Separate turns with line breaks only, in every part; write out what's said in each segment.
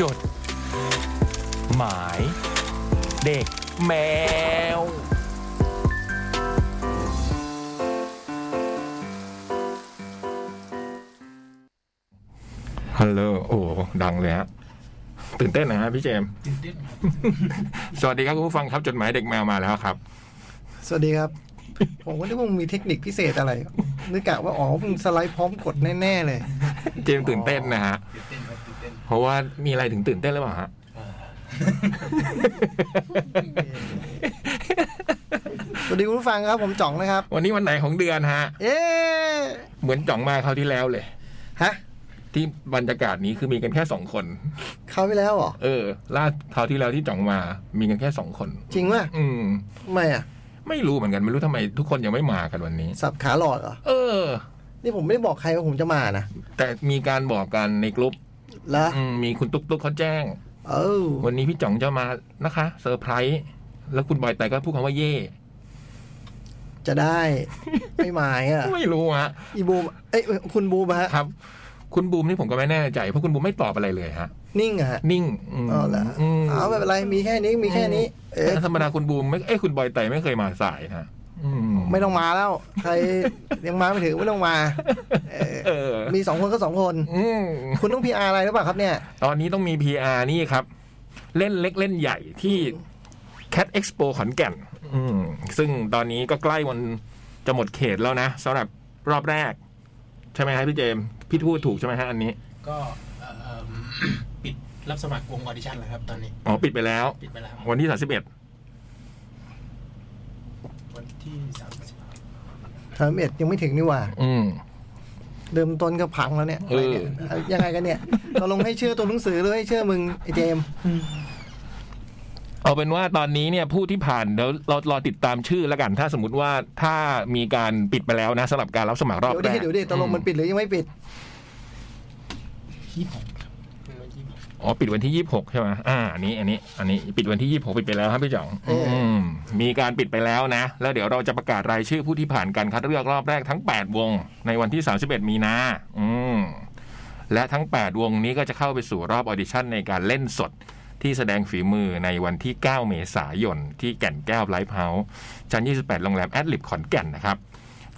จด หมาย เด็กแมว
ฮัลโหล โอ้โหดังเลยฮะ ตื่นเต้นนะฮะพี่เจมส์ สวัสดีครับคุณผู้ฟังครับ จดหมายเด็กแมวมาแล้วครับ
สวัสดีครับ ผมก็นึกว่ามึงมีเทคนิคพิเศษอะไร นึกกะว่า อ๋อ มึงสไลด์พร้อมกดแน่ ๆ เลย
เจมส์ตื่นเต้นนะฮะ
ตื่นเต้นครับตื่นเต้น
เพราะว่ามีอะไรถึงตื่นเต้นหรือเปล่า ฮะ
สวัสดีคุณผู้ฟังครับ ผมจ่องนะครับ
วันนี้วันไหนของเดือนฮะ
เอ๊ะ
เหมือนจ่องมาคราวที่แล้วเลย
ฮะ
ที่บรรยากาศนี้คือมีกันแค่สองคน
คราวที่แล้วเหรอ
เออ ล่าคราวที่แล้วที่จ่องมา มีกันแค่สองคน
จริงป่ะ
อืม
ทำไมอ่ะ
ไม่รู้เหมือนกันไม่รู้ทำไมทุกคนยังไม่มากันวันนี้
สับขาหลอดเหรอ
เออ
นี่ผมไม่ได้บอกใครว่าผมจะมานะ
แต่มีการบอกกันในกลุ่ม
แล้ว
อืมมีคุณตุ๊กตุ๊กเขาแจ้ง
เออ
วันนี้พี่จ่องจะมานะคะเซอร์ไพรส์แล้วคุณบอยไตก็พูดคำว่าเย่
จะได้ ไม่หมายอ่ะ
ไม่รู้ฮะ
อีบูมเอ้ย คุณบูมอะฮะ
ครับ คุณบูมนี่ผมก็ไม่แน่ใจเพราะคุณบูมไม่ตอบอะไรเลยฮะ
นิ่งอะฮะ
นิ่งม
อ๋อเหรอ
ม
เอาไม่เป็นไร มีแค่นี้ มีแค่นี้ เอ๊ะ
ธรรมดาคุณบูมไม่เอ้ยคุณบอยไตไม่เคยมาสายนะอื
ไม่ต้องมาแล้ว ใครยังมาไม่ถึงไม่ต้องมา เออ
เออ
มีสองคนก็สองคน
อืม
คุณต้องพีอาร์อะไรหรือเปล่าครับเนี่ย
ตอนนี้ต้องมี PR นี่ครับ เล่นเล็กเล่นใหญ่ที่ Cat Expo ขอนแก่น อืมซึ่งตอนนี้ก็ใกล้วันจะหมดเขตแล้วนะสำหรับรอบแรก ใช่ไหมฮะพี่เจมส์พี่พูดถูกใช่ไหมฮะอันนี้
ก็เอ่อ ปิดรับสมัครวงออดิชั่นแล้วครับตอนนี้
อ๋อ ปิดไปแล้ว
ปิดไปแล้ว
วันที่สามสิบเอ็ด
วันที่สามสิบ
สามเอ็ดยังไม่ถึงนี่หว่า
อืม
เดิมต้นก็พังแล้วเนี่
เออ
ยะไรเนี่ยยังไงกันเนี่ย เราลงให้เชื่อตัวหนังสือหรือให้เชื่อมึงไอ้เจมส์
เอาเป็นว่าตอนนี้เนี่ยผู้ที่ผ่านเดี๋ยวเรารอติดตามชื่อแล้วกัน ถ้าสมมติว่าถ้ามีการปิดไปแล้วนะสำหรับการรับสมัครรอบ
เดี๋ยว
แร
ดิ
ก
เดี๋ยวดิตกลงมันปิดหรือยังไม่ปิด
ยี่สิบหกครับวันที่หก
อ๋อปิดวันที่ยี่สิบหกใช่ไหมอ่าอันนี้อันนี้ อันนี้ปิดวันที่ยี่สิบหกปิดไปแล้วครับพี่จ๋อง
เอออื
มมีการปิดไปแล้วนะ แล้วเดี๋ยวเราจะประกาศรายชื่อผู้ที่ผ่านการคัดเลือกรอบแรกทั้งแปดวง ในวันที่สามสิบเอ็ดมีนาอืมและทั้งแปดวงนี้ก็จะเข้าไปสู่รอบออดิชั่นในการเล่นสด ที่แสดงฝีมือในวันที่ 9 เมษายน ที่แก่นแก้วไลฟ์เฮาส์ชั้น 28 โรงแรมแอดลิบขอนแก่นนะครับ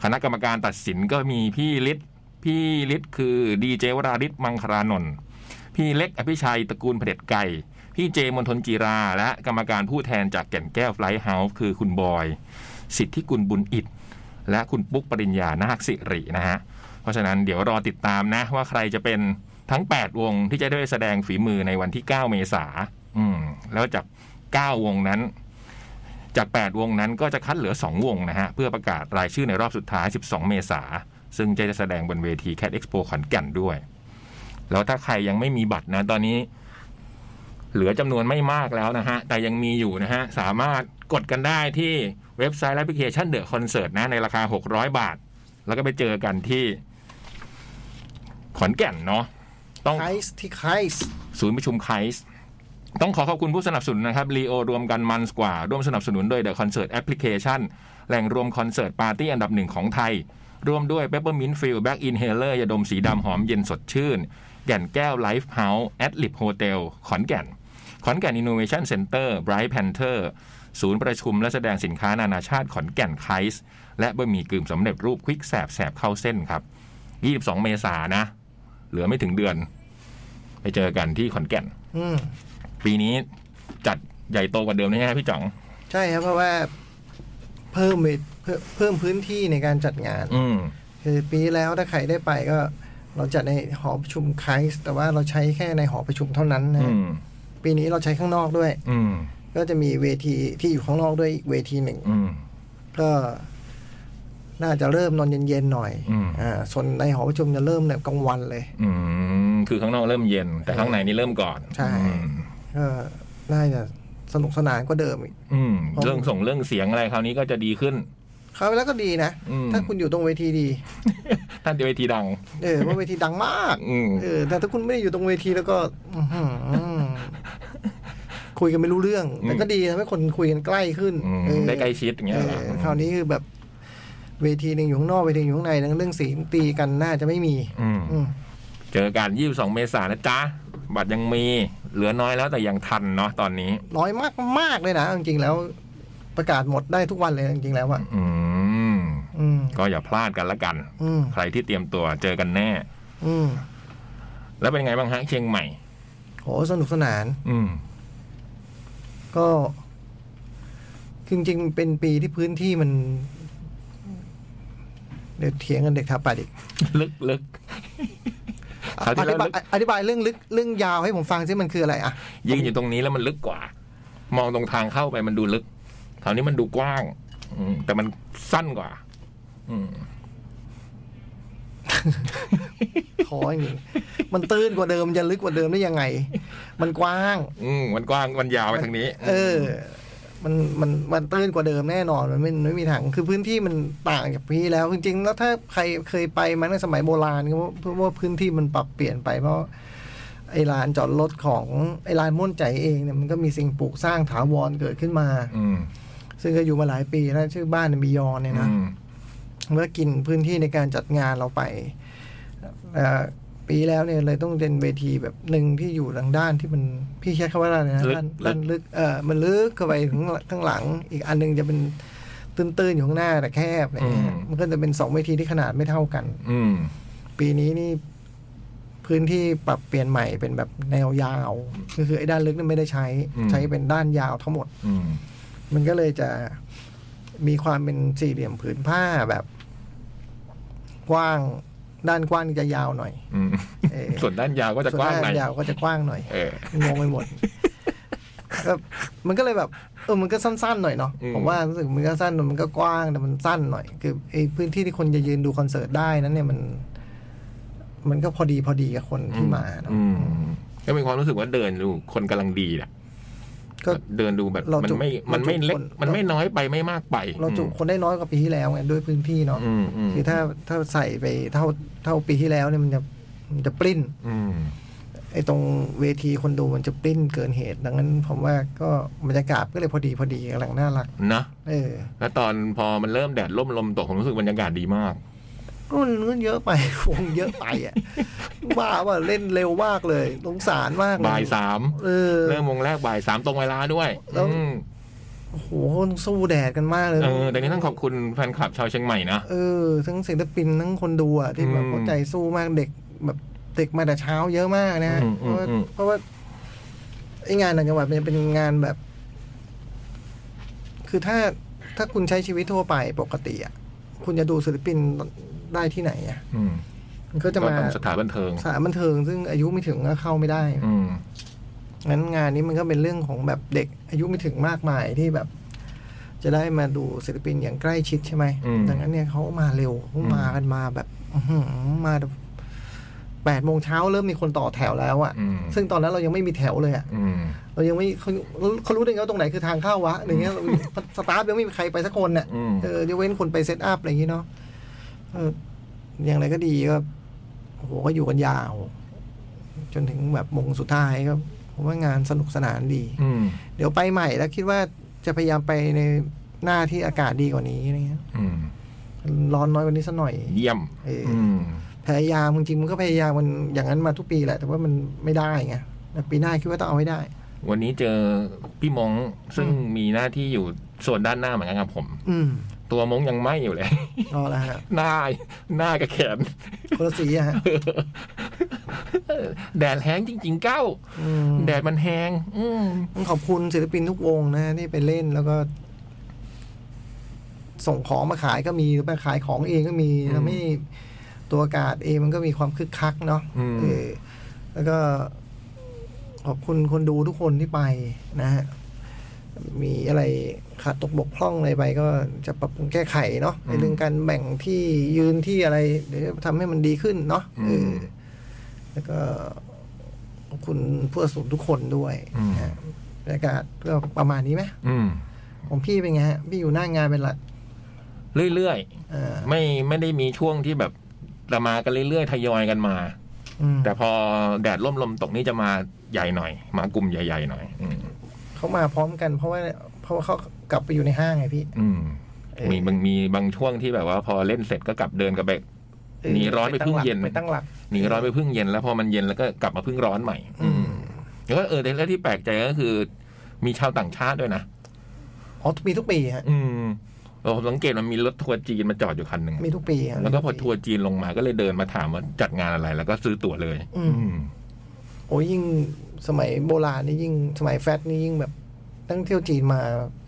คณะกรรมการตัดสินก็มีพี่ฤทธิ์พี่ฤทธิ์คือดีเจวราฤทธิ์มังคลานนท์ พี่เล็กอภิชัยตระกูลเผด็จไก่ พี่เจมนทนจีรา และกรรมการผู้แทนจากแก่นแก้วไฟล์เฮาส์คือคุณบอย สิทธิกุลบุญอิดและคุณปุ๊กปริญญานาคสิรินะฮะ เพราะฉะนั้นเดี๋ยวรอติดตามนะ ว่าใครจะเป็นทั้ง 8 วงที่จะได้แสดงฝีมือในวันที่ 9 เมษาอืม แล้วจาก 9 วงนั้น จาก 8 วงนั้นก็จะคัดเหลือ 2 วงนะฮะ เพื่อประกาศรายชื่อในรอบสุดท้าย 12 เมษา ซึ่งจะได้แสดงบนเวที Cat Expo ขอนแก่นด้วย แล้วถ้าใครยังไม่มีบัตรนะ ตอนนี้ เหลือจำนวนไม่มากแล้วนะฮะ แต่ยังมีอยู่นะฮะ สามารถกดกันได้ที่เว็บไซต์และแอปพลิเคชันเดอะคอนเสิร์ตนะ ในราคา 600 บาท แล้วก็ไปเจอกันที่ ขอนแก่นเนาะต้อง
ไคส์ที่ไคส์
ศูนย์ประชุมไคส์ต้องขอขอบคุณผู้สนับสนุนนะครับรีโอรวมกันมันกว่า ร่วมสนับสนุนโดย The Concert Application แหล่งรวมคอนเสิร์ตปาร์ตี้อันดับหนึ่งของไทย ร่วมด้วย Peppermint Field Black Inhaler ยาดมสีดำหอมเย็นสดชื่น แก่นแก้ว Life House Ad Lib Hotel ขอนแก่น ขอนแก่น Innovation Center Bright Panther ศูนย์ประชุมและแสดงสินค้านานาชาติขอนแก่นไคส์และบะหมี่กึ่งสำเร็จรูปควิกแสบแสบเข้าเส้นครับ 22 เมษายนนะ เหลือไม่ถึงเดือน ไปเจอกันที่ขอนแก่น
อืม
ปีนี้จัดใหญ่โตกว่าเดิมนะฮะพี่จ๋อง
ใช่ครับเพราะว่า เพิ่มเวทเพิ่มเพิ่มพื้นที่ในการจัดงาน
อืม
คือปีแล้วถ้าใครได้ไปก็ เราจัดในหอประชุมไคส์แต่ว่าเราใช้แค่ในหอประชุมเท่านั้นนะ
อืม
ปีนี้เราใช้ข้างนอกด้วย
อืม
ก็จะมีเวทีที่อยู่ข้างนอกด้วยอีกเวทีหนึ่ง
อืม
ก็น่าจะเริ่มนอนเย็นๆหน่อย
อืม
ส่วนในหอประชุมจะเริ่มแบบกลางวันเลย
อืม คือข้างนอกเริ่มเย็น แต่ข้างในนี่เริ่มก่อน
ใช่
อืม
ก็น่าจะสนุกสนานกว่าเดิมอีก
อืม
ผม
เรื่องส่งเรื่องเสียงอะไรคราวนี้ก็จะดีขึ้น
คราวที่แล้วก็ดีนะ
อืม
ถ้าคุณอยู่ตรงเวทีดี
ท่านเดวทีดัง
เออเพราะเวทีดังมาก
อืม
เออ แต่ถ้าคุณไม่ได้อยู่ตรงเวทีแล้วก็ อื้อหือคุยกันไม่รู้เรื่อง
อืม
แต่ก็ดีทำให้คนคุยกันใกล้ขึ้น
อืม
เออ
ได้ใกล้ชิดอย่างเงี้ย
เอ
เหรอ
อคราวนี้คือแบบเวทีหนึ่งอยู่ข้างนอกเวทีหนึ่งอยู่ข้างในเรื่องเสียงตีกันน่าจะไม่มี
อืม
อืม
เจอกัน 22 เมษายนนะจ๊ะ บัตรยังมี เหลือน้อยแล้วแต่ยังทันเนาะตอนนี้
น้อยมากมากเลยนะจริงๆแล้วประกาศหมดได้ทุกวันเลยจริงๆแล้วอ่ะ
อืม
อืม
ก็อย่าพลาดกันละกัน
อืม
ใครที่เตรียมตัวเจอกันแน่
อืม
แล้วเป็นไงบ้างฮะเชียงใหม่
โหสนุกสนาน
อืม
ก็จริงๆเป็นปีที่พื้นที่มัน เดี๋ยวเถียงกันเด็กทับปัดอีก
ลึกลึก
อ
คราวที่
ธิ
แล้ว
บายอธิบายเรื่องลึกเรื่องยาวให้ผมฟังซิมันคืออะไรอ่ะ
ยืนอยู่ตรงนี้แล้วมันลึกกว่า มองตรงทางเข้าไปมันดูลึกคราวนี้มันดูกว้าง อืมแต่มันสั้นกว่า อืม
ขออย่างนี้มันตื้นกว่าเดิมจะลึกกว่าเดิมได้ยังไง มันกว้าง
อืมมันกว้างมันยาวไปทางนี้
เออ มันมันมันตื้นกว่าเดิมแน่นอนมันไม่ไม่มีทางคือพื้นที่มันต่างจากพี่แล้วจริงๆแล้วถ้าใครเคยไปมาในสมัยโบราณก็ว่าเพราะว่าพื้นที่มันปรับเปลี่ยนไปเพราะไอ้ลานจอดรถของไอ้ลานม่วนใจเองเนี่ยมันก็มีสิ่งปลูกสร้างถาวรเกิดขึ้นมา
อืม
ซึ่งก็อยู่มาหลายปีแล้วชื่อบ้านบิยอนเนี่ยนะ
อืม
เมื่อกินพื้นที่ในการจัดงานเราไปเอ่อปีแล้วเนี่ยเลยต้องเป็นเวทีแบบหนึ่งที่อยู่ทางด้านที่มันพี่ใช้คำว่าอะไรนะด้านด้านลึกเออมันลึกเข้าไปถึงข้างหลัง อีกอันหนึงจะเป็นตื้นๆอยู่ข้างหน้าแต่แคบอะไรเงี้ยมันก็จะเป็นสองเวทีที่ขนาดไม่เท่ากัน
อืม
ปีนี้นี่พื้นที่ปรับเปลี่ยนใหม่เป็นแบบแนวยาว ก็คือไอ้ด้านลึกนี่ไม่ได้ใช้ใช้เป็นด้านยาวทั้งหมด
อืม
มันก็เลยจะมีความเป็นสี่เหลี่ยมผืนผ้าแบบ กว้างด้านกว้างนี่จะยาวหน่อย
อืม
เออ
ส่วนด้านยาวก็จะกว้างห
ส่
น่อ
น
ย
ด้นยาวก็จะกว้างหน่อย
เออ
งงไปหมด ก็มันก็เลยแบบเออมันก็สั้นๆหน่อยเนาะ
อืม
ผมว่ารู้สึกมันก็สั้นมันก็กว้างแต่มันสั้นหน่อย คือไอ้พื้นที่ที่คนจะยืนดูคอนเสิร์ตได้นั้นเนี่ยมัน มันก็พอดีพอดีกับคนที่มาเนาะ
อืมก็มีความรู้สึกว่าเดินดูคนกำลังดีแหละ
ก็
เดินดูแบบ
เรา
มัน
จุ
ไม่มันไม่
เราจุ
เล็ก
คน
มันไม่น้อยไปไม่มากไป
เราจุคนได้น้อยกว่าปีที่แล้วไงด้วยพื้นที่เนาะ
อืมอืม
คือถ้าถ้าใส่ไปเท่าเท่าปีที่แล้วเนี่ยมันจะมันจะปลิ้น
อืม
ไอ้ตรงเวทีคนดูมันจะปริ้นเกินเหตุ ดังนั้นผมว่าก็บรรยากาศก็เลยพอดีพอดีกำลังน่ารัก
นะ
เออ
แล้วตอนพอมันเริ่มแดดร่มลมตกผมรู้สึกบรรยากาศดีมาก
ก็มันเงินเยอะไป วงเยอะไปอ่ะบ้าว่าเล่นเร็วมากเลยสงสารมากเล
บ่ายสาม
เออ
เริ่มวงแรกบ่ายสามตรงเวลาด้วย
แล้ว
อืม
โอ้โหคนสู้แดดกันมากเลย
เออแต่นี้ต้องขอบคุณแฟนคลับชาวเชียงใหม่นะ
เออ ทั้งศิลปินทั้งคนดูอ่ะที่แบบ
อืม
เขาใจสู้มากเด็กแบบเด็กมาแต่เช้าเยอะมากนะ
อืม
เพราะว่า
อืม
เพราะว่าไอ้งานต่างจังหวัดมันจะเป็นงานแบบ คือถ้าถ้าคุณใช้ชีวิตทั่วไปปกติอ่ะคุณจะดูศิลปินได้ที่ไหนอ่ะ
อืม
มันก็จะมา
ก็ต้องสถานบันเทิง
สถานบันเทิง ซึ่งอายุไม่ถึงก็เข้าไม่ได้
อืม
งั้นงานนี้มันก็เป็นเรื่องของแบบเด็ก อายุไม่ถึงมากมายที่แบบ จะได้มาดูศิลปินอย่างใกล้ชิดใช่ไหม
อืม
ดังนั้นเนี่ยเขามาเร็วเขามากันมาแบบอื้อหือมาแบบแปดโมงเช้าเริ่มมีคนต่อแถวแล้วอ่ะ
อืม
ซึ่งตอนนั้นเรายังไม่มีแถวเลยอ่ะ
อืม
เรายังไม่เขาเขารู้ได้ไงว่าตรงไหนคือทางเข้าวะอย่างเงี้ยเราสตาฟยังไม่มีใครไปสักคนเนี่ย
อืม
เออยกเว้นคนไปเซตอัพอะไรอย่างงี้เนาะเอออย่างไรก็ดีก็โอ้โหก็อยู่กันยาว จนถึงแบบวงสุดท้ายก็ผมว่างานสนุกสนานดี
อืม
เดี๋ยวไปใหม่แล้วคิดว่าจะพยายามไปในหน้าที่อากาศดีกว่านี้อะไรเงี้ย
อืม
ร้อนน้อยกว่านี้สักหน่อย
เยี่ยม
เอออื
อืม
พยายามจริงๆมันก็พยายามมันอย่างนั้นมาทุกปีแหละ แต่ว่ามันไม่ได้ไงแต่ปีหน้าคิดว่าต้องเอาให้ได้
วันนี้เจอพี่มงซึ่งมีหน้าที่อยู่ส่วนด้านหน้าเหมือนกันครับผม
อืม
ตัวมงยังไหม่อยู่ เลย
รอาละฮะ
หน้าหน้ากับแขน
คนละสีอะฮะ
แดดแห้งจริง ๆ เก้า
อืม
แดดมันแห้งอืม
ต้องขอบคุณศิลปินทุกวงนะที่ไปเล่นแล้วก็ ส่งของมาขายก็มีหรือไปขายของเองก็มี
อืม
ทำให้ตัวอากาศเองมันก็มีความคึกคักเนาะ
อืม
เออแล้วก็ขอบคุณคนดูทุกคนที่ไปนะฮะมีอะไรขาดตกบกพร่องอะไรไปก็จะปรับปรุงแก้ไขเนาะในเรื่องการแบ่งที่ยืนที่อะไรเดี๋ยวจะทำให้มันดีขึ้นเนาะเอออ แล้วก็ขอบคุณผู้สนับสนุนทุกคนด้วย
อืม
นะฮะบรรยากาศก็ประมาณนี้ไหม
อืม
ของพี่เป็นไงฮะ พี่อยู่หน้างานเป็นหลัก
เรื่อย
เอ่า
ๆ ไม่ไม่ได้มีช่วงที่แบบจะมากันเรื่อยๆ ทยอยกันมา
อืม
แต่พอแดดร่มลมตกนี่จะมาใหญ่หน่อย มากลุ่มใหญ่ๆหน่อย อืม
เขามาพร้อมกันเพราะว่าเพราะว่าเขากลับไปอยู่ในห้างไงพี่
อืม
เออ
มีบางมีบางช่วงที่แบบว่า พอเล่นเสร็จก็กลับเดินกลับไป
เออ
หนีร้อนไป
ตั้
พึ่ง
หลัก
เย็น
ไปตั้งหลัก
หนีร้อนไปพึ่งเย็นแล้วพอมันเย็นแล้วก็กลับมาพึ่งร้อนใหม่ อืม แล้วก็เออแต่แล้วที่แปลกใจก็คือ มีชาวต่างชาติด้วยนะ
อ๋อมีทุกปีฮะ
อืมเราสังเกตมันมีรถทัวร์จีนมาจอดอยู่คันหนึ่ง
มีทุกปีฮะ
แล้วก็พอ
มี
ทัว
กปี
ร์จีนลงมาก็เลยเดินมาถามว่าจัดงานอะไร แล้วก็ซื้อตั๋วเลย
อืม
อืม
โอ้ยยิ่งสมัยโบราณนี่ยิ่งสมัยแฟตนี่ยิ่งแบบนักท่องเที่ยวจีนมา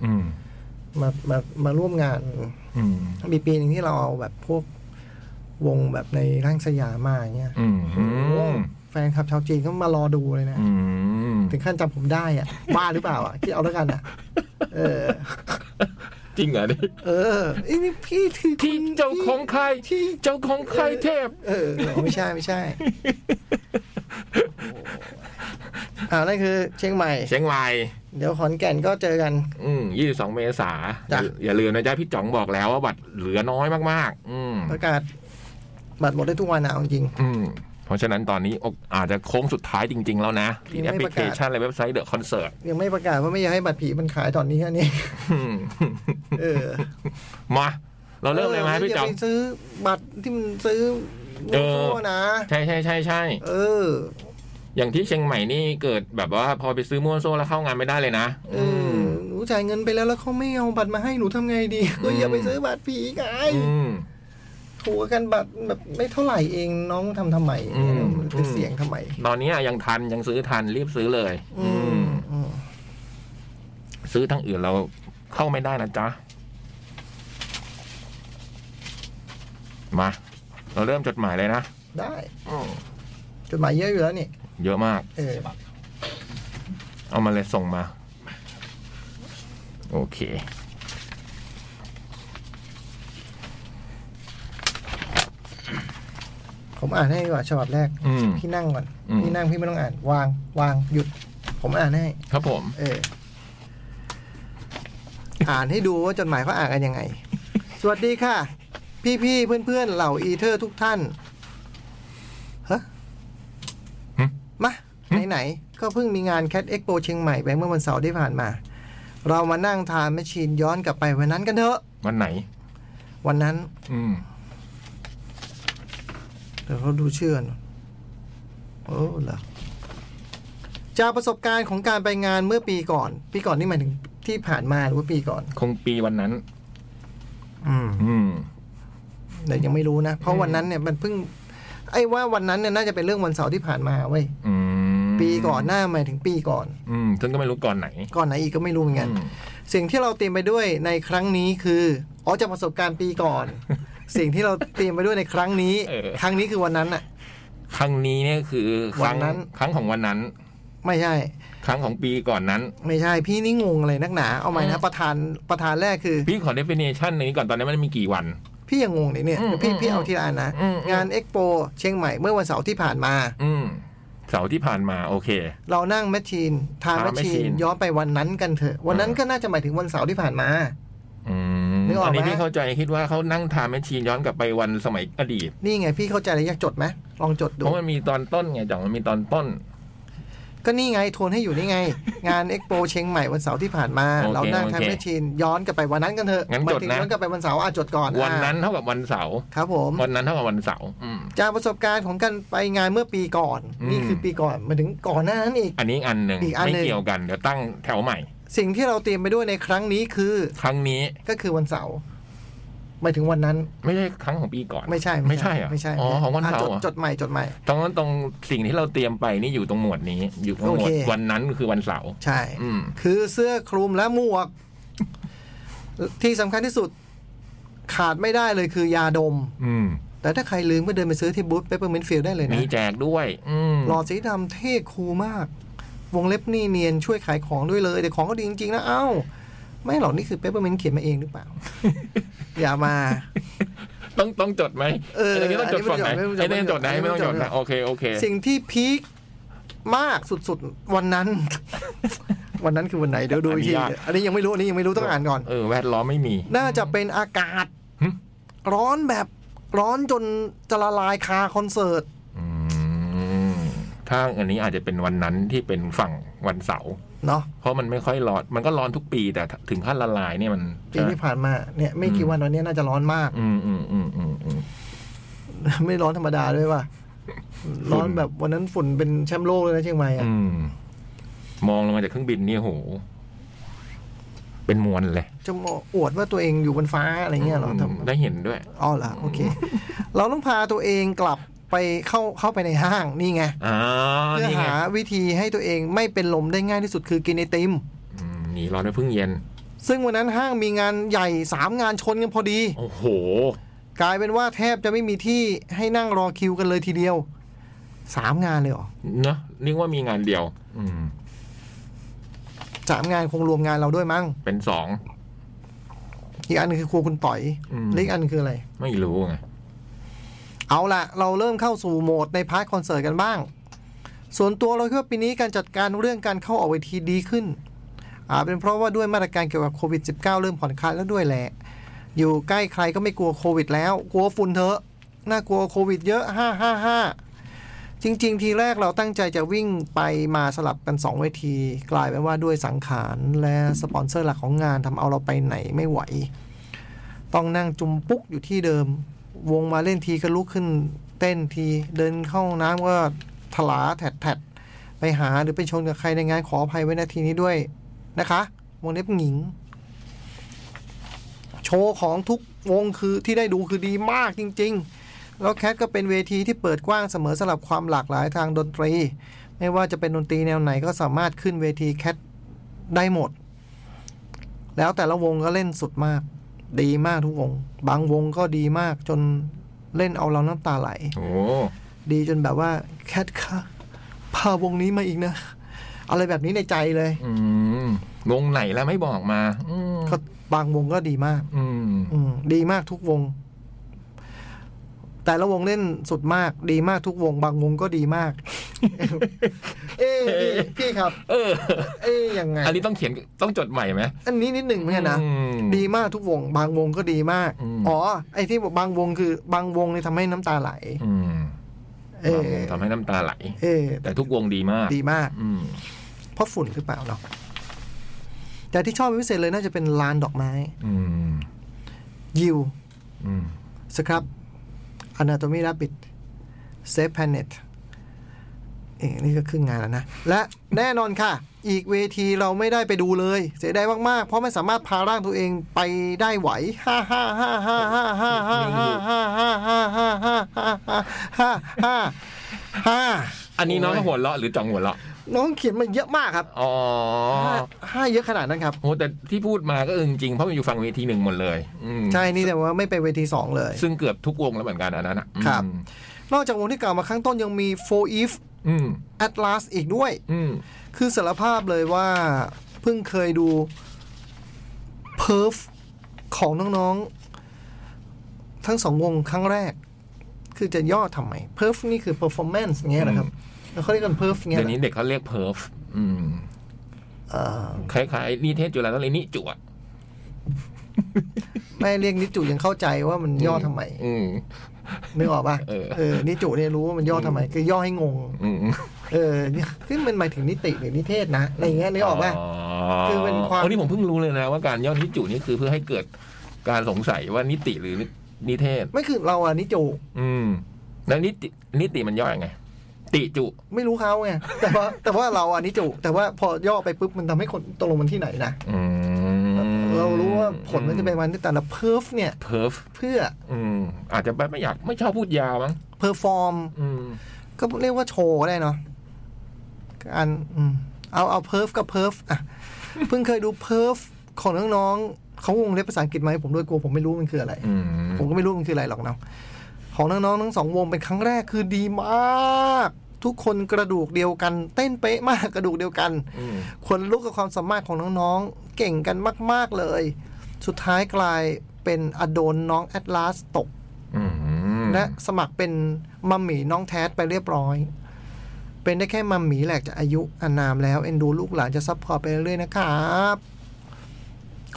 อืม
มามามาร่วมงาน
อืม
มีปีหนึ่งที่เราเอาแบบพวกวงแบบในร่างสยามมาอย่างเงี้ย
อืมอื
โอ้
ม
แฟนคลับชาวจีนก็มารอดูเลยนะ
อืม
ถึงขั้นจำผมได้อะ บ้าหรือเปล่าอ่ะคิดเอาแล้วกันอ่ะ เออ
จริงเหรอเนี่ย
เออไอ้นี่พี่คือคุณ
ที่เจ้าของใคร
ที่
เจ้าของใครเทพ
เออเออไม่ใช่ไม่ใช่ โอ้โหอ่านั่นคือเชียงใหม่
เชียงใหม่
เดี๋ยวขอนแก่นก็เจอกัน
อืมยี่สิบสองเมษา
จ้ะ
อย่าอย่าลืมนะจ๊ะพี่จ๋องบอกแล้วว่าบัตรเหลือน้อยมากๆ อืม
ประกาศบัตรหมดได้ทุกวันนะเอาจริง
อืม เพราะฉะนั้นตอนนี้อกอาจจะโค้งสุดท้ายจริง ๆ แล้วนะที่
ยัง
แอป
ไม่
พ
ป
ลิ
ระ
เค
กาศ
ชันและเว็บไซต์เดอะคอนเสิร์ต
ยังไม่ประกาศว่าไม่อยากให้บัตรผีมันขายตอนนี้อันนี้ เออ
มา เราเริ่มเลยไหมพี่
ย่า
จ๋อง
ไปซื้อบัตรที่มันซื้อ
เออ
มั่วๆนะ
ใช่ใช่ใช่ใช่
เออ
อย่างที่เชียงใหม่นี่เกิดแบบว่าพอไปซื้อมั่วโซ่แล้วเข้างานไม่ได้เลยนะ
เออหนูจ่ายเงินไปแล้วแล้วเขาไม่เอาบัตรมาให้หนูทำไงดีก็อย่าไปซื้อบัตรผีไง
อืม
ถูกกันบัตรแบบไม่เท่าไหร่เองน้องทำทำไม
อืม
ไปเสียงทำไม
ตอนนี้ยังทันยังซื้อทันรีบซื้อเลย
อืมอืม
ซื้อทั้งอื่นเราเข้าไม่ได้นะจ๊ะ มา เราเริ่มจดหมายเลยนะ
ได้จดหมายเยอะอยู่แล้วนี่
เยอะมาก
เออ
เอามาเลยส่งมา โอเค
ผมอ่านให้ดีกว่าฉบับแรก
อืม
พี่นั่งก่อน
อืม
พี่นั่งพี่ไม่ต้องอ่าน วางวางหยุด ผมอ่านให้
ครับผม
เออ อ่านให้ดูว่าจดหมายเขาอ่านกันยังไง สวัสดีค่ะ พี่พี่เพื่อนเพื่อนๆเหล่าอีเทอร์ทุกท่านฮะ
หึ
มาไหน ๆ ก็เพิ่งมีงานแคดเอ็กโปเชียงใหม่ไปเมื่อวันเสาร์ที่ผ่านมา เรามานั่งทานแมชชีนย้อนกลับไปวันนั้นกันเถอะ
วันไหน
วันนั้น
อืม
เดี๋ยวเขาดูเชื่อหนอยโอ้เหรอจากประสบการณ์ของการไปงานเมื่อปีก่อน ปีก่อนนี่หมายถึงที่ผ่านมาหรือว่าปีก่อน
คงปีวันนั้น
อืม
อืม
แต่ยังไม่รู้นะ เพ
อื
ราะ
ม
วันนั้นเนี่ยมันเพิ่ง ไอ้ว่าวันนั้นเนี่ยน่าจะเป็นเรื่องวันเสาร์ที่ผ่านมาเว้ย
อืม
ปีก่อนหน้าหมายถึงปีก่อน
อืมซึ่งก็ไม่รู้ก่อนไหน
ก่อนไหนอีกก็ไม่รู้เหมือนกัน
อืม
สิ่งที่เราเตรียมไปด้วยในครั้งนี้คืออ๋อจากประสบการณ์ปีก่อน สิ่งที่เราเตรียมไปด้วยในครั้งนี้ ครั้งนี้คือวันนั้นอะ
ครั้งนี้เนี่ยคือครั้ง
วันนั้น
ครั้งของวันนั้น
ไม่ใช่
ครั้งของปีก่อนนั้น
ไม่ใช่ พี่นี่งงอะไรนักหนาเอาใหม่นะประธานประธานแรกคือ
พี่ขอ definition หนึ่งก่อนตอนนี้มันมีกี่วัน
พี่ยังงงเลยเนี่ย
อืม
เดี๋ยวพี่
อืม
พี่เอาทีละอันนะ
อืมอืม
งานเอ็กโปเชียงใหม่เมื่อวันเสาร์ที่ผ่านมา
อืม เสาร์ที่ผ่านมาโอเค
เรานั่งแมชชีนทาน
ทาน
แมชชีน
machine
ย้อนไปวันนั้นกันเถอะวันนั้นก็น่าจะหมายถึงวันเสาร์ที่ผ่านมา
อืม
นึกออก
อันนี้
ไหม
พี่เข้าใจคิดว่าเขานั่งทามแมชชีนย้อนกลับไปวันสมัยอดีต
นี่ไงพี่เข้าใจเลยอยากจดไหมลองจดดู
เพราะมันมีตอนต้นไงจ่องมันมีตอนต้น
ก็นี่ไงทวนให้อยู่นี่ไง งานเอ็กโปเชียงใหม่วันเสาร์ที่ผ่านมา
โอเค
เรานั่ง
โอ
ทำ
เค
แมชชีนย้อนกลับไปวันนั้นกันเถอะ
งั้น
หมาย
จด
ถึง
นะ
ย้อนกลับไปวันเสาร์อ่ะจดก่อนอ่ะ
วันนั้นเท่ากับวันเสาร์
ครับผม
วันนั้นเท่ากับวันเสาร์อืม
จากประสบการณ์ของการไปงานเมื่อปีก่อน
อืม
นี่คือปีก่อนหมายถึงก่อนหน้านั้นอีก
อันนี้อันหนึ่ง
อีกอันห
ไม่
นึ่ง
เกี่ยวกันเดี๋ยวตั้งแถวใหม่
สิ่งที่เราเตรียมไปด้วยในครั้งนี้คือ
ครั้งนี้
ก็คือวันเสาร์หมายถึงวันนั้น
ไม่ใช่ครั้งของปีก่อน
ไม่ใช่
ไม่ใช่เหรอ
ไม่ใช่
อ๋อของวันเสาร์
ะจด
เหรอ
จดใหม่จดใหม่
ตรงนั้นตรงสิ่งที่เราเตรียมไปนี่อยู่ตรงหมวดนี้ อยู่ตรงหมวด
โอเค
วันนั้นคือวันเสาร์
ใช่
อืม
คือเสื้อคลุมและหมวก ที่สำคัญที่สุด ขาดไม่ได้เลยคือยาดม
อืม
แต่ถ้าใครลืมก็เดินไปซื้อที่บูธเปเปอร์มินฟิลได้เลยนะ
มีแจกด้วย อืม
หลอดสีดำเท่คูลมาก วงเล็บนี่เนียนช่วยขายของด้วยเลย แต่ของก็ดีจริง ๆ นะ เอ้า ไม่หรอกนี่คือเปเปอร์มินเขียนมาเองหรือเปล่า อย่ามา
ต้องต้องจดไหม
เออ
นี้ต้องจดฝั่งไหน
อันนี้ไม่จด
ไอ้นี่ต้องจดนะไอ้ไม่ต้อ
อันนี้ไม่จด
งจด
ไม่จ
นะ
ด
โอเคโอเค
สิ่งที่พีคมากสุดๆ วัน นั้น วันนั้นคือวันไหนเดี๋ยวดูอีกที
อันนี้ยาก
อันนี้ยังไม่รู้อันนี้ยังไม่รู้ต้องอ่านก่อน
เออแวดล้อมไม่มี
น่าจะเป็นอากาศ
หึ
ร้อนแบบร้อนจนจะละลายคาคอนเสิร์ต
อืมถ้าอันนี้อาจจะเป็นวันนั้นที่เป็นฝั่งวันเสาร์
เนาะ
เพราะมันไม่ค่อยร้อนมันก็ร้อนทุกปีแต่ถึงขั้นละลายเนี่ยมัน
ปี
ใช่ไห
ที่
ม
ผ่านมาเนี่ยไม่กี่วันวันนี้น่าจะร้อนมาก
อืมอืมอืมอืมอืม
ไม่ร้อนธรรมดาด้วยว่ะ ร้อน
ฝุ่น
แบบวันนั้นฝุ่นเป็นแชมป์โลกเลยนะเชียงใหม่อะ
อืม มองลงมาจากเครื่องบินนี่โห เป็นมวลเลย
จะมาอวดว่าตัวเองอยู่บนฟ้าอะไรเงี้ยเหรอ
มได้เห็นด้วย
อ๋อเหรอโอเค เราต้องพาตัวเองกลับไปเข้าเข้าไปในห้างนี่ไง
อ่า
เพื่อ
นี่ไง
หาวิธีให้ตัวเองไม่เป็นลมได้ง่ายที่สุดคือกินไอติม
อืมหนีร้อนด้วยพึ่งเย็น
ซึ่งวันนั้นห้างมีงานใหญ่สามงานชนกันพอดี
โอ้โห
กลายเป็นว่าแทบจะไม่มีที่ให้นั่งรอคิวกันเลยทีเดียวสามงานเลยเหรอ
เนอะนึกว่ามีงานเดียว อืม
สามงานคงรวมงานเราด้วยมั้ง
เป็นสอง
อีกอันหนึ่งคือครัวคุณต่อย
อืม
และอีกอันหนึ่งคืออะไร
ไม่รู้ไง
เอาละเราเริ่มเข้าสู่โหมดในพาร์ทคอนเสิร์ตกันบ้าง ส่วนตัวเราคิดว่าปีนี้การจัดการเรื่องการเข้าออกเวทีดีขึ้นอาจเป็นเพราะว่าด้วยมาตรการเกี่ยวกับโควิด -19 เริ่มผ่อนคลายแล้วด้วยแหละ อยู่ใกล้ใครก็ไม่กลัวโควิดแล้ว กลัวฝุ่นเถอะ น่ากลัวโควิดเยอะห้าห้าห้าจริง ๆ ทีแรกเราตั้งใจจะวิ่งไปมาสลับกัน 2 เวที กลายเป็นว่าด้วยสังขารและสปอนเซอร์หลักของงานทำเอาเราไปไหนไม่ไหว ต้องนั่งจุมปุ๊กอยู่ที่เดิม วงมาเล่นทีก็ลุกขึ้นเต้นที เดินเข้าน้ำก็ถลาแถดๆ ไปหาหรือไปชนกับใครในงานขออภัยไว้นาทีนี้ด้วยนะคะ วงเล็บหญิง โชว์ของทุกวงคือที่ได้ดูคือดีมากจริงๆ แล้วแคทก็เป็นเวทีที่เปิดกว้างเสมอสำหรับความหลากหลายทางดนตรี ไม่ว่าจะเป็นดนตรีแนวไหนก็สามารถขึ้นเวทีแคทได้หมด แล้วแต่ละวงก็เล่นสุดมาก ดีมากทุกวง บางวงก็ดีมากจนเล่นเอาเราน้ำตาไหล
โอ้
ดีจนแบบว่าแคทคะพาวงนี้มาอีกนะ อะไรแบบนี้ในใจเลย
อืมวงไหนแล้วไม่บอกมา อืม
ก็บางวงก็ดีมาก
อืม
อืมดีมากทุกวง แต่ละวงเล่นสุดมาก ดีมากทุกวง บางวงก็ดีมาก เอ้ยพี่พี่ครับ
เออ
เอ้ยยังไง
อันนี้ต้องเขียนต้องจดใหม่ไหม
อันนี้นิดหนึ่งเหมือนกันนะ
อืม
ดีมากทุกวง บางวงก็ดีมาก
อืม
อ๋อ ไอ้ที่บอกบางวงคือบางวงเนี่ยทำให้น้ำตาไหล
อืม
เออ
ทำให้น้ำตาไหล
เออ
แต่ทุกวงดีมาก
ดีมาก
อืม
เพราะฝุ่นหรือเปล่าเนาะแต่ที่ชอบเป็นพิเศษเลยน่าจะเป็นลานดอกไม้
อืม
ยิว
อืม
สครับอนาโตมีรับบิดเซฟแพนเน็ตเอ๊ะนี่ก็ครึ่งงานแล้วนะ และแน่นอนค่ะ อีกเวทีเราไม่ได้ไปดูเลย เสียดายมาก ๆ เพราะไม่สามารถพาร่างตัวเองไปได้ไหวฮ่าฮ่าฮ่าฮ่าฮ่าฮ่าฮ่าฮ่าฮ่าฮ่าฮ่าฮ่าฮ่าฮ่าฮ่า
อันนี้น้องหัวเราะหรือจ่องหัวเราะ
น้องเขียนมาเยอะมากครับ
อ๋อ
ห้าเยอะขนาดนั้นครับ
โหแต่ที่พูดมาก็เออจริงๆเพราะมันอยู่ฝั่งเวทีหนึ่งหมดเลย อืม
ใช่ นี่แต่ว่าไม่ไปเวที 2 เลย
ซึ่งเกือบทุกวงแล้วเหมือนกันอันนั้นอ่ะอืม
ครับ นอกจากวงที่กล่าวมาข้างต้นยังมี f o r If
อืม
Atlas อีกด้วย
อืม
คือสารภาพเลยว่าเพิ่งเคยดู p e r f ของน้องๆ ทั้งสองวงครั้งแรก คือจะย่อทำไม p e r f นี่คือ performance เงี้ยนะครับ
อื
แล้วเขาเรียกกัน p e r f เงี้ย
เดี๋ยวนี้เด็กเขาเรียกเพิร์ฟอืม
เอ่อ
คล้ายๆนิเทศจุฬาต้องเลยกนิจวด
แม่เรียกนิจูยังเข้าใจว่ามันย่อทำไม
อืม
นึกออกปะ
เออ
เออนิจูเนี่ยรู้ว่ามันย่อทำไม คือย่อให้งง
อืม
เออซึ่งมันหมายถึงนิติหรือนิเทศนะอะไรเงี้ยนึกออกปะ คือเป็นความ
อันนี้ผมเพิ่งรู้เลยนะว่าการย่อนิจุนี่คือเพื่อให้เกิดการสงสัยว่านิติหรือนิเทศ
ไม่คือเราอะนิจู
อืม แล้วนิตินิติมันย่อยังไง ติจุ
ไม่รู้เขาไง แต่ว่าแต่ว่าเราอะนิจู แต่ว่าพอย่อไปปุ๊บมันทำให้คนตกลงมันที่ไหนนะ
อืม
เรารู้ว่าผลมันจะเป็นวันที่แต่ละเพิร์ฟเนี่ย
เพิร์ฟ
เพื่อ
อืม อาจจะไม่อยากไม่ชอบพูดยาวมั้ง
เพอร์ฟอร์ม
อืม
ก็เรียกว่าโชว์ก็ได้เนาะอันอืมเอาเอาเพิร์ฟก็เพิร์ฟอ่ะ เพิ่งเคยดูเพิร์ฟของน้องๆเขาวงเล็บภาษาอังกฤษไหมผมด้วยกลัวผมไม่รู้มันคืออะไร
อืม
ผมก็ไม่รู้มันคืออะไรหรอกเนาะของน้องๆทั้งสองวงเป็นครั้งแรกคือดีมาก ทุกคนกระดูกเดียวกัน เต้นเป๊ะมากกระดูกเดียวกัน
อืม
คนลุกกับความสามารถของน้องๆ เก่งกันมาก ๆ เลย สุดท้ายกลายเป็นอโดนน้องแอตลาสตก
อืม
และสมัครเป็นมัมหมี่น้องแทสไปเรียบร้อย เป็นได้แค่มัมหมี่แหลกจะอายุอานามแล้วเอ็นดูลูกหลานจะซัพพอร์ตไปเรื่อยๆนะครับ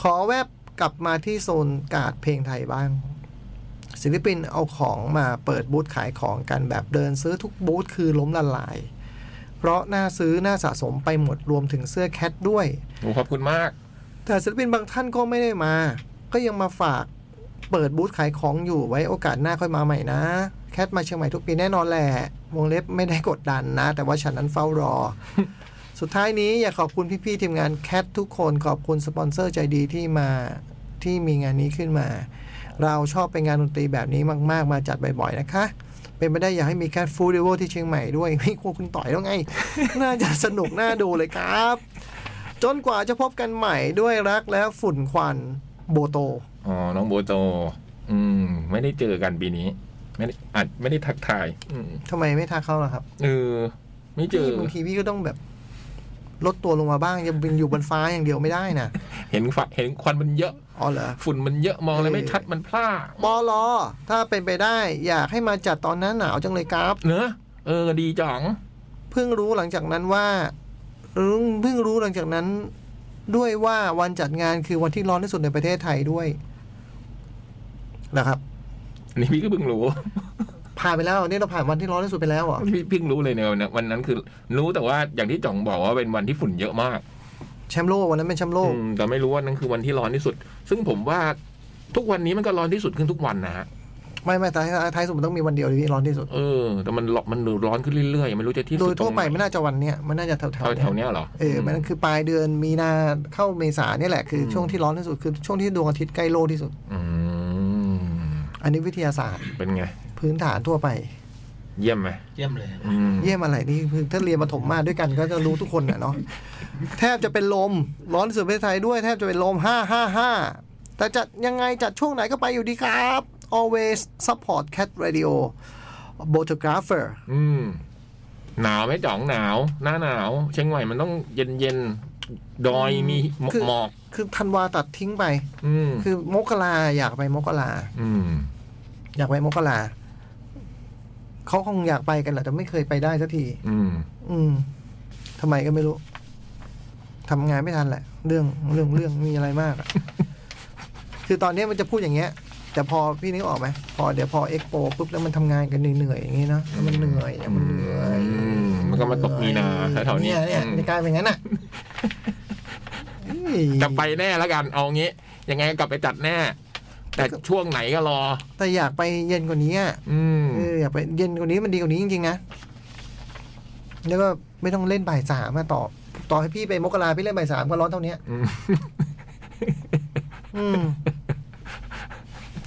ขอแวบกลับมาที่โซนการ์ดเพลงไทยบ้าง ศิลปินเอาของมาเปิดบูธขายของกันแบบเดินซื้อทุกบูธคือล้มละลาย เพราะน่าซื้อน่าสะสมไปหมดรวมถึงเสื้อแคทด้วย
โอ้ขอบคุณมาก
แต่ศิลปินบางท่านก็ไม่ได้มา ก็ยังมาฝากเปิดบูธขายของอยู่ไว้โอกาสหน้าค่อยมาใหม่นะ แคทมาเชียงใหม่ทุกปีแน่นอนแหละ วงเล็บไม่ได้กดดันนะ แต่ว่าฉันนั้นเฝ้ารอ สุดท้ายนี้อยากขอบคุณพี่ๆทีมงานแคททุกคนขอบคุณสปอนเซอร์ใจดีที่มาที่มีงานนี้ขึ้นมา เราชอบไปงานดนตรีแบบนี้มาก ๆ มาจัดบ่อยๆนะคะ เป็นไปได้อยากให้มีแคทฟูดเดเวลที่เชียงใหม่ด้วย พี่ครัวคุณต่อยต้องไง น่าจะสนุกน่าดูเลยครับ จนกว่าจะพบกันใหม่ด้วยรักและฝุ่นควันโบโต
อ๋อ น้องโบโต อืม ไม่ได้เจอกันปีนี้ ไม่ได้อาจไม่ได้ทักทาย อืม
ทำไมไม่ทักเขาล่ะครับ
เออไม่เจอ
พี่บางทีพี่ก็ต้องแบบ ลดตัวลงมาบ้าง จะบินอยู่บนฟ้าอย่างเดียวไม่ได้นะ
เห็นฝักเห็นควันมันเยอะ
อ๋อเหรอ
ฝุ่นมันเยอะมองอะไรไม่ชัดมันพลา
ปอลอ ถ้าเป็นไปได้ อยากให้มาจัดตอนหน้าหนาวจังเลยครับ
เนอะเออ ดีจ๋อง
เพิ่งรู้หลังจากนั้นว่ารู้เพิ่งรู้หลังจากนั้น ด้วยว่าวันจัดงานคือวันที่ร้อนที่สุดในประเทศไทยด้วยนะครับ
อันนี้พี่ก็เพิ่งรู้
ผ่านไปแล้วนี่เราผ่านวันที่ร้อนที่สุดไปแล้วเหรอ
พี่เพิ่งรู้เลยเนี่ยวันนั้นวันนั้นคือ รู้แต่ว่าอย่างที่จ๋องบอกว่าเป็นวันที่ฝุ่นเยอะมาก
แชมป์โลกวันนั้นเป็นแชมป์โลก
อืมแต่ไม่รู้ว่านั่นคือวันที่ร้อนที่สุด ซึ่งผมว่าทุกวันนี้มันก็ร้อนที่สุดขึ้นทุกวันนะฮะ
ไม่ไม่แต่ท้ายท้ายสุดมันต้องมีวันเดียวที่ร้อนที่สุด
เออ แต่มันร้อนมันร้อนขึ้นเรื่อยๆ ไม่รู้จะที่
โด
สุ
ย
ด
ทั่วไป
ตรง
ไม่
หน
น่าจะวันเนี้ยมันน่าจะแถวแถว
แถวๆเนี้ยเหรอ
เออมัน
ม
คือปลายเดือนมีนาเข้าเมษาเนี่ยแหละคืออ
ม
ช่วงที่ร้อนที่สุดคือช่วงที่ดวงอาทิตย์ใกล้โลกที่สุด
อืม
อันนี้วิทยาศาสตร์
เป็นไง
พื้นฐานทั่วไป
เยี่ยมไหม
เยี่ยมเลยครับ
อืม
เยี่ยมอะไรนี่คือถ้าเรียนมาถมมาด้วยกันก็จะรู้ทุกคนน่ะเนาะ แทบจะเป็นลม ร้อนที่สุดในประเทศไทยด้วย แทบจะเป็นลมห้าห้าห้าแต่จัดยังไงจัดช่วงไหนก็ไปอยู่ดีครับ always support cat radio photographer
อืมหนาวไหมจ๋องหนาว หน้าหนาว เชียงใหม่มันต้องเย็นเย็นๆดอยมี
คือ
หมอก
คือธันวาตัดทิ้งไป
ๆอืม
คือมกราอยากไปมกรา
อืม
อยากไปมกราเขาคงอยากไปกันแหละแต่ไม่เคยไปได้สักที
อืม
อืมทำไมก็ไม่รู้ทำงานไม่ทันแหละ เรื่องเรื่องเรื่องมีอะไรมากอะ คือตอนเนี้ยมันจะพูดอย่างเงี้ย แต่พอพี่นึกออกไหมพอเดี๋ยวพอเอ็กโปปุ๊บแล้วมันทำงานกันเหนื่อยๆอย่างงี้เนาะแล้วมันเหนื่อยอะมันเหนื่อย
อืมมันก็มาตกมีนาแถวๆนี้
เนี่ยเนี่ย
อืม
จะกลายเป็นงั้น น่ะเอ้ย
จะไปแน่แล้วกัน เอางี้ ยังไงก็กลับไปจัดแน่ แต่ช่วงไหนก็รอ
แต่อยากไปเย็นกว่านี้อะ
อืม
เอออยากไปเย็นกว่านี้มันดีกว่านี้จริงๆนะแล้วก็ไม่ต้องเล่นบ่ายสามมาต่อ ต่อให้พี่ไปมกราพี่เล่นบ่ายสามก็ร้อนเท่าเนี้ย อืม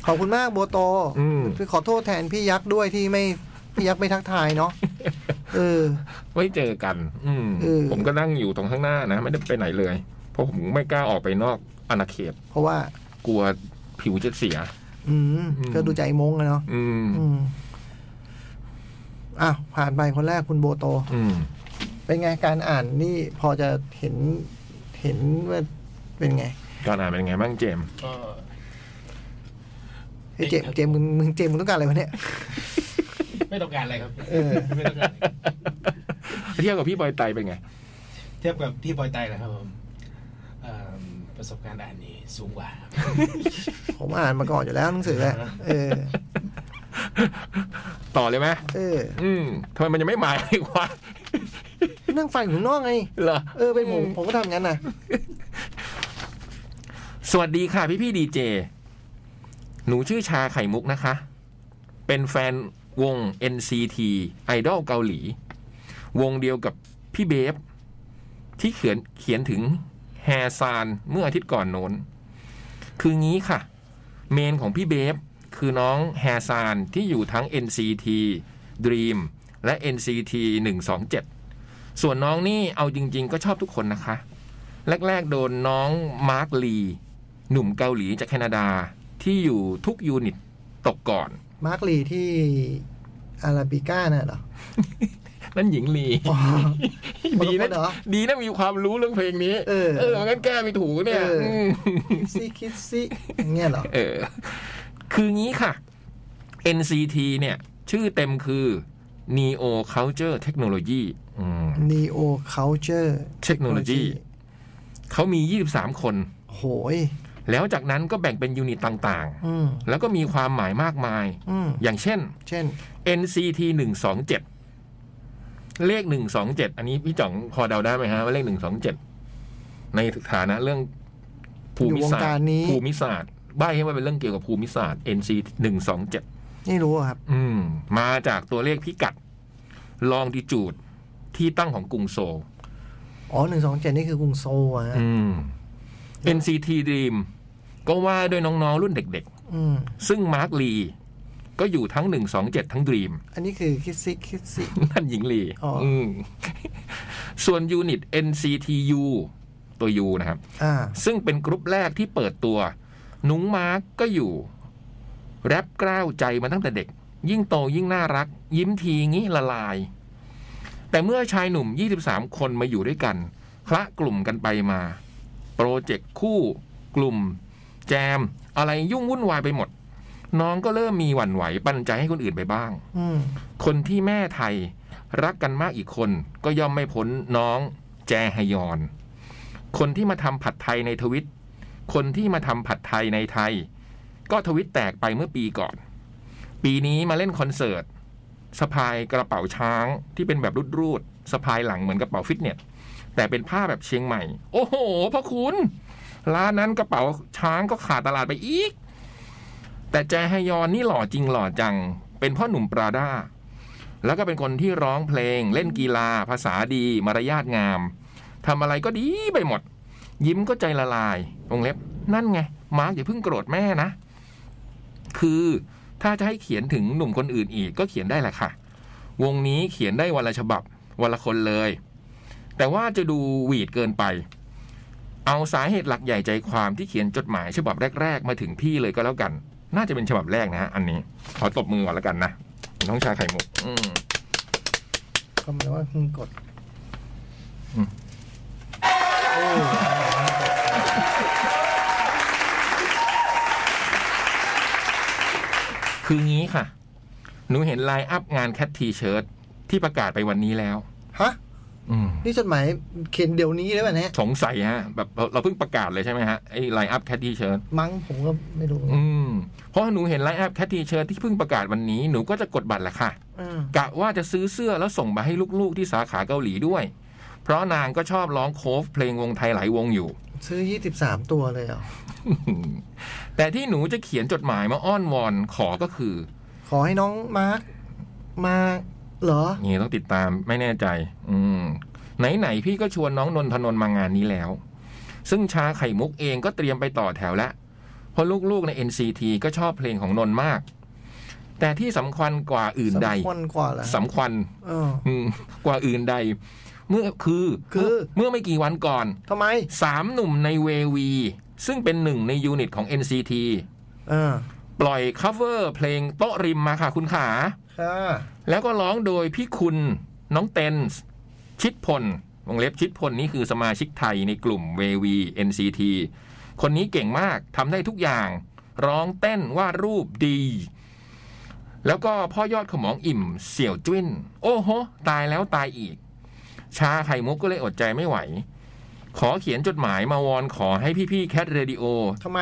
ขอบคุณมากโบโต
อืม
คือขอโทษแทนพี่ยักษ์ด้วยที่ไม่พี่ยักษ์ไม่ทักทายเนาะเออ
ไม่เจอกัน อืม
เออ
ผมก็นั่งอยู่ตรงข้างหน้านะ ไม่ได้ไปไหนเลย เพราะผมไม่กล้าออกไปนอกอาณาเขต
เพราะว่า
กลัวผิวจะเสีย
อืม
อืม
ก็ดูใจมงอะเนาะ
อืม
อืมอ้าวผ่านไปคนแรกคุณโบโต
อืม
เป็นไงการอ่านนี่พอจะเห็นเห็นว่าเป็นไง
การอ่านเป็นไงบ้างเจม ส์
ก็
ไอ้ยเจมส์เจมส์มึงมึงเจมส์มึงต้องการอะไรวะเนี่ย
ไม่ต้องการอะไรครับ
เออ
ไม่ต้องการอะไร
เทียบกับพี่บอยไตเป็นไง
เทียบกับที่ปอยไตเหรอครับผมเอิ่มประสบการณ์อ่านนี้สูงกว่า ครับ
ผมอ่านมาก่อนอยู่แล้วหนังสื ออะเออ
ต่อเลยไหม
เออ
อืมทำไมมันยังไม่มาอีกวะ
นั่งฟังอยู่ข้างนอกไง
เหรอ
เออเป็นผมผมก็ทำงั้นนะ
สวัสดีค่ะพี่พี่ดีเจ หนูชื่อชาไข่มุกนะคะ เป็นแฟนวง NCT ไอดอลเกาหลี วงเดียวกับพี่เบฟ ที่เขียนเขียนถึงแฮซานเมื่ออาทิตย์ก่อนโน้น คืองี้ค่ะ เมนของพี่เบฟ คือน้องแฮซานที่อยู่ทั้ง NCT Dream และ NCT 127 ส่วนน้องนี่เอาจริง ๆ ก็ชอบทุกคนนะคะ แรก ๆ โดนน้องมาร์คลี หนุ่มเกาหลีจากแคนาดาที่อยู่ทุกยูนิตตกก่อน
มาร์คลีที่อาราบิก้าน่ะเหรอ
นั่นหญิงลี
อ๋อ คน
ดี
ละค
นะ
นเหรอ
ดีนะมีความรู้เรื่องเพลงนี้
เออ
เอองั้นแก้ไม่ถูกเนี่ย
เอออื
ม
คิดซี่คิดซี่อย่างเงี้ยเหรอ
เออ คืองี้ค่ะ NCT เนี่ย ชื่อเต็มคือ Neo Culture Technology อืม
neo culture
Technology เขามี 23 คน
โหย
แล้วจากนั้นก็แบ่งเป็นยูนิตต่าง
อืม
ๆ แล้วก็มีความหมายมากมาย
อืม
อย่างเช่น
เช่น
NCT หนึ่งสองเจ็ดเลขหนึ่งสองเจ็ดอันนี้พี่จ่องพอเดาได้ไหมฮะว่าเลขหนึ่งสองเจ็ดในฐานะเรื่องภูมิศา
อยู่วงกา
สต
ร
ร์
นี้
ภูมิศาสตร์ใบให้ว่าเป็นเรื่องเกี่ยวกับภูมิศาสตร์ NCT หนึ่งสองเจ็ด
นี่รู้อะครับ
อืม มาจากตัวเลขพิกัด ลองดิจูดที่ตั้งของกรุงโซล
อ๋อหนึ่งสองเจ็ดนี่คือกรุงโซลอะฮะ
อืม NCT Dream ก็ว่าด้วยน้องๆ รุ่นเด็ก
อืม
ๆ ซึ่งมาร์คลีก็อยู่ทั้ง 127 ทั้ง Dream
อันนี้คือคิดซิกคิดซิ
นั่นหญิงลี
อ๋ออื
มส่วนยูนิต NCTU ตัว U นะครับ
อ่า
ซึ่งเป็นกรุ๊ปแรกที่เปิดตัว นุ้งมาร์กก็อยู่ แรปกล้าวใจมาตั้งแต่เด็ก ยิ่งโตยิ่งน่ารัก ยิ้มทีงี้ละลาย แต่เมื่อชายหนุ่ม 23 คนมาอยู่ด้วยกัน คละกลุ่มกันไปมา โปรเจกต์คู่ กลุ่ม แจม อะไรยุ่งวุ่นวายไปหมด น้องก็เริ่มมีหวั่นไหวปันใจให้คนอื่นไปบ้าง
อืม
คนที่แม่ไทยรักกันมากอีกคนก็ย่อมไม่พ้นน้องแจฮยอน คนที่มาทำผัดไทยในทวิต คนที่มาทำผัดไทยในไทย ก็ทวิตแตกไปเมื่อปีก่อน ปีนี้มาเล่นคอนเสิร์ตสะพายกระเป๋าช้างที่เป็นแบบรูดๆสะพายหลังเหมือนกระเป๋าฟิตเนสแต่เป็นผ้าแบบเชียงใหม่ โอ้โหพ่อคุณ ร้านนั้นกระเป๋าช้างก็ขาดตลาดไปอีก แต่แจฮยอนนี่หล่อจริงหล่อจัง เป็นพ่อหนุ่มปราด้า แล้วก็เป็นคนที่ร้องเพลง เล่นกีฬา ภาษาดี มารยาทงามทำอะไรก็ดีไปหมด ยิ้มก็ใจละลายวงเล็บ นั่นไง มาร์กอย่าเพิ่งโกรธแม่นะ คือถ้าจะให้เขียนถึงหนุ่มคนอื่นอีกก็เขียนได้แหละค่ะ วงนี้เขียนได้วันละฉบับ วันละคนเลย แต่ว่าจะดูหวีดเกินไป เอาสาเหตุหลักใหญ่ใจความที่เขียนจดหมายฉบับแรก ๆ มาถึงพี่เลยก็แล้วกัน น่าจะเป็นฉบับแรกนะฮะอันนี้ขอตบมือก่อนแล้วกันนะน้องชาไข่มุกอืม
ก็หมายว่าคุณกด
อืม
โอ้
คืองี้ค่ะ หนูเห็นไลน์อัพงานแคททีเชิร์ตที่ประกาศไปวันนี้แล้ว
ฮะ
อืม
นี่จดหมายเขียนเดี๋ยวนี้ได้ป่ะเนี่ย
สงสัยฮะ แบบเราเราเพิ่งประกาศเลยใช่ไหมฮะ ไอ้ไลน์อัพแคททีเชิร์ต
มั้งผมก็ไม่รู้
อืม เพราะหนูเห็นไลน์อัพแคททีเชิร์ตที่เพิ่งประกาศวันนี้ หนูก็จะกดบัตรแหละค่ะ
อ่าก
ะว่าจะซื้อเสื้อแล้วส่งมาให้ลูกๆที่สาขาเกาหลีด้วย เพราะนางก็ชอบร้องโคฟเพลงวงไทยหลายวงอยู่
ซื้อ 23 ตัวเลยเหรอ
แต่ที่หนูจะเขียนจดหมายมาอ้อนวอนขอก็คือ
ขอให้น้องมาร์คมาเหรอ
นี่ต้องติดตามไม่แน่ใจ อืม ไหน ๆ พี่ก็ชวนน้องนนทนนท์มางานนี้แล้ว ซึ่งชาไข่มุกเองก็เตรียมไปต่อแถวแล้ว เพราะลูก ๆ ใน NCT ก็ชอบเพลงของนนท์มาก แต่ที่สำคัญกว่าอื่นใด
สำคัญกว่าเหรอ
สำคัญ
เออ
อืมกว่าอื่นใด เมื่อคือ
คือ
เมื่อไม่กี่วันก่อน
ทำไม
สามหนุ่มในเววี ซึ่งเป็นหนึ่งในยูนิตของ NCT
เออ
ปล่อย cover เพลงโต๊ะริมมาค่ะคุณขา
ค่ะ
แล้วก็ร้องโดยพี่คุณน้องเต็นส์ชิดพลวงเล็บชิดพลนี่คือสมาชิกไทยในกลุ่มเววี NCT คนนี้เก่งมากทำได้ทุกอย่าง ร้องเต้นวาดรูปดี แล้วก็พ่อยอดขมองอิ่มเสี่ยวจุ้น โอ้โห ตายแล้วตายอีก ชาไข่มุกก็เลยอดใจไม่ไหว ขอเขียนจดหมายมาวอนขอให้พี่ๆแคทเรดิโอ
ทำไม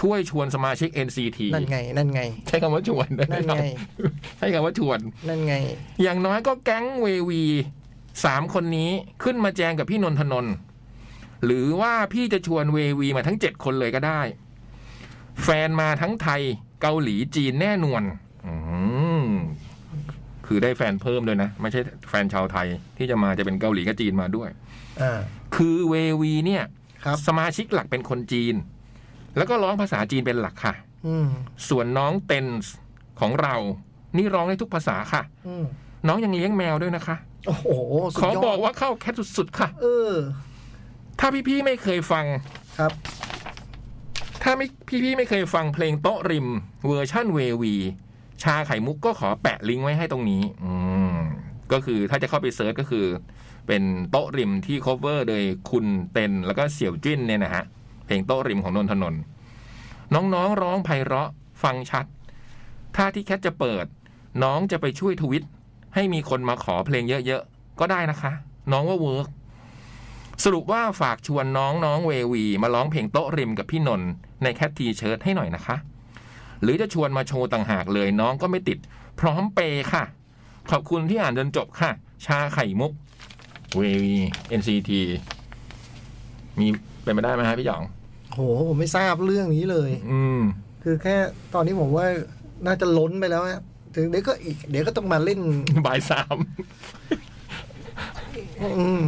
ช่วยชวนสมาชิก NCT
นั่นไง นั่นไง
ใช้คำว่าชวนด้หม
นั่น
ครับ
ไง
ใช้คำว่าชวน
นั่นไง
อย่างน้อยก็แก๊งเววีสามคนนี้ขึ้นมาแจงกับพี่นนทนนท์หรือว่าพี่จะชวนเววีมาทั้งเจ็ดคนเลยก็ได้ แฟนมาทั้งไทยเกาหลีจีนแน่นวนอืมคือได้แฟนเพิ่มด้วยนะ ไม่ใช่แฟนชาวไทยที่จะมาจะเป็นเกาหลีกับจีนมาด้วย
อ่า
คือเววีเนี่ย
ครับ
สมาชิกหลักเป็นคนจีน แล้วก็ร้องภาษาจีนเป็นหลักค่ะ
อืม
ส่วนน้องเตนส์ของเรา นี่ร้องได้ทุกภาษาค่ะ
อืม
น้องยังเลี้ยงแมวด้วยนะคะ
โอ้โห สุ
ข
ด
อย
อด
บอกว่าเข้าแคทสุดๆค่ะ
เออ
ถ้าพี่ๆไม่เคยฟัง
ครับ
ถ้าไม่พี่ๆไม่เคยฟังเพลงโต๊ะริม เวอร์ชั่นเววี ชาไข่มุกก็ขอแปะลิงก์ไว้ให้ตรงนี้ อืมก็คือถ้าจะเข้าไปเซิร์ชก็คือ เป็นโต๊ะริมที่ cover โดยคุณเต็นแล้วก็เสี่ยวจิ้นเนี่ยนะฮะ เพลงโต๊ะริมของนนทนนท์น้องๆร้องไพเราะฟังชัด ถ้าที่แคทจะเปิด น้องจะไปช่วยทวิต ให้มีคนมาขอเพลงเยอะๆ ก็ได้นะคะ น้องว่าเวิร์ก สรุปว่าฝากชวนน้องน้องเววี มาร้องเพลงโต๊ะริมกับพี่นนท์ในแคททีเชิร์ตให้หน่อยนะคะ หรือจะชวนมาโชว์ต่างหากเลยน้องก็ไม่ติด พร้อมเปย์ค่ะ ขอบคุณที่อ่านจนจบค่ะ ชาไข่มุก เววี NCT มีเป็นไปได้ไหมฮะพี่หยอง
โห ผมไม่ทราบเรื่องนี้เลย
อืม
คือแค่ตอนนี้ผมว่าน่าจะล้นไปแล้วอะถึงเดี๋ยวก็อีก เดี๋ยวก็ต้องมาเล่น
บ่ายสาม
อืม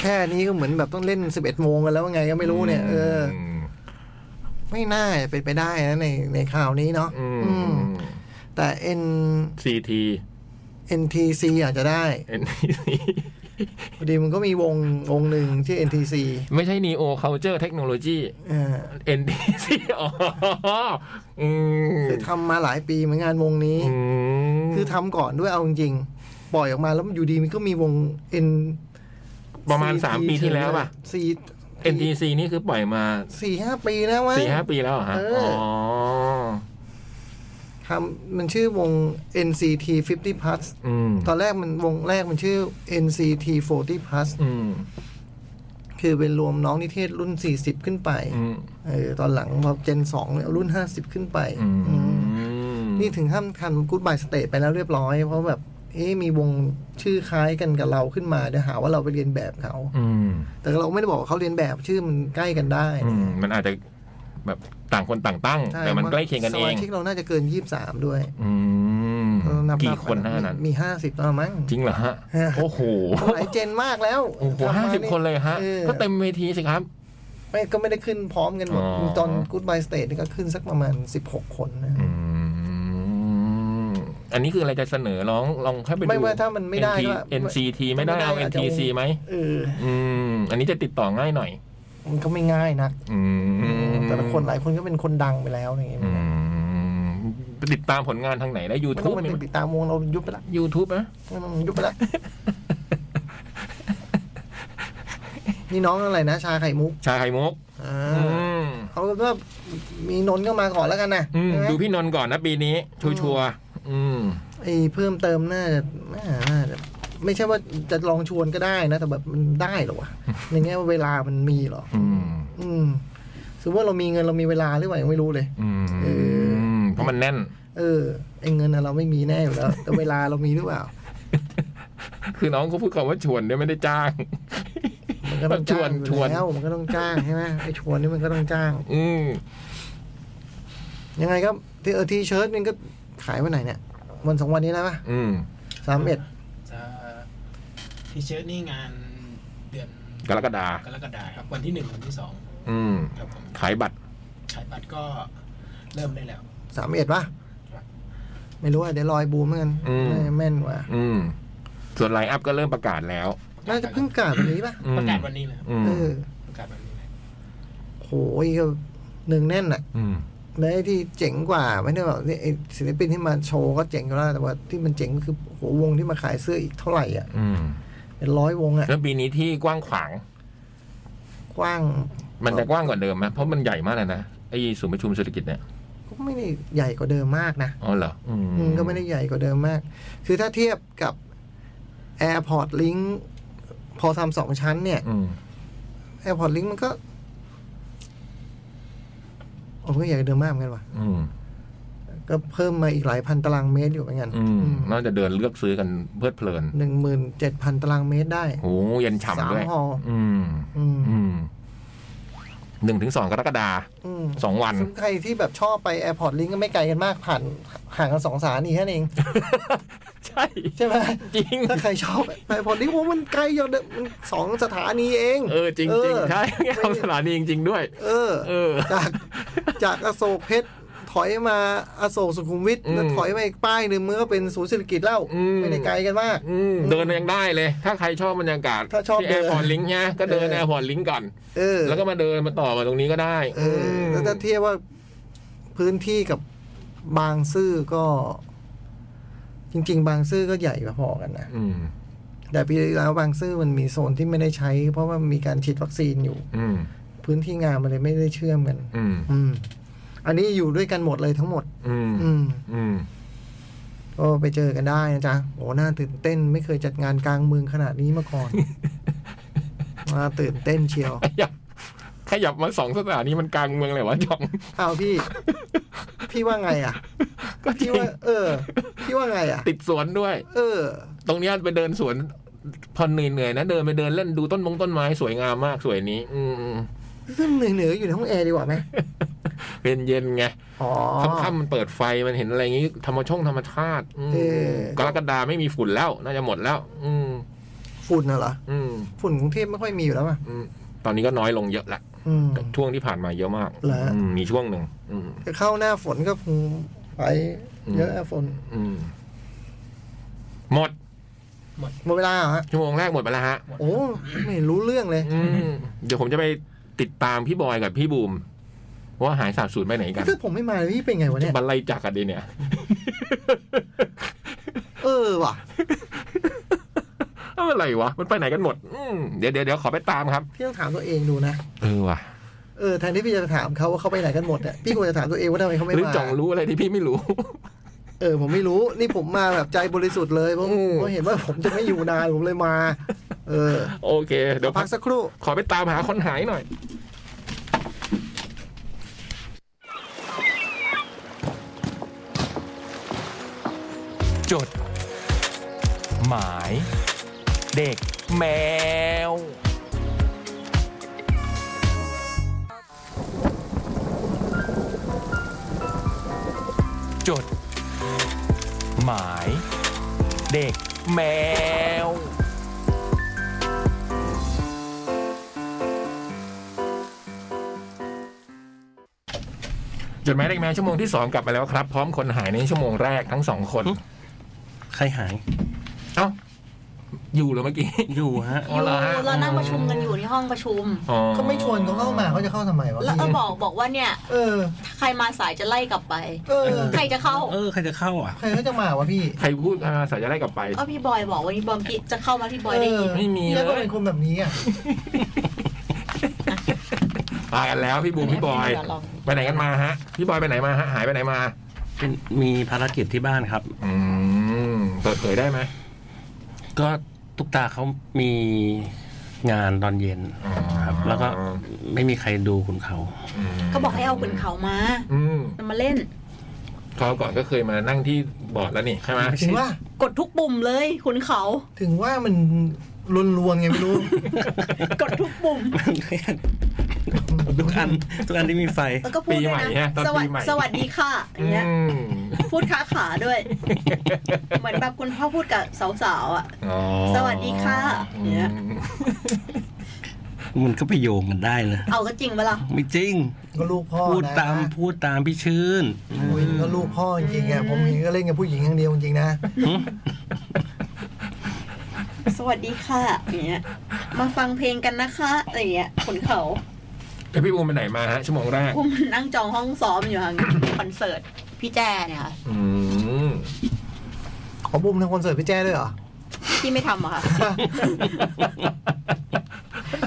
แค่นี้ก็เหมือนแบบต้องเล่น 11 โมงกันแล้วว่าไงก็ไม่รู้เนี่ยเออ
ม
ไม่น่าจะเป็นไปได้นะในในข่าวนี้เนาะ
อืม
อืมแต่ N
ซีที
NTC อาจจะได้
เอ็น
พอดีมันก็มีวงวงหนึ่งที่ NTC
ไม่ใช่นีโอเคาเจอร์เทคโนโลยี
เออ
เอ็นดีซีอ๋ออืม
คือทำมาหลายปีเหมือนงานวงนี้
อืม
คือทำก่อนด้วยเอาจริงๆปล่อยออกมาแล้วอยู่ดีมันก็มีวง N
ประมาณสามปีที่แล้วป่ะ
C
NTC นี่คือปล่อยมา
สี่ห้าปีแล้วมั้ง
สี่ห้าปีแล้วเหรอฮะ
เอออ๋
อ๋อ
ทำมันชื่อวง NCT 50 plus
อืม
ตอนแรกมันวงแรกมันชื่อ NCT 40 plus
อืม
คือเป็นรวมน้องนิเทศรุ่น 40 ขึ้นไป
อืม
เออตอนหลังพอเจน2เนี่ยเอารุ่น 50 ขึ้นไป
อืม
อืมนี่ถึงขั้นคันกู๊ดบายสเตทไปแล้วเรียบร้อย เพราะแบบ เอ๊ะมีวงชื่อคล้ายกันกับเราขึ้นมาเดี๋ยวหาว่าเราไปเรียนแบบเขา
อืม
แต่เราไม่ได้บอกว่าเขาเรียนแบบชื่อมันใกล้กันได้
อืมมันอาจจะแบบต่างคนต่างตั้ง
ใช่
แต่มันใกล้เคียงกันเอ
ส
ง
มาชิกเราน่าจะเกิน 23 ด้วย
อืม
เออนับๆ
กี่คนหน้านั้น
มีห้าสิบแล้วมั้ง
จริงเหรอฮะ
ฮะ
โอ้โห
หลายเจนมากแล้ว
โอ้โห
ทำม
ห้าสิบคนเลยฮะ
ออ
ก็เต็มเวทีสิครับ
ไม่ก็ไม่ได้ขึ้นพร้อมกันหมด
อ๋อ
ตอน Goodbye State นี่ก็ขึ้นสักประมาณ 16 คนนะ
อืมอันนี้คืออะไรจะเสนอลองลองให้ไปดู
ไม่ว่าถ้ามันไม่ได้ก็
NT NCT ไม่ได้เอา
ถ้าม่จจะ
NTC ไหม
เออ
อืม อันนี้จะติดต่อง่ายหน่อย
มันก็ไม่ง่ายนะ
อืม
แต่ละคนหลายคนก็เป็นคนดังไปแล้วอย่างเงี้ย
อืมติดตามผลงานทางไหนได้
ไม่ต้อ
YouTube
งมั
ไหม
นติดตามวงเรายุบไปละ
YouTube นะ
ไม่ต้องยุบไปละ นี่น้องอะไรนะ ชาไข่มุก
ชาไข่มุก
อ่า
อืม
เอาเป็นว่ามีนนท์ก็มาก่อนแล้วกันนะ
อืม
ใช่ไหม
ดูพี่นนท์ก่อนนะปีนี้ ชัวชัวร์ๆอืม
ไอ้เพิ่มเติมน่าจะน่าจะไม่ใช่ว่าจะลองชวนก็ได้นะ แต่แบบมันได้เหรอวะในแง่ว่าเวลามันมีเหรอ
อืม
อืมสมมติว่าเรามีเงินเรามีเวลาหรือเปล่ายังไม่รู้เลย
อืม
เอ
เพราะมันแน่น
เออไอ้เงินน่ะเราไม่มีแน่อยู่แล้ว แต่เวลาเรามีหรือเปล่า
คือน้องเขาพูดคำว่าชวนเนี่ยไม่ได้จ้าง
มันก็ต้อง
ช
จ้า
วน
งอยู่
ชวน
แล้วมันก็ต้องจ้างใช่ไหมไอ้ชวนนี่มันก็ต้องจ้าง
อืม
ยังไงก็ที่เออทีเชิ้ตนี่ก็ขายวันไหนเนี่ยวันสองวันนี้แล้วปะ
อืม
สามเอ็ด
จะที่เชิญนี่งานเดือน
กรกฎาก
รกฎาคมครับวันที่หนึ่งวันที่สอง
อืม
ครับผม
ขายบัตร
ขายบัตรก็เริ่มได้แล้ว
สามเอ็ดปะ
ครับ
ไม่รู้อ่ะเดี๋ยวลอยบูมเหมือนกัน
อืม
น่าจะแม่นกว่า
อืม ส่วนไลน์อัพก็เริ่มประกาศแล้ว
น่าจะเพิ่งกลับวันนี้ปะ
อืม
ประกาศวันนี้เลยครับ
อืม
เออ
ประกาศวันนี้เลย
โหยก็หนึ่งแน่นอ่ะ
อืม
และไอ้ที่เจ๋งกว่าไม่ได้แบบนี่ไอ้ศิลปินที่มาโชว์ก็เจ๋งอยู่แล้วแต่ว่าที่มันเจ๋งก็คือโอ้โหวงที่มาขายเสื้ออีกเท่าไหร่อ่ะ
อืม
เป็นร้อยวงอ่ะ
แล้วปีนี้ที่กว้างขวาง
กว้าง
มันจะกว้างกว่าเดิมไหมเพราะมันใหญ่มากเลยนะไอ้ศูนย์ประชุมเศรษฐกิจเนี่ย
ก็ไม่ได้ใหญ่กว่าเดิมมากนะ
อ๋อเหรออืม
อืมก็ไม่ได้ใหญ่กว่าเดิมมาก คือถ้าเทียบกับ AirPort Link พอทำสองชั้นเนี่ย
อืม
AirPort Link มันก็โอ้ก็ใหญ่กว่าเดิมมากเหมือนกันว่ะ
อืม
ก็เพิ่มมาอีกหลายพันตารางเมตรอยู่เหมือนกัน
อืมน่าจะเดินเลือกซื้อกันเพลิดเพลิน
หนึ่งหมื่นเจ็ดพันตารางเมตรได้
โอ้เย็นฉ่ำด้วย
สามฮอลล์
อืม
อืม
อืมหนึ่งถึงสองกรกฎา
อืม
สองวัน
ซึ่งใครที่แบบชอบไปแอร์พอร์ตลิงก็ไม่ไกลกันมากผ่านห่างกันสองสถานีแค่นั้นเอง
ใช่
ใช่ไหม
จริง
ถ้าใครชอบแอร์พอร์ตลิงโอ้มันไกลอยู่เด้อมันสองสถานีเอง
เออ จริง
เออ
จริงใช่ของสถานีจริง ๆ ด้วย
เออ
เออ
จากจากอโศกเพชรถอยมาอโศกสุขุมวิท
อืม
แล้วถอยมาอีกป้ายหนึ่งมันก็เป็นศูนย์เศรษฐกิจแล้ว
อืม
ไม่ได้ไกลกันมาก
อืมเดินยังได้เลย ถ้าใครชอบบรรยากาศ
ถ้าชอบ
ที่
เดิ
แอน ร์พอร์ตลิงก์เนี่ยก็เดิน
เออ
แอร์พอร์ตลิงก์ก่อน
เออ
แล้วก็มาเดินมาต่อมาตรงนี้ก็ได้
เอออ
ม
แล้วถ้าเทียบว่าพื้นที่กับบางซื่อก็ จริง ๆ บางซื่อก็ใหญ่พอๆกันนะ
อืม
แต่ปีที่แล้วบางซื่อมันมีโซนที่ไม่ได้ใช้ เพราะว่ามีการฉีดวัคซีนอยู่
อืม
พื้นที่งานมันเลยไม่ได้เชื่อมกัน
อืม
อืม อันนี้อยู่ด้วยกันหมดเลยทั้งหมด
อืม
อืม
อืม
ก็ไปเจอกันได้นะจ๊ะโอ้หน้าตื่นเต้นไม่เคยจัดงานกลางเมืองขนาดนี้มาก่อน มาตื่นเต้นเชียว
ขยับขยับมาสองสถานีมันกลางเมืองเลยวะจอง
อ้าวพี่ พี่ว่าไงอ่ะ
ก็จริ
พี่
ง
ว่า เออ พี่ว่าไงอ่ะ
ติดสวนด้วย
เออ
ตรงเนี้ยไปเดินสวนพอเหนื่อยๆนะ เดินไปเดินเล่นดูต้นมงต้นไม้สวยงามมากสวยนี้ อืม
ซึ่งเหนือๆอยู่ในห้องแอร์ดีกว่าไหม
เป็นเย็นๆไง
อ๋อ
ค่ำๆมันเปิดไฟมันเห็นอะไรอย่างงี้ธรรมช่องธรรมชาติอืม
เออ
กรกฎาไม่มีฝุ่นแล้ว น่าจะหมดแล้ว อืม
ฝุ่นน่ะเหรอ
อืม
ฝุ่นกรุงเทพไม่ค่อยมีอยู่แล้วอ่ะ
อืมตอนนี้ก็น้อยลงเยอะละ
อืม
ช่วงที่ผ่านมาเยอะมาก
เหรอฮะ
อืมมีช่วงหนึ่งอืม
จะเข้าหน้าฝนก็คงไปเยอะ
อืม
อะฝน
อืมหมด
หมดเวลาเหรอฮะ
ชั่วโมงแรกหมดไปแล้วฮะ
โอ้ไม่เห็นรู้เรื่องเลย
อืมเดี๋ยวผมจะไปติดตามพี่บอยกับพี่บูม ว่าหายสาบสูญไปไหนกัน
ถ้าผมไม่มาพี่เป็นไงวะเนี่ย
บันไลจากกันดีเนี่ย
เออว่ะ
อะไรวะ มันไปไหนกันหมด อืมเดี๋ยวเดี๋ยวเดี๋ยวขอไปตามครับ
พี่ต้องถามตัวเองดูนะ
เออว่ะ
เออแทนที่พี่จะไปถามเขาว่าเขาไปไหนกันหมดเนี่ยพี่ควรจะถามตัวเองว่าทำไมเขาไม่
หรือ
มา
จ่องรู้อะไรที่พี่ไม่รู้
เออผมไม่รู้นี่ผมมาแบบใจบริสุทธิ์เลยเพราะ
อืม
เพราะเห็นว่าผมจะไม่อยู่นานผมเลยมา เออ
โอเค เดี๋ยวพั
พั
ก
กสักครู่
ขอไปตามหาคนหายหน่อย
จด หมาย เด็กแมว จด หมาย เด็กแมว
จดหมายเด็กแมวชั่วโมงที่สองกลับมาแล้วครับ พร้อมคนหายในชั่วโมงแรกทั้งสองคน
ใครหาย
เอ้า อยู่เหรอเมื่อกี้
อยู่ฮะ
อ๋อเหรอฮะ
ยู่เรานั่งประชุมกันอยู่ที่ห้องประชุม
อ๋อ
ก็ไม่ชวนเขาเข้ามาเขาจะเข้าทำไมวะ
แล้วก็บอกบอกว่าเนี่ย
เออ
ใครมาสายจะไล่กลับไป
เออ
ใครจะเข้า
เออ ใครจะเข้าอ่ะ
ใครเขาจะมาวะพี่
ใครพูดภาษาจะได้กลับไป
ก็พี่บอยบอกวันนี้บอมพี่จะเข้ามาพี่บอยได้ยิน
ไม่มีเลย
เลยก็เป็นคนแบบนี้อ่ะ
มากันแล้วพี่บูมพี่บอย ไปไหนกันมาฮะ พี่บอยไปไหนมาฮะ หายไปไหนมา
เป็นมีภารกิจที่บ้านครับ
อืมเปิดเผยได้ไหม
ก็ตุ๊กตาเขามีงานตอนเย็นครับ แล้วก็ไม่มีใครดูคุณ เขา
ก็บอกให้เอาขุนเขามา
อืม
มันมาเล่น
เขาวก่อนก็เคยมานั่งที่บอร์ดแล้วนี่ใช่ไหม
ไม่ใช่
ถึงว่าก
ดทุกปุ่มเลยขุนเขา
ถึงว่ามันลวนๆไงไม่ รู้
กดทุกปุ่ม
ทุกอันทุกอันที่มีไฟ
แล้วก็พูด
ปี
ด้
ให
ว
ม่
ย
ฮะ
นะ
ตอน
สวั
ปี
สดี
ใหม่
สวัสดีค่ะอย่างเงี้ย
อืม
พูดขาขา ด้วย เหมือนแบบคุณพ่อพูดกับสาวๆอ่ะ
อ๋อ
สวัสดีค่ะเนี่ย
อืม
มันก็ไปโยงกันได้นะ
เอาก็จริงเวลา
ไม่จริง
ก็ลูกพ่อ
พูด
นะ
ตามพูดตามพี่ชื่น
อุ๊ยก็ลูกพ่อจริงๆอ่ะผมเห็นก็เล่นกับผู้หญิงอย่างเดียวจริงๆนะ
หึ
สวัสดีค่ะอย่างเงี้ย มาฟังเพลงกันนะคะอะไรอย่างเงี้ยขุนเขา
แล้วพี่บูมไปไหนมาฮะชั่วโมงแรก
พวกมันนั่งจองห้องซ้อมอยู่ค่ะ คอนเสิร์ตพี่แจเนี่ยค่ะ
อืม
ขอบุมทางคอนเสิร์ตพี่แจ้ด้วยเหรอ
พี่ไม่ทำอะค่ะ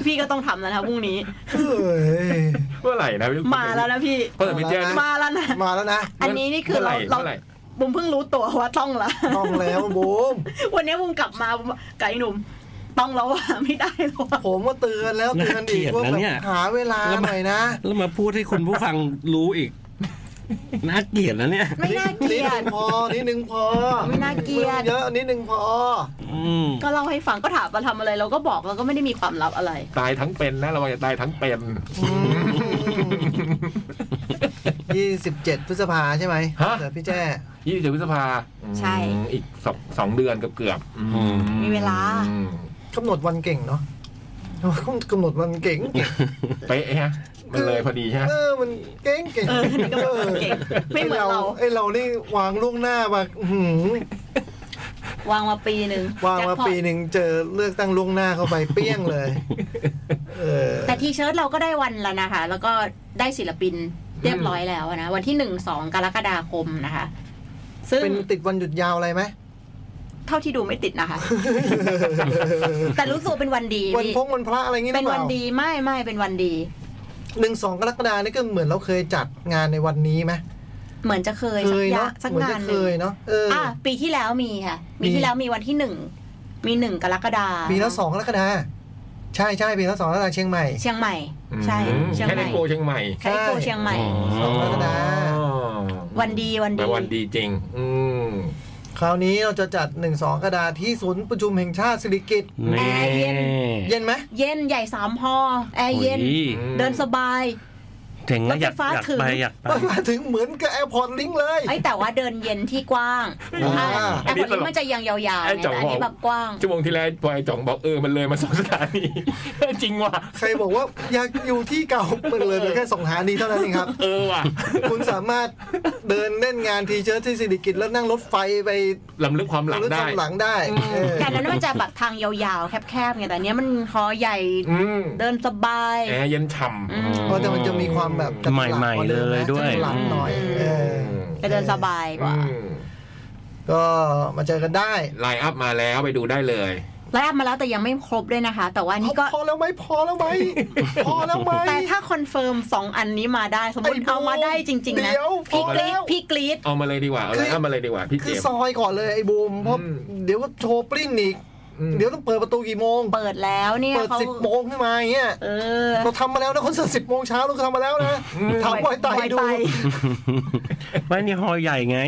พี่ก็ต้องทำแล้วนะคะพรุ่งนี้
เอ้ย
เมื่อไหร่นะพี่
มาแล้วนะพี่
เปิดมิเจน
มาแล้วนะ
มาแล้วนะ
อันนี้นี่คือเรา
เมื่
เรา
อไหร่
บุมเพิ่งรู้ตัวว่าต้องละ
ต้องแล้วบูม
วันนี้บุมกลับมาบุมไก่หนุ่ม ต้องแล้วว่าไม่ได้หรอก
ผมว่าเตือนแล้วเตือนอีกว่าแบบหาเวลาหน่อยนะ
แล้วมาพูดให้คุณผู้ฟังรู้อีก น่าเกลียดนะเนี่ย
ไม่น่าเกลี
นิด
ย
นึ
ด
งพอนิดนึงพอ
ไม่น่าเกลียด
เยอะนิดนึงพอ
อืม
ก็เล่าให้ฟังก็ถามว่าทำอะไร เราก็บอกเราก็ไม่ได้มีความลับอะไร
ตายทั้งเป็นนะระวังจะตายทั้งเป็น
ยี่สิบเจ็ดพฤษภาใช่ไหม
ฮะ
เดี๋ยวพี่แจ้
ยี่สิบเจ็ดพฤษภาอืม
ใช่
อีกสองสองเดือนเกือบเกือบๆอื
มีเวลา
อืม
กำหนดวันเก่งเนาะกำหนดวันเก่ง
เป๊ะฮะมันเลยพอดีใช่ไหม
เออมันเก่งเก่ง
เออนี่ก็เป็นคนเก่งไม่เหมือนเรา
ไอเรานี่วางล่วงหน้ามาอื้อหือ
วางมาปีหนึ่ง
วางมาปีหนึ่งเจอเลือกตั้งล่วงหน้าเข้าไปเปี้ยงเลย เออ
แต่ทีเชิร์ตเราก็ได้วันแล้วนะคะ แล้วก็ได้ศิลปินเรียบร้อยแล้วนะ วันที่หนึ่งสองกรกฎาคมนะคะ ซึ่ง
เป็นติดวันหยุดยาว อะไรไหม
เท่าที่ดูไม่ติดนะคะ แต่รู้สึกว่าเป็นวันดี
วัน
พี่
พงวันพระอะไรอย่างงี้หรื
เป็
อน เป
วั
ล่าน
ดีไม่ไม่เป็นวันดี
หนึ่งสองกรกฎานี่ก็เหมือนเราเคยจัดงานในวันนี้ไหม
เหมือนจะเคยสักอยา
เนาะ
สัก
เหมือน
งา
จะ
นห
เค
นึ่ง
ยเนาะเอออ
อ่ะปีที่แล้วมีค่ะ
มี
ปีที่แล้วมีวันที่หนึ่งมีหนึ่งกรกฎา
ปี
มี
ละสองกรกฎาใช่ใช่ปีละสองกรกฎาเชียงใหม่
เชียงใหม่ ใช่
อืม
เชียง
แค่
ให
ใน
ม่
โปรเชียงใหม่
แคลิโปเชียงใหม่
สองกรกฎาคม
อ๋อ
วันดีวันดี
แต่วันดีจริง อืม
คราวนี้เราจะจัด 1 2 กระดาษที่ศูนย์ประชุมแห่งชาติสิริกิติ์
แอ
นี่
ร์เย็น
เย็นไหม
เย็นใหญ่สามพอแอร์เย็น
โอ้
เดินสบาย
ย เจ๋ง
ร
นะอ
ถไฟ
ยาก
ฟ้า
อยาก
ถึง
ไปอยากไป
มันมาถึงเหมือนกับแอร์พอร์ตลิงเลย
ไอยแต่ว่าเดินเย็นที่กว้าง
อ่า
แต่ผลนี้มันจะยังยาวๆไง
ไอ้
แต่
เจ้า
อัน
ของ
นี้แบบกว้าง
ชั่วโมงที่แล้วพลอยจ่องบอกเออมันเลยมาสองสถานี จริงว่ะ
ใครบอกว่าอยากอยู่ที่เก่ามันเลยเป็นแค่สองหานีเท่านั้นเองครับ
เออว่ะ
คุณสามารถเดินเล่นงานทีเชิร์ตที่สิริกิตแล้วนั่งรถไฟไป
ลำลึกความหลัง
รถ
ได้
กำหลังได้เออ
แต่อันนั้นมันจะแบบทางยาวๆ แคบๆไงแต่อันเนี้ยมันหอใหญ่
อืม
เดินสบาย
แอร์เย็นฉ่
อืม
เพราะแต่มันจะมีความแบบจัดลัก
ใหม่ๆ
กาดิมนะ
เลยด้วย
จัดหลังหน่อยเออ
ำ
จะเดินสบายกว่า
ก็มาเจอกันได้
ไลน์อัพมาแล้วไปดูได้เลย
แล้วอัพมาแล้วแต่ยังไม่ครบด้วยนะคะ แต่ว่าอันนี่ก็
พอแล้วไหมพอแล้วไหม พอแล้วไหม
แต่ถ้าคอนเฟิร์มสองอันนี้มาได้ สมมติ
ไอ้โบ
เอามาได้จริง ๆ นะ
เดี๋ยว
พี่
พอก แล้
รีด
ว
พี่กรีด
เอามาเลยดีกว่าเอาไลน์อัพมาเลยดีกว่าพี่
คื
เจ
อ
มส์
ซอยก่อนเลยไอ้บูมเพราะ
อืม
เดี๋ยวก็โชว์ปลิ้นอีก เดี๋ยวต้องเปิดประตูกี่โมง
เปิดแล้วเนี่ย
เปิด
เขา
สิบโมงขึ้นมาอย่างเงี้ย
เออ
เราทำมาแล้วนะคอนเสิร์ตสิบโมงเช้าเราก็ทำมาแล้วนะถามบอยไตดู
ปล่อย
ไม่นี่ฮอใหญ่ไง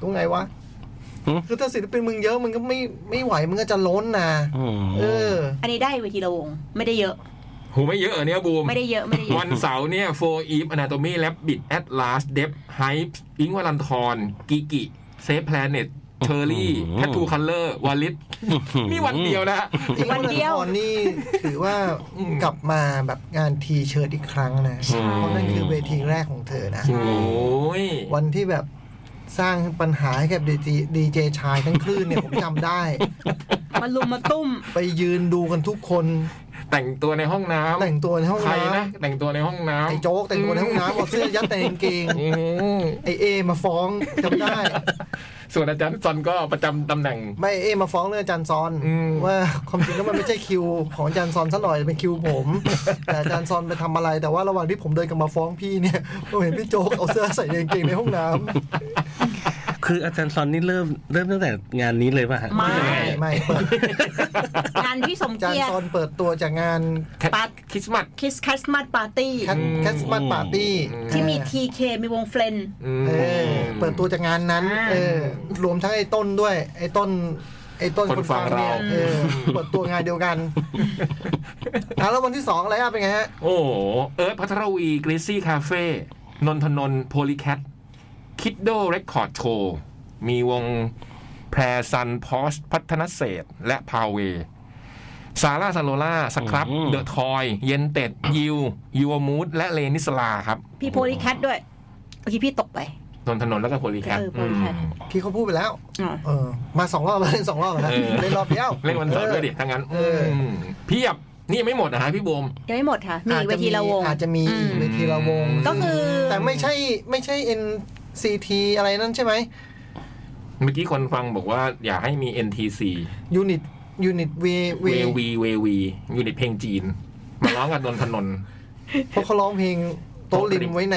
ตรงไงวะ
หือ
คือถ้าศิลปินมึงเยอะมึงก็ไม่ไม่ไหวมึงก็จะล้นนะ
อืม
เออ
อันนี้ได้เวทีละวง ไม่ได้เยอะ
โหไม่เยอะเหรอเนี่ยบูม
ไม่ได้เยอะไม่ได้เย
วั
อะ
นเสาร์เนี่ย Four Eve Anatomy l a b b i t Atlas Depth Hype อิงค์วลันทรกิกิเซฟแพลเน็ตเชอรี่แททูคัลเลอร์วาลิสนี่วันเดียวนะ
วันเดียว
ตอนนี้ถือว่ากลับมาแบบงานทีเชิร์ตอีกครั้งนะ
ใช่
เพราะนั่นคือเวทีแรกของเธอนะ
โอ้ย
วันที่แบบสร้างปัญหาให้กับดีเจดีเจชายทั้งคลื่นเนี่ย ผมจำได้
มาลุมมาตุ้ม
ไปยืนดูกันทุกคน
แต่งตัวในห้องน้ำ
แต่งตัวในห้อง
ใคร
น้
นะ แต่งตัวในห้อง
ำไอ้
น้ำ
โจ๊กแต่งตัวในห้องน้ำเอาเสื้อยัดแต่กางเกง
อืม
ไอเอมาฟ้องจำได้
ส่วนอาจารย์ซอนก็ประจำตำแหน่ง
ไม่เอมาฟ้องเรื่องอาจารย์ซอน
อืม
ว่า ความจริงแล้วมันไม่ใช่คิวของอาจารย์ซอนซะหน่อยเป็นคิวผม แต่อาจารย์ซอนไปทำอะไร แต่ว่าระหว่างที่ผมเดินกลับมาฟ้องพี่เนี่ย ผมเห็นพี่โจ๊กเอาเสื้อใส่กางเกงในห้องน้ำ
คืออาจารย์ซอนนี่เริ่มเริ่มตั้งแต่งานนี้เลยป่ะฮะ
ไม่
ไม่ไม่เปิด
งานพี่สม
อาจาร
เกีย
ย์
รติ
ซอนเปิดตัวจากงาน
ปาร์ต
คริสต์มาส
คิสคัสมาสปาร์ตี้
แคทแคสมัสปาร์ตี้
ที่มีทีเคมีวงเฟรนด์
เออเปิดตัวจากงานนั้น
อ่า
เออรวมทั้งไอ้ต้นด้วย ไอ้ต้น ไอ้ต้น
คนฟังเรา
นี่ยเออเปิดตัวงานเดียว กันอ่ะแล้ววันที่สองอะไรอ่ะเป็นไงฮะ
โอ้โหเอิร์ธพัทรวีกริซซี่คาเฟ่นนทนนโพลีแคทคิดโดเรคคอร์ดโชว์มีวงแพรซันพอชพัฒนเศษและพาเวซาร่าซาโลล่าสครับเดอะทอยเย็นเต็ดยิวยูมูดและเลนิสลาครับ
พี่โพลีแคทด้วยเมื่อกี้พี่ตกไป
นนทนนแล้วก็โพลีแคท
เออ Polycat
พี่เขาพูดไปแล้ว
อ๋อ
เออมาสองรอบแล้วเล่ นสองรอบแล้ว
เออ
เล่นรอบเดียว
เล่นวันเสาร์ด้วยดิถ้างั้น
เออ
อืมเพียบนี่ยังไม่หมดนะฮะพี่บูม
ยังไม่หมดค่ะ มี
อาจ
อีกเว
จะ
ทีละวง
อาจจะมี
อืม
เวทีละวง
ก็คือ
แต่ไม่ใช่ไม่ใช่ NCT อะไรนั่นใช่ไหม
เมื่อกี้คนฟังบอกว่าอยากให้มี NTC
ยูนิตยูนิตเว
เววีเววีอยู่ในเพลงจีน มาร้องกับนนทนนท์
เพราะเขาร้องเพลงโต๊ะริมไว้ใน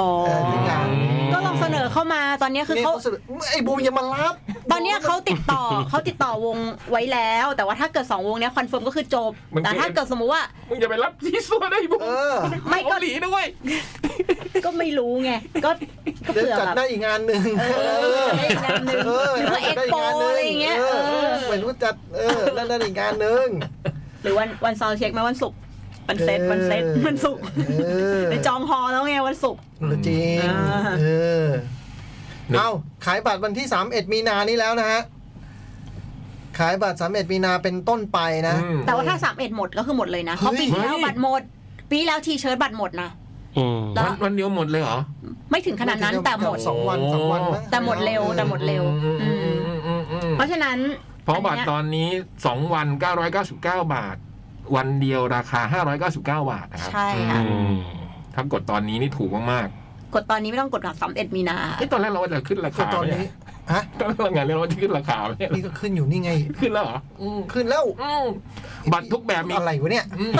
อ๋อ
เอ่อทุกอย่าง
ก็ลองเสนอเข้ามาตอนเนี้ยคือ
นี่
เขา
เขาสรุปไอ้บูมอย่ามารับ
ตอนเนี้ยเขาติดต่อ เขาติดต่อวงไว้แล้ว แต่ว่าถ้าเกิด 2 วงเนี้ยคอนเฟิร์มก็คือจบ
มันคือ
แต่ถ้าเกิดสมมุติว่า
มึงอย่าไปรับที่ซัวได้บุ้ง
เออ
ไม่ก็
เกาหลีด้วย
ก็ไม่รู้ไง ก็ก็
เดี๋ยว
เผื่อ
จัด
แบบ
ได้อีกงานหนึ่ง
เออได้อีกงานหนึ่ง
เออ
หรือว่าเอ็ก
ได้
โป
กงานหนึ่
อะไรอย่างเงี้ย
เอ
เอ
อ
อ
เหมือนว่าจัดเออแล้วได้อีกงานหนึ่ง
หรือวันวันซาวด์เช็คไหมวันศุกร์วันเซต
เออ
วันเซตวันศุกร์
เออ
ไปจองฮอแล้วไงวันศุกร์
หรือจริง
อ่า
เออ เอาขายบัตรวันที่ 31 มีนานี้แล้วนะฮะ ขายบัตร 31 มีนาเป็นต้นไปนะ
อืม
แต่ว่าถ้า 3 1 หมดก็คือหมดเลยนะเขาะปีที่แล้ว
เฮ้ย
บัตรหมด ปีที่แล้วทีเชิร์ตบัตรหมดนะ
อืม
แล้ว
วันวันเดียวหมดเลยเหรอ
ไม่ถึงขนาดนั้นแต่หมด
สองวันสามวันนะ
แต่หมดเร็วแต่หมดเร็ว อืม
อืมอืม
เพราะฉะนั้น
เพราะบัตร
อั
ต
นเนี้ย
อนนี้ 2 วัน 999 บาท วันเดียวราคา 599 บาทนะครับ
ใช่ค่ะ
อืมถ้ากดตอนนี้นี่ถูกมาก
กดตอนนี้ไม่ต้องกดหลักสามเอ็ดมีนา
ๆไอ้ยตอนแรกเราว่าจะขึ้นรา
คือ
คา
ตอนนี้
ไหม
ฮะ
ตอนแรกงานเรียกว่าจะขึ้นราคาไหม
นี่ก็ขึ้นอยู่นี่ไง
ขึ้นแล้วเหรออืม
ขึ้นแล้ว
อืมบัตรทุกแบบมี
อะไรวะเนี่ย
อืม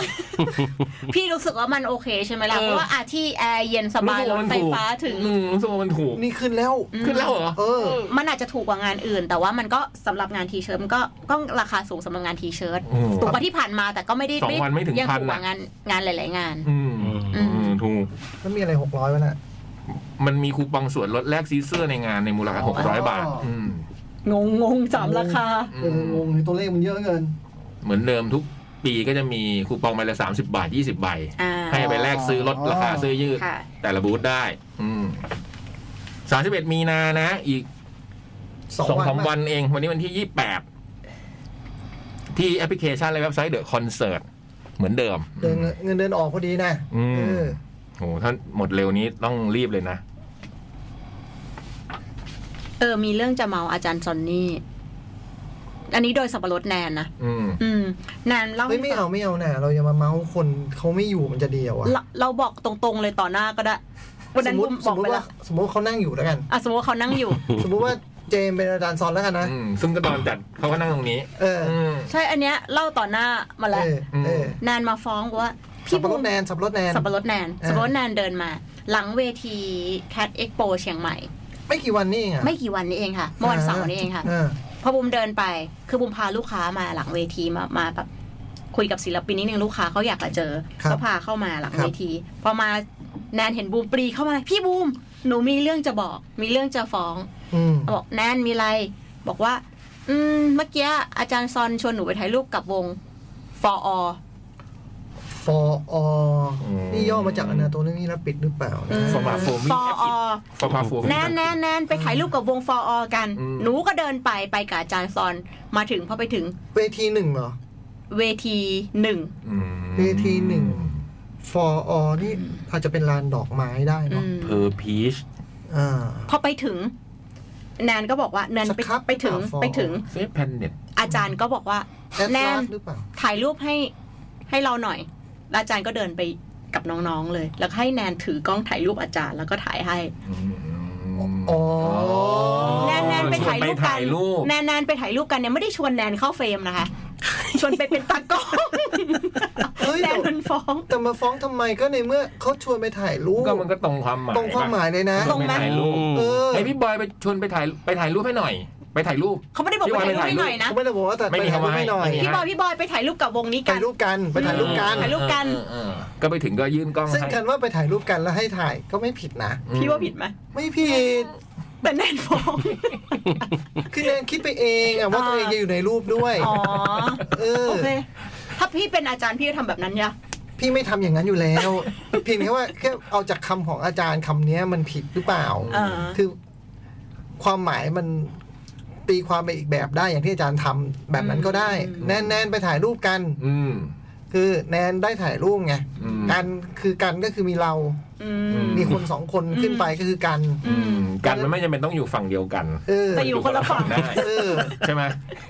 พี่รู้สึกว่ามันโอเคใช่ไหมล่ะ
เออ
เพราะว่าอาที่แอร์เย็นสบายรถไฟฟ้าถึง
อืมรู้สึกว่ามันถูก
นี่ขึ้นแล้ว
อืม
ขึ้นแล้วเหรอ
เออ
มันอาจจะถูกกว่างานอื่น แต่ว่ามันก็สำหรับงานทีเชิร์ตมันก็ก็ราคาสูงสำหรับงานทีเชิร์ต
อืม
ถูกกว่าที่ผ่านมาแต่ก็ไม่ได้
สองวันไม่ถึง
ยัง
พัน
ถูกกว่า
น่ะ
งานงานหลาย ๆ งาน
อืม
อืม
อืมถูก
แล้วมีอะไร 600วะน่ะ
มันมีคูปองส่วนลดแลกซีเสื้อในงานในมูลค่า
อ๋อ
600 บาทอืม
งงงงสามราคา
เอองงๆตัวเลขมันเยอะเกิน
เหมือนเดิมทุก ปีก็จะมีคูปองใบละสามสิบาทยี่สิบใบ
อ่า
ให้ไปแลกซื้อลดราคาซื้อยืด
ค่ะ
แต่ละบูธได้ อืมสามสิบเอ็ดมีนานะ อีกสองสามวันเอง วันนี้วันที่ยี่แปดที่แอปพลิเคชันและเว็บไซต์เดอะคอนเสิร์ตเหมือนเดิม
เดือนเงินเดือนออกพอดีนะ
อืม
เออ
โอ้โหถ้าหมดเร็วนี้ต้องรีบเลยนะ
เออ มีเรื่องจะเมาอาจารย์จอนนี่ อันนี้โดยสับปะรดแนนนะ
อืม
อืม แนนเล่า
เฮ้ยไม่เอาไม่เอานะเราอย่ามาเมาส์คนเขาไม่อยู่มันจะดีเหรอวะ
เราเราบอกตรงๆเลยต่อหน้าก็ได้ วันนั้น
สมม
บุ
ติ
ม
สม
บอก
ม
ไปแล้ว
ติ่าวสมมติว่าเขานั่งอยู่แล้วกัน
อ่ะสมมติว่าเขานั่ง อยู่
สมมติว่าเจมเป็นอาจารย์ซอนแล้วกันนะ
อืม ซึ่งก็ตอนจัดเขาก็นั่งตรงนี้
เออ
อืม
ใช่อันเนี้ยเล่าต่อหน้ามา
เอ
แล้ว
อเออ
แนนมาฟ้องว่า
สับ
พี่
ปะร
บุ
ด
ม
แนนสับปะรดแนน
สับปะรดแนน
อ่า
สับปะรดแนนเดินมา หลังเวทีแคดเอ็กโปเชียงใหม่
ไม่กี่วันนี่เองอะ
ไม่กี่วันนี้เองค่ะเมื่อวันเสาร์นี้เองค่ะ
อ
พอบุมเดินไป คือบุมพาลูกค้ามาหลังเวทีมามาแบบคุยกับศิลปินนิดนึงลูกค้าเขาอยากจะเจอก็พาเข้ามาหลังเวที พอมาแนนเห็นบูมปรีเข้ามาพี่บูมหนูมีเรื่องจะบอก มีเรื่องจะฟ้อง
อืม
บอกแนนมีอะไรบอกว่า อืมเมื่อกี้อาจารย์ซอนชวนหนูไปถ่ายรูปกับวงฟออ
ฟออ
อืม
นี่ย่อมาจากอนาโตมีรับปิดหรือเปล่านะ
ฟอร์มาโฟมิง
ฟอ
แอป
อ
อีกฟอร์มาโฟมิง
แนนแนนแนนไปถ่ายรูปกับวงฟออกัน
อืม
หนูก็เดินไปไปกับอาจารย์ซอนมาถึงพอไปถึง
เวทีหนึ่งเหรอ
เวทีหนึ่ง
อืม
เวทีหนึ่ง ฟออนี่อาจจะเป็นลานดอกไม้ได้
อื
เนาะ
ม
เพอร์พีช
อ่า
พอไปถึง แนนก็บอกว่าแนนไป
สครับ
ไปถึง
อ่ะ for
ไปถึง
เซฟแพนเน็ต
อาจารย์ก็บอกว่า
แอด
แน
ลาน สหรือเปล่า
ถ่ายรูปให้ให้เราหน่อยแล้วอาจารย์ก็เดินไปกับน้องๆเลย แล้วก็ให้แนนถือกล้องถ่ายรูปอาจารย์แล้วก็ถ่ายให้
อ๋อ
แนนแนนไปถ่ายรู
ช
ป
วนไป
กั
ถ่านยรูป
แนนแนนไปถ่ายรูปกันเนี่ยไม่ได้ชวนแนนเข้าเฟรม นะคะ ชวนไปเป็นตากล้อง
เฮ้ย
แนนมันฟ้อง
แต่มาฟ้องทำไมก็ในเมื่อเขาชวนไปถ่ายรูป
ก็มันก็ตรงความหมาย
ตรงความหมายเลยนะ
ปะ
ตรงไหม
ปถ่ายรูป
เออ
ไอยพี่บอยไปชวนไปถ่ายไปถ่ายรูปให้หน่อย ไปถ่ายรูป
เขาไม่ได้บอกไปถ่ายรูปให้หน่อยนะ
เขาไม่ได้บอกว่าแต่
ไม่
ไป
มี
ถ่ายรู
คำ
ป
ว่าให้
ให้หน่อย
พี่บอยพี่บอยไปถ่ายรูปกับวงนี้กั
ถ่าน ยรูปกันไปถ่ายรูปกัน
ถ่ายรูปกัน
เออเออเออก็ไปถึงก็ยื่นกล้อง
ซึ่ง
ให้
กันว่าไปถ่ายรูปกันแล้วให้ถ่ายก็ไม่ผิดนะ
พี่ว่าผิดไหม
ไม่ผิด
แต่แนนฟ้อง
คือแนนคิดไปเองอะว่าตัวเองจะอยู่ในรูปด้วย
อ๋อ
เออ
โอเค ถ้าพี่เป็นอาจารย์พี่จะทำแบบนั้นเนี่ย
พี่ไม่ทำอย่างนั้นอยู่แล้ว เพียงแค่ว่าแค่เอาจากคำของอาจารย์คำเนี้ยมันผิดหรือเปล่า
อ่า
คือความหมายมันตีความไปอีกแบบได้อย่างที่อาจารย์ทำแบบนั้นก็ได้ แนนแนนไปถ่ายรูปกัน
อืม
คือแนนได้ถ่ายรูปไง
อืม
กันคือกันก็คือมีเรา
อืม
มีคนสองคนขึ้นไปก็คือกัน
อืม
กันมันไม่จำเป็นต้องอยู่ฝั่งเดียวกัน
เออ
แต่อยู่คนละฝั่ง
ได้
เออ
ใช่ไหม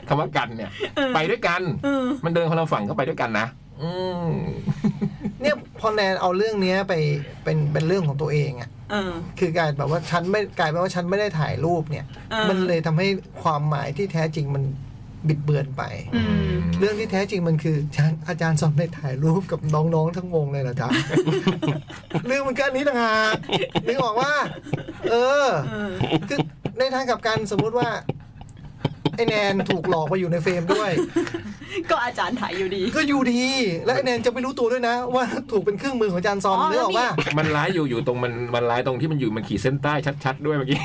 คำว่ากันเนี่ย ไปด้วยกัน
อืม
มันเดินคนละฝั่งก็ไปด้วยกันนะอืม
เนี่ยพอแนนเอาเรื่องเนี้ยไปเป็นเป็นเรื่องของตัวเองอะ
เออ
คือการแบบว่าฉันไม่กลายเป็นว่าฉันไม่ได้ถ่ายรูปเนี่ย
อ่ามั
มันเลยทำให้ความหมายที่แท้จริงมันบิดเบือนไป
อืม
เรื่องที่แท้จริงมันคือฉันอาจารย์สอนไปถ่ายรูปกับน้องๆทั้งวงเลยเหรอ จ๊ะ เรื่องมันก็อันนี้ต่างหากนึกออกว่า เออ
เออ
คือในทางกลับกันสมมุติว่าไอแนนถูกหลอกไปอยู่ในเฟรมด้วย
ก็อาจารย์ถ่ายอยู่ดี
ก็อยู่ดี และไอแนนจะไม่รู้ตัวด้วยนะ ว่าถูกเป็นเครื่องมือของอาจารย์ซอน
อ๋อ
นึกออกว่า
แล้ว
มันร้ายอยู่อยู่ตรงมันมันร้ายตรงที่มันอยู่มันขีดเส้นใต้ชัดๆด้วยเมื่อกี้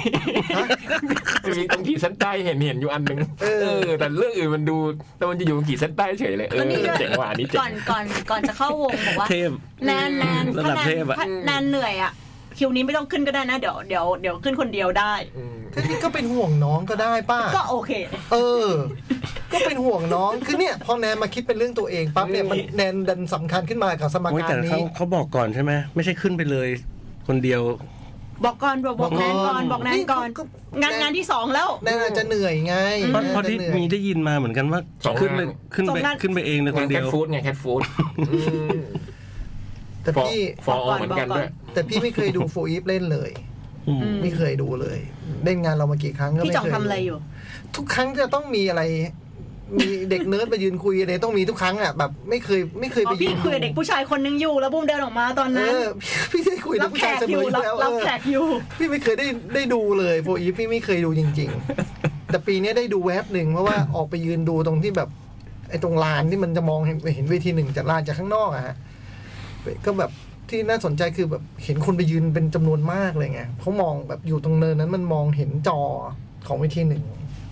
มันมีตรงขีดเส้นใต้เห็นเห็นอยู่อันหนึ่งเออ แต่เรื่องอื่นมันดู แต่มันจะอยู่ขีดเส้นใต้เฉยเลยเออ
ก็นี่ด้วย
เจ๋งว่ะอันนี้เจ๋
ก่อง นก่อนก่อนจะเข้าวงบอกว่า
เทพ
แนนแนน
ระ
ถ้า
ดับ
แน
เท
น
พอะ
ถ้าแนนเหนื่อยอะคิวนี้ไม่ต้องขึ้นก็ได้นะเดี๋ยวเดี๋ยวเดี๋ยวขึ้นคนเดียวได้
ทีนี้ก็เป็นห่วงน้องก็ได้ป้า
ก็โอเค
เออ ก็เป็นห่วงน้อง คือเนี่ย พอแนนมาคิดเป็นเรื่องตัวเองปั๊บเนี่ยมันแนนดันสำคัญขึ้นมากับสม
โอ้ย
กา
แต่
ร
เขา
นี้
เขาบอกก่อนใช่ไหมไม่ใช่ขึ้นไปเลย คนเดียว
บอกก่อนบอกบอกแนนก่อนบอกแนนก่อน
นี่ก็ก็
งานงานที่สองแล้ว
แนนอาจจะเหนื่อยไง
เพราะเพราะที่
แนนอาจจะเหนื่อย
มีได้ยินมาเหมือนกันว่า
สองงาน
ขึ้นไปขึ้น
สอ
ไป
งงาน
ขึ้นไปเองเลยค
งาน นแค
เดีย
ท
ว
ฟู้ดไงแคทฟู้ด
แต่
ฟอ
พี่
ฟอเหมือนกันด้วย
แต่พี่ไม่เคยดูโฟอีฟเล่นเลย
อืม
อืม
ไม่เคยดูเลย เล่นงานเรามากี่ครั้งก็ไม่
พี่
เคย
จ่องทำอะไรอยู่
ทุกครั้งจะต้องมีอะไร มีเด็กเนิร์ดมายืนคุยอะไรต้องมีทุกครั้งอ่ะแบบไม่เคยไม่เคยไป
อ๋อ
ยื
พี่
น
คุยกับเด็กผู้ชายคนนึงอยู่แล้วบุ้มเดินออกมาตอน
เอ
นั้น
อพี่พี่ได้คุยกั
รั
บบ ผู้
แข
ชาย
ก
เสม
อยู่
ออยู่
รับ
แล้ว
รับ
เออ
แขกอยู่
พี่ไม่เคยได้ได้ดูเลยโฟอีฟพี่ไม่เคยดูจริง ๆ แต่ปีนี้ได้ดูแวบหนึ่งเพราะว่า ออกไปยืนดูตรงที่แบบ ไอ้ตรงลานที่มันจะมองเห็นเห็นเวทีหนึ่งจากลานจากข้างนอกอะฮะก็แบบที่น่าสนใจคือแบบเห็นคนไปยืนเป็นจำนวนมากเลยไงเขามองแบบอยู่ตรงเนินนั้นมันมองเห็นจอของเวทีหนึ่ง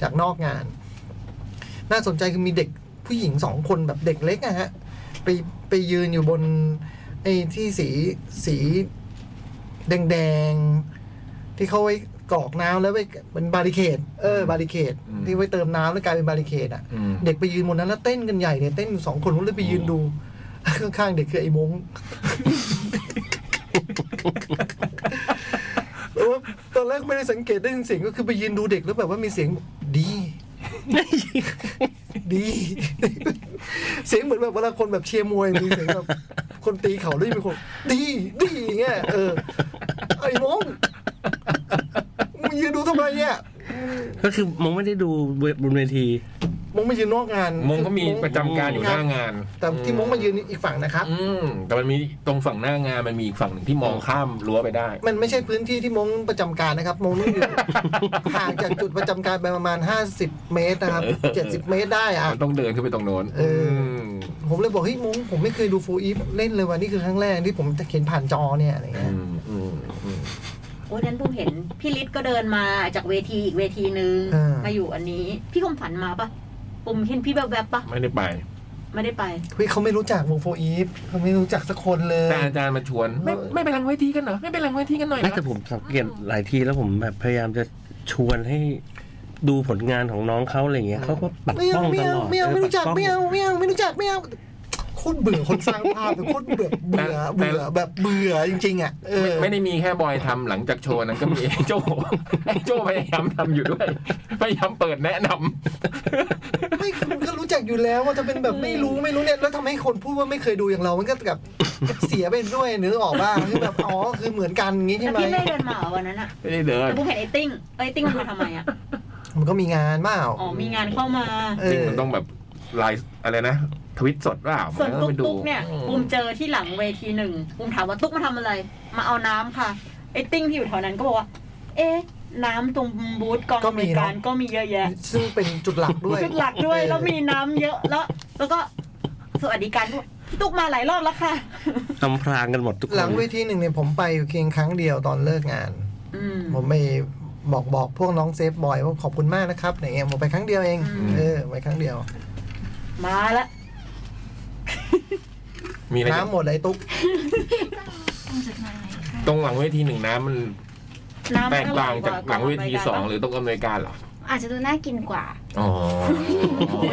จากนอกงาน น่าสนใจคือมีเด็ก ผู้หญิงสองคนแบบเด็กเล็กอะฮะไปไปยืนอยู่บนไอ้ที่สีสีแดงๆ ที่เขาไว้กรอกน้ำแล้วไปเป็นบาริเคดเออ บาริเคด
อืม
ที่ไว้เติมน้ำแล้วกลายเป็นบาริเคดอะ
อืม
เด็กไปยืนบนนั้นแล้วเต้นกันใหญ่เนี่ยเต้นอยู่สองคนผมเลยไปยืนดู ข้างๆเด็กคือไอ้มงแต่ว่าตอนแรกไม่ได้สังเกตได้ยินเสียงก็คือไปยืนดูเด็กแล้วแบบว่ามีเสียงดี ดี เสียงเหมือนแบบเวลาคนแบบเชียร์มวยมีเสียงแบบคนตีเข่าแล้วมีคน ดีดีอย่างเงี้ยเออไอ้มงมึงยืนดูทำไมเนี่ย
ก็คือมองไม่ได้ดูบนเวที
มงไม่ยืนนอกงาน
มงเขามีประจำการอยู่หน้างาน
แต่ที่มุ้งมายืนอีกฝั่งนะครับ
อืมแต่มันมีตรงฝั่งหน้างานมันมีอีกฝั่งหนึ่งที่มองข้ามรั้วไปได้
มันไม่ใช่พื้นที่ที่มงประจำการนะครับ มงต้อง อยู่ ห่างจากจุดประจำการไปประมาณ 50 เมตรนะครับ 70 เมตรได้อะ
มันต้องเดินขึ้นไปตรงโน้น
เอออื
ม
ผมเลยบอกเฮ้ยมงผมไม่เคยดูฟูอีฟเล่นเลยวันนี้คือครั้งแรกที่ผมจะเห็นผ่านจอเนี่ยอะไร
อื
เงี้ย
มอืมอืม
โอ้ยนั้นบูมเห็น พี่ฤทธิ์ก็เดินมาจากเวทีอีกเวทีนึงมาอยู่อันนี้ พี่คมฝันมาปะบุมเห็นพี่แวบๆปะ
ไม่ได้ไป
ไม่ได้ไป
เฮ้ยเขาไม่รู้จักวงฟูอีฟเขาไม่รู้จักสักคนเลย
แต่อาจารย์มาชวน ไม่ไม่ไปรังไว้ทีกันเหรอ ไม่ไปรังไว้ทีกันหน่อยเหร
ไม่
อ
แต่ผมสังเกตหลายทีแล้วผมแบบพยายามจะชวนให้ดูผลงานของน้องเขาอะไรเงี้ยเขาก็ปัด
ไม่
ป้
เอา
อง
ไม่
ตล
เอา
อด
ไม่เอาไม่รู้จัก
ปัดป้ง
ไม่เอาไม่เอาไม่รู้จักไม่เอาโคตรเบื่อคนสร้างภาพเลยโคตรเบื่อเบื่อเบื่อแบบเบื่อจริงๆอ่ะเออ
ไม่ไม่ได้มีแค่บอยทำหลังจาก โชว์นั้นก็มีไอ้โจไอ้โจพยายามทำอยู่ด้วย พยายามเปิดแนะนำ
ไม่คุณก็รู้จักอยู่แล้วว่าจะเป็นแบบไม่รู้ไม่รู้เนี่ยแล้วทำให้คนพูดว่าไม่เคยดูอย่างเรา มันก็แบบ เสียไปด้วยนึกออกบ้างคือแบบอ๋อคือเหมือนกันอย่างงี้
แล้
ใช่
ว
ไหม
พี่ไม่ได้เดินมาเหรอวันนั้นอะ
ไม่ได้เดิน
แต่บุมเห็นไอ้ติ้งไอ้ติ้งมันมาทำไมอะ
มันก็มีงานเปล่า
อ๋อมีงานเข้ามา
เอ
จริง
อ
มันต้องแบบไลน์อะไรนะ ทวิตสดเปล่า
ส่วน
มั
ตุ๊ก
ไปดู
ตุ๊กเนี่ยบุมเจอที่หลังเวทีหนึ่งบุมถามว่าตุ๊กมาทำอะไร มาเอาน้ำค่ะไอ้ติ้งที่อยู่แถวนั้นก็บอกว่า เอ๊ะ น้ำตรงบูธกองอำนวยการก็มีเยอะแยะ
ซึ่งเป็นจุดหลักด้วย
จุดหลักด้วย
เออ
แล้วมีน้ำเยอะแล้ว แล้วก็สวัสดิการด้วยพี่ตุ๊กมาหลายรอบแล้วค่ะ
อำพรางกันหมดทุกคน
หลังเวทีหนึ่งเนี่ยผมไปอยู่เพียงครั้งเดียวตอนเลิกงาน
อืม
ผมไปบอกบอกพวกน้องเซฟบอยว่าขอบคุณมากนะครับอะไรเงี้ยผมไปครั้งเดียวเอง
อืม
เออไปครั้งเดียว
มาละ
มีอะไรจะ
น้ำหมดเลยตุ๊ก
ตรงหลังเวทีหนึ่งนะมัน
น้ำ
แต
มัน
ก
อร่
ต่า
อง ย
จากหลังเวทีสอง
ก
หรือตรงอำนวยการเหรอ
อาจจะดูน่ากินกว่า
อ๋อ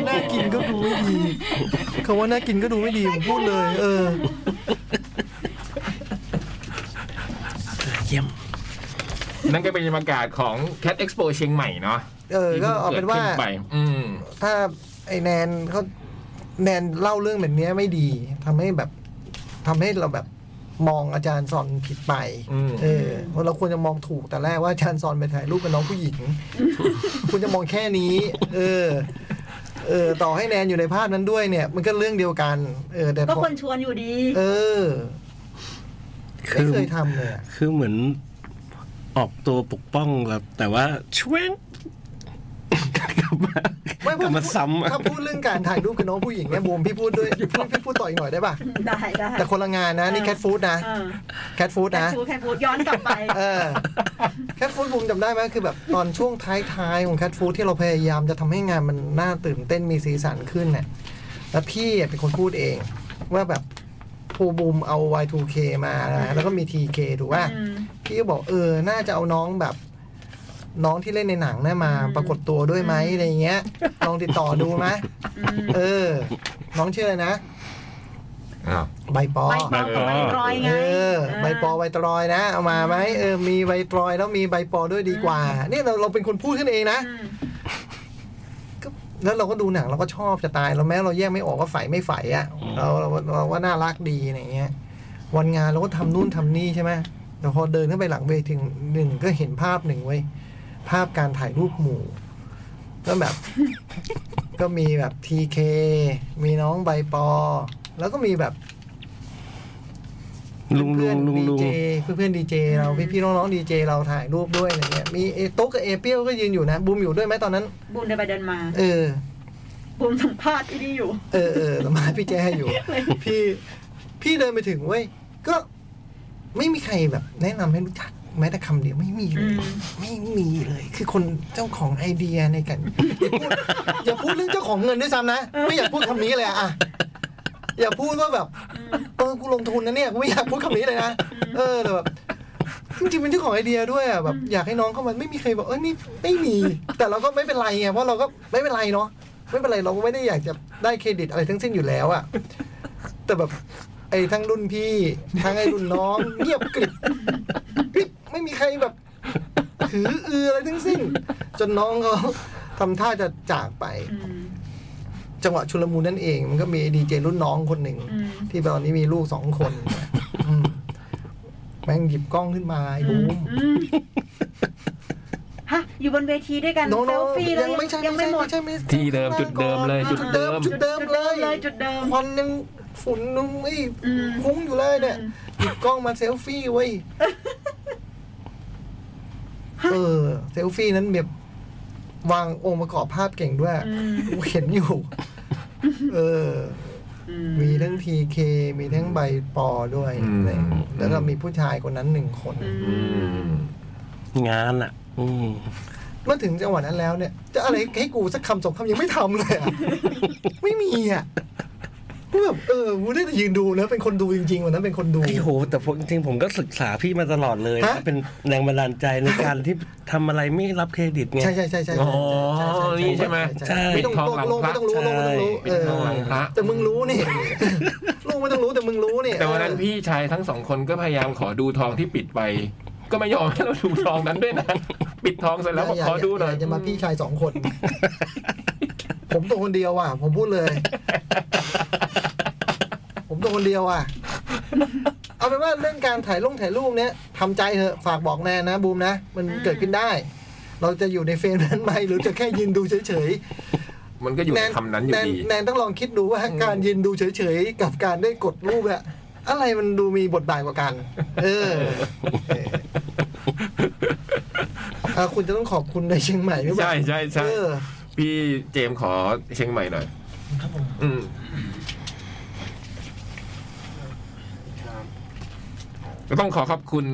น่ากินก็ดูไม่ดีคำว่าน่ากินก็ดูไม่ดีผมพูดเลย เออ
เยี่ยม
นั่นก็เป็นบรรยากาศของ Cat Expo เชียงใหม่เนาะ
เออก็เอาเป็นว่า
ที่พิ่งดขึ้ไป อืม
ถ้าไอแนนเขาแนนเล่าเรื่องแบบเนี้ยไม่ดีทำให้แบบทำให้เราแบบมองอาจารย์ซอนผิดไป
อืม
เออเพราะเราควรจะมองถูกแต่แรกว่าอาจารย์ซอนไปถ่ายรูปกับน้องผู้หญิง คุณจะมองแค่นี้ เออ เออ ต่อให้แนนอยู่ในภาพนั้นด้วยเนี่ย มันก็เรื่องเดียวกัน เออแต่
็
พอ
คนชวนอยู่ดี
เออ
คื
ไม่
อ
เคยทำเลยอะ
คือเหมือนออกตัวปกป้องแบบแต่ว่าช่วยกลับมา
ไม่
กลับมาซ้ำอะ
ถ้าพูดเรื่องการถ่ายรูปกับน้องผู้หญิงเนี่ยบูมพี่พูดด้วยพี่พูดต่ออีกหน่อยได้ป่ะ
ได้ได้
แต่คนละงานนะนี่แคทฟู้ดนะ
เออ
แคทฟู้ด
แค่
นะ
พูดแค่พูดย้อนกลับไป
เออแคทฟูดบูมจำได้ไหมคือแบบตอนช่วงท้ายๆของแคทฟูดที่เราพยายามจะทำให้งานมันน่าตื่นเต้นมีสีสันขึ้นเนี่ยแล้วพี่เป็นคนพูดเอง ว่าแบบภูบูมเอา Y2K มานะแล้วก็มี TK ถูกป่ะ
อืม
พี่ก็บอกเออ น่าจะเอาน้องแบบ น้องที่เล่นในหนังนะมา ปรากฏตัวด้วยไหมอะไรเงี้ย ลองติดต่อดูไหม
อืม
เออ น้องชื่ออะไรนะ
อ้าว
ใบปอ
ใบปอกับใบรอยไง
เออใบปอใบตรอยนะ เอามาไหมเออมีใบตรอยแล้วมีใบปอด้วยดีกว่า เนี่ยเราเราเป็นคนพูดขึ้นเองนะ
อืม
ก็แล้วเราก็ดูหนังเราก็ชอบจะตายเราแม้เราแยกไม่ออกว่าฝ่ายไม่ฝ่ายอะเราเราเราว่าน่ารักดีอะไรเงี้ย วันงานเราก็ทำนู่นทำนี่ใช่ไหมแต่พอเดินขึ้นไปหลังเวทีหนึ่งก็เห็นภาพหนึ่งไว้ยภาพการถ่ายรูปหมู่ก็แบบ ก็มีแบบทีเคมีน้องใบปอ แล้วก็มีแบบ
ลุงลุงลุงลุง
เพื่อนเพื่อนดีเจเราพี่พี่ๆน้องๆดีเจเราถ่ายรูปด้วยอะไรเงี้ยมีเอโต๊กกับเอเปียวก็ยืนอยู่นะบูมอยู่ด้วยไหมตอนนั้น
บูมเดินไปเดินมา
เออ
บูมสัมภาษณ์ที่นี่อยู่
เออเออสมาพี่แจ้ อยู่ พี่พี่เดินไปถึงเว้ยก็ไม่มีใครแบบ แนะนำให้รู้จัก แม้แต่คำเดียวไม่มีเล
อื
ย
ม
ไม่มีเลย คือคนเจ้าของไอเดียในการ อย่าพูดเรื่องเจ้าของเงินด้วยซ้ำนะไม่อยากพูดคำนี้เลยอะอะอย่าพูดว่าแบบเออกูลงทุนนะเนี่ยกูไม่อยากพูดคำนี้เลยนะเออแต่แบบจริงๆเป็นเจ้าของไอเดียด้วยอะแบบอยากให้น้องเขามันไม่มีใครบอกเออนี่ไม่มี แต่เราก็ไม่เป็นไรไงเพราะเราก็ไม่เป็นไรเนาะไม่เป็นไรเราก็ไม่ได้อยากจะได้เครดิตอะไรทั้งสิ้นอยู่แล้วอะแต่แบบ ไอ้ทั้งรุ่นพี่ทั้งไอ้รุ่นน้องเงียบกริบกริบไม่มีใครแบบถืออืออะไรทั้งสิ้น จนน้องเขาทำท่าจะจากไป
อืม
จังหวะชุลมุนนั่นเอง มันก็มีดีเจรุ่นน้องคนหนึ่ง
อืม
ที่ตอนนี้มีลูกสองคนอืมแม่งหยิบกล้องขึ้นมาไอ้บูม
อืมฮะ อยู่บนเวทีด้วยกัน
โน้
เซลฟี่แล้ว
ยังไม่ใช่
ยังไม่หมด
ใช่ไม่ใช่
ที่เดิมจุดเดิมเลยจุด
เดิ
เดิ
ม
ม
จุดเดิมเลย
จุดเดิมเลยจุดเดิม
ควันยังฝุ่นยังไอ้
อืม
คุ้งอยู่เลยเนี่ยหยิบกล้องมาเซลฟี่เว้ยเออเซลฟี่นั้นแบบวางองค์ประกอบภาพเก่งด้วย
อืม
กูเห็น อยู่ เออ
อื
มีทั้งทีเคมีทั้งใบปอด้วย
อืม
แล้วก็มีผู้ชายคนนั้นหนึ่งคน
อืม
อืม
งานอ่ะ อืม
เมื่อถึงจังหวะนั้นแล้วเนี่ย จะอะไรให้กูสักคำสองคำยังไม่ทำเลย อะ ไม่มีอ่ะกูแบบเออกูได้แต่ยืนดูนะเป็นคนดูจริงๆวันนั้นเป็นคนดู
พี่โหแต่ผมจริงๆผมก็ศึกษาพี่มาตลอดเลยนะ
ฮะ
เป็นแรงบันดาลใจในการที่ทำอะไรไม่รับเครดิตไง
ใช่ใช่ใช่ใช่
อ๋อนี่ใช่ไหม
ใช่
ไม่ต้องโลกโลกไม่ต้องรู้โลกไม่ต้องรู้
ปิ
เอ
ด
อ
ทองหลังพระ
แต่มึงรู้นี่ โลกไม่ต้องรู้แต่มึงรู้นี่
แต่วันนั้นพี่ชายทั้งสองคนก็พยายามขอดูทองที่ปิดไป ก็ไม่ยอมให้เราดูทองนั้นด้วยนะ ปิดทองเสร็จแล้วบอก
ย่า
ขอดูหน่อย
าจะมาพี่ชายสองคน ผมตัวคนเดียวอ่ะ ผมพูดเลย ผมตัวคนเดียวอ่ะ เอาเป็นว่าเรื่องการถ่ายลงถ่ายรูปเนี้ยทำใจเถอะฝากบอกแนนนะบูมนะ มัน
อืม
เกิดขึ้นได้ เราจะอยู่ในเฟรมนั้นไหมหรือจะแค่ยืนดูเฉย
มันก็อยู่
ๆแน
ใน
น
คำนั้นอ
แน
ยู่
น
ดี
แนนต้องลองคิดดูว่าการยืนดูเฉยๆกับการได้กดรูปอะอะไรมันดูมีบทบาทกว่ากัน เอ อเอออ่ะคุณจะต้องขอบคุณในเชียงใหม่หรือเปล่า
ใช่ใช่ใช่
เออ
พี่เจมส์ขอเชียงใหม่หน่อย
ครับผม
อืม
ครับ
ก็ต้องขอขอบคุณ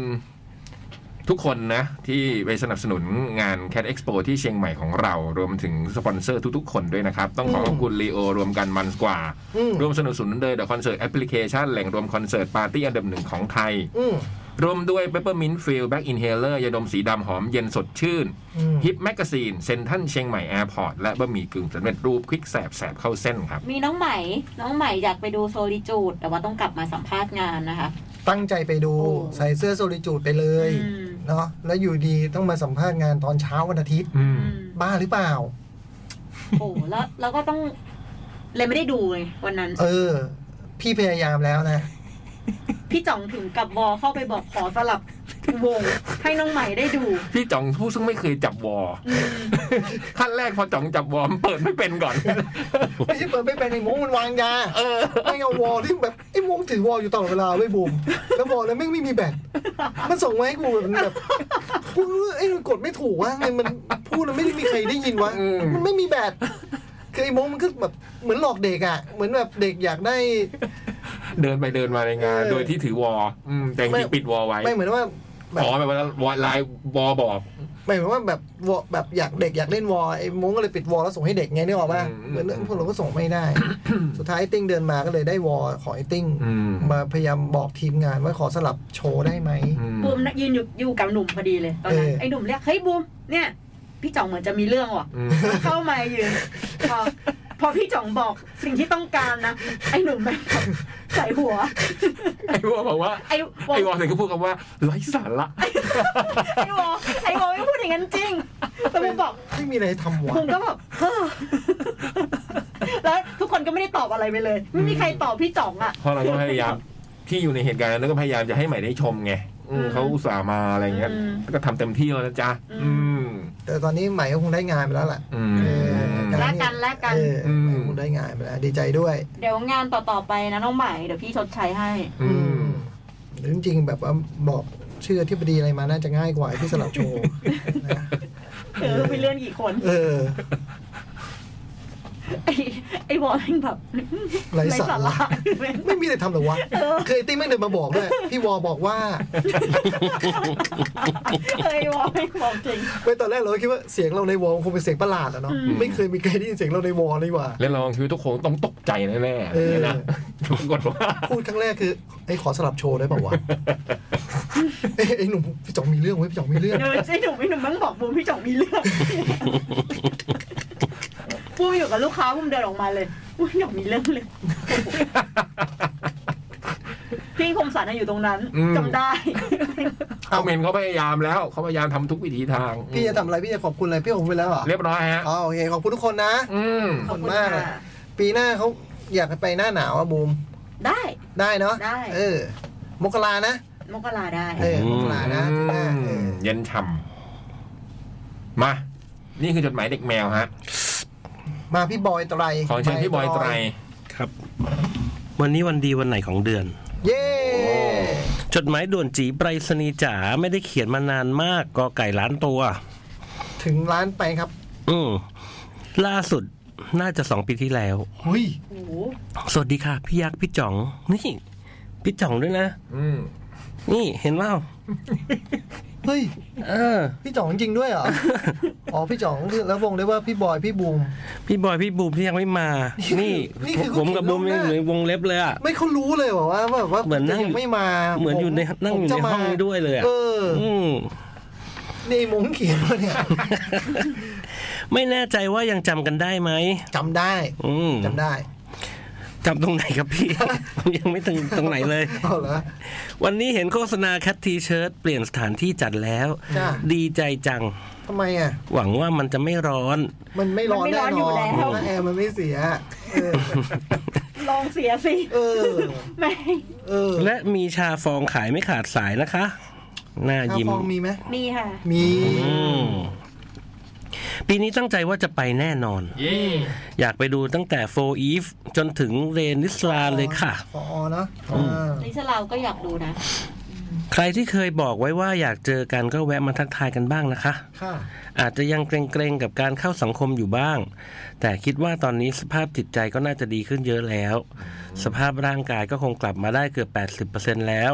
ทุกคนนะ ที่ไปสนับสนุนงาน Cat Expo ที่เชียงใหม่ของเรา รวมถึงสปอนเซอร์ทุกๆ คนด้วยนะครับ ต้องขอขอบคุณลีโอรวมกันมันกว่า
อืม
รวมสนับสนุนโดยเดอะคอนเสิร์ตแอปพลิเคชันแหล่งรวมคอนเสิร์ตปาร์ตี้อันดับหนึ่งของไทย
อืม
รวมด้วย Peppermint f i e l Back Inhaler ยาดมสีดำหอมเย็นสดชื่น
อืม
Hip Magazine เซ็นทรัลเชียงใหม่แอร์พอร์ตและบะหมี่กึ่งสำเร็จรูปควิกแสบแสบเข้าเส้นครับ
มีน้องใหม่ น้องใหม่อยากไปดูโซลิจูด แต่ว่าต้องกลับมาสัมภาษณ์งานนะคะ
ตั้งใจไปดู
โอ้
ใส่เสื้อโซลิจูดไปเลย
อืม
เนาะแล้วอยู่ดีต้องมาสัมภาษณ์งานตอนเช้าวันอาทิตย์
อืม
อืม
บ้าหรือเปล่า
โอ้แล้วแล้วก็ต้อง เลยไม่ได้ดูเลยวันนั้น
เออ พี่พยายามแล้วนะ
พี่จ่องถึงกับวอเข้าไปบอกขอสลับวง ให้น้องใหม่ได้ดู
พี่จ่องผู้ซึ่งไม่เคยจับวอ
อืม
ขั้นแรกพอจ่องจับวอมนเปิดไม่เป็นก่อน
ไม่ใช่เปิดไม่เป็นไอ้โมงมันวางยาเออไม่เอาวอลที่แบบไอ้โมงถือวอลอยู่ตลอดเวลาไว้ยบูมแล้ววอลแล้วไม่งไม่มีแบตมันส่งมาให้กูแบบแบบกูไอ้ยมันกดไม่ถูกวะไงมันพูดแล้วไม่ได้มีใครได้ยินวะ
อืม
มันไม่มีแบตคือไอ้โมงมันก็แบบเหมือนหลอกเด็กอ่ะเหมือนแบบเด็กอยากได้
เดินไปเดินมาในงาน
เออ
โดยที่ถือวออืมแต่จ
ไม่
ริงๆปิดวอไว้
ไม่เหมือนว่าแบบ
อ๋อแบบว่าวอลายวอบอก
หมายถึงว่าแบบวอแบบอยากเด็กอยากเล่นวอลไอ้มงก็เลยปิดวอลแล้วส่งให้เด็กไงนึกออกป่ะ
อืม
เหมือนพวกเราก็ส่งไม่ได้ สุดท้ายไอ้ติ้งเดินมาก็เลยได้วอลของไอ้ติ้ง
อืม
มาพยายามบอกทีมงานว่าขอสลับโชว์ได้ไหม
อืม
บูมน่ะยืนอยู่อยู่กับหนุ่มพอดีเลยตอนนั้น
เออ
ไอ้หนุ่มเรียกเฮ้ยบูมเนี่ยพี่จ่องเหมือนจะมีเรื่อง ว่ะ
อืม
เข้ามายืนพอพอพี่จ่องบอกสิ่งที่ต้องการนะ ไอ้หนุ่มแม่งใส่หัว
ไอ้วอบอกว่า
ไอ้วอ
ไอ้วอถึงก็พูดคำว่าไร้สาระ
ไอ้วอไอ้วอไม่พูดอย่างนั้นจริง แต่บูมบอก
ไม่มีอะไรทำวะ
บูมก็แบบเฮ้อแล้วทุกคนก็ไม่ได้ตอบอะไรไปเลย ไม่มีใครตอบพี่จ่องอ่ะ
เพราะเราก็พยายามที่อยู่ในเหตุการณ์นั้นก็พยายามจะให้ใหม่ได้ชมไงอืม
อืม
เขาอุตส่าห์มาอะไรเงี้ย
อืม
ก็ทำเต็มที่แล้วนะจ๊ะ
อื
ม
แต่ตอนนี้ใหม่ก็คงได้งานไปแล้วล่ะ
อืม
เออ
แลกกันแลกกัน
เออใหม่
อืม
คงได้งานไปแล้วดีใจด้วย
เดี๋ยวงานต่อๆไปนะน้องใหม่เดี๋ยวพี่ชดใช้ให้
อืม
หรือจริงๆแบบว่าบอกชื่อที่ปดีอะไรมาน่าจะง่ายกว่า ที่สลับโชว์นะ
เออไปเลื่อนกี่คน
เออ
ไอ้ไอ้บอลแม่งแบบ
ไร้สาระ
แม่ ง
ไม่มีอะไรทำเหรอวะ เคยติ้งไม่งเดินมาบอกด้วย พี่วอบอกว่า
เคยบอกไม่บอกจริง
เว้ยตอนแรกเราก็คิดว่าเสียงเราในวอคงเป็นเสียงประหลาดอะเนาะ ไม่เคยมีใครได้ยินเสียงเราในวอเลยว่ะ
แล้วลองคือทุกคนต้องตกใจแน่ๆเนี่ยนะปรากฏว่า
พูดครั้งแรกคือไอ้ยขอสลับโชว์ได้เปล่าวะ เอ้ยไอ้หนุ่มพี่จ่องมีเรื่องไว้ยพี่จ่องมีเรื่อง
เออใช่หนูไม่หนูมั่งบอกบูมพี่จ่องมีเรื่องบูมอยู่กับลูกค้าบูมเดินออกมาเลยบูมอยากมีเรื่องเลย พี่คมสันน่ะอยู่ตรงนั้น
อืม
จำได้
เอาเมนเขาพยายามแล้วเขาพยายามทำทุกวิธีทาง
พี่จะทำอะไร พี่จะขอบคุณอะไร พี่ขอบคุณแล้วเหรอ
เรียบร้อยฮะ
อ๋อโอเค ขอบคุณทุกคนนะ
อืม
ขอบคุณมากอะปีหน้าเขาอยากไปหน้าหนาวอะบูม
ได้
ได้เนาะ
ได้
เออ มกรานะ
มกราได้
เออ มกรานะปีหน้าเออ
เย็นฉ่ำมา นี่คือจดหมายเด็กแมวฮะ
มาพี่บอยไตร
ขอเชิญพี่บอยไตร
ครับ วันนี้วันดีวันไหนของเดือน
เย้
จดหมายด่วนจีไปรษณีย์จ๋าไม่ได้เขียนมานานมากกอไก่ล้านตัว
ถึงร้านไปครับ
อืมล่าสุดน่าจะสองปีที่แล้ว
หุย
โอ้โห
สวัสดีค่ะ พี่ยักษ์พี่จ๋อง นี่พี่จ๋องด้วยนะ
อืม
นี่เห็นว่า
เฮ้ย
เออ
พี่จ๋องจริงด้วยเหร อ อ๋อ พี่จ๋องแล้ววงได้ว่าพี่บอยพี่บูม
พี่บอยพี่บูมที่ยังไม่มา นี่
นี่คือ
ผมกับบูม
เขีย
ยั
นล่วงหน้า
งอยู่ในวงเล็บเลยอ่ะ
ไม่เขารู้เลยเหรอว่าแบบว่า
เหมือนนั่ง
จะยังไม่มา
เหมือนอยู่ใน
ผ
นั่งอยู่
จะ
ในห้อง
มา
นี้ด้วยเลยอะ
เออ
อืม
นี่มงเขียนวะเนี่ย
ไม่แน่ใจว่ายังจำกันได้ไหม
จำได้
อืม
จำได้
จำตรงไหนครับพี่ ผมยังไม่ถึงตรงไหนเลย
เอาเหรอ
วันนี้เห็นโฆษณาแคททีเชิร์ตเปลี่ยนสถานที่จัดแล้ว
จ้ะ
ดีใจจัง
ทำไมอ่ะ
หวังว่ามันจะไม่ร้อน
มันไม่ร้อนแน่นอนถ้าแอร์มันไม่เสีย เออ
ลองเสียสิ
เออ
แม่ง
เออ
และมีชาฟองขายไม่ขาดสายนะคะ หน้า
ข้าว
ยิ้ม
ฟองมีไหม
มีค่ะ
มี
อืมปีนี้ตั้งใจว่าจะไปแน่นอน
เย่
อยากไปดูตั้งแต่โฟอีฟจนถึงเรนิสลาเลยค่ะ
พอเนาะอ่า
นิชลาวก็อยากดูนะ
ใครที่เคยบอกไว้ว่าอยากเจอกันก็แวะมาทักทายกันบ้างนะคะ
ค่ะ
อาจจะยังเกรงๆกับการเข้าสังคมอยู่บ้าง แต่คิดว่าตอนนี้สภาพจิตใจก็น่าจะดีขึ้นเยอะแล้ว สภาพร่างกายก็คงกลับมาได้เกือบ 80%แล้ว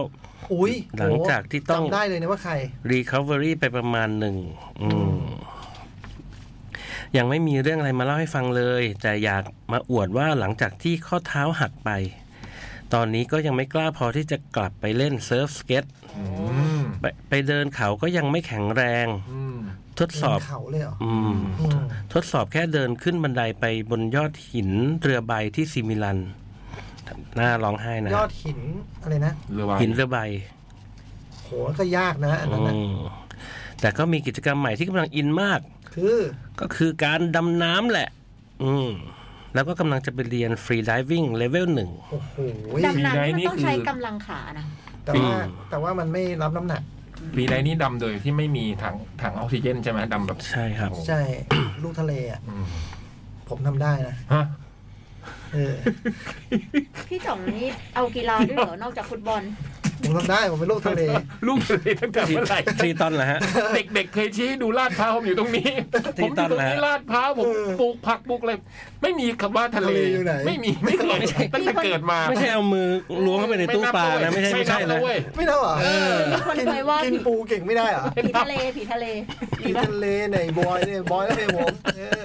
อุ้ย
หลังจากที่ต้อง
จำได้เลยนะว่าใคร
Recovery ไปประมาณหนึ่งอืมยังไม่มีเรื่องอะไรมาเล่าให้ฟังเลย แต่อยากมาอวดว่าหลังจากที่ข้อเท้าหักไป ตอนนี้ก็ยังไม่กล้าพอที่จะกลับไปเล่นเซิร์ฟสเก็ต
อืม
ไปไปเดินเขาก็ยังไม่แข็งแรง
อืม
ทดสอบ
เขาเลยเหรอ
อืม
อืม
ทดสอบแค่เดินขึ้นบันไดไปบนยอดหินเรือใบที่ซิมิลันน่าร้องไห้นะ
ยอดหินอะไรนะ
เรือวาย
หินเรือใบ
โหก็ยากนะอันนั้นน่ะ
อืมแต่ก็มีกิจกรรมใหม่ที่กำลังอินมาก
คือ
ก็คือการดำน้ำแหละ อืม แล้วก็กำลังจะไปเรียนฟรีดิวิ่งเลเวลหนึ่ง
โอ้โห
ดำน้ำนี่มันต้องใช้กำลังขานะ
แต่ว่าแต่ว่ามันไม่รับน้ำหนัก
ปีไรนี่ดำโดยที่ไม่มีถังถังออกซิเจนใช่ไหมดำแบบ
ใช่ครับ
ใช่ ลูกทะเลอ่ะ
อืม
ผมทำได้นะ
ฮะ
เออ
พี่จ่องนี่เอากีฬาด้วยเหรอนอกจากฟุตบอล
ผมทำได้ผมเป็นลูกทะเล
ลูกเลยตั้งแต่เมื่อไหร่
ทรีตอนเหรอฮะ
เด็กๆเคยชี้ดูลาดพร้าวผมอยู่ตรงนี้
ตี
ผมอ
ต
ยู่
อน
ตรง
แล้ว
นี้ลาดพร้าวผม
เออ
ปลูกผักปลูกอะไรไม่มีคำว่าทะเล
ทะเลอยู่ไหน
ไม่มีไม่เคยตั้งแต่เกิดมา
ไม่ใช่เอามือล้วงเข้าไปในตู้ปลานะ ไม่ใช่ไม่ใช่
นับนะ
เลย
เว้ย
ไม่ได้เหรอ
มีคน
กิน
เคยว่า
กินปูเก่งไม่ได้เหรอ
ผีทะเลผีทะเล
กิ
มี
น
ปะ
ทะเลไหนบอยเนี่ยบอยแล้วเป็นผมเออ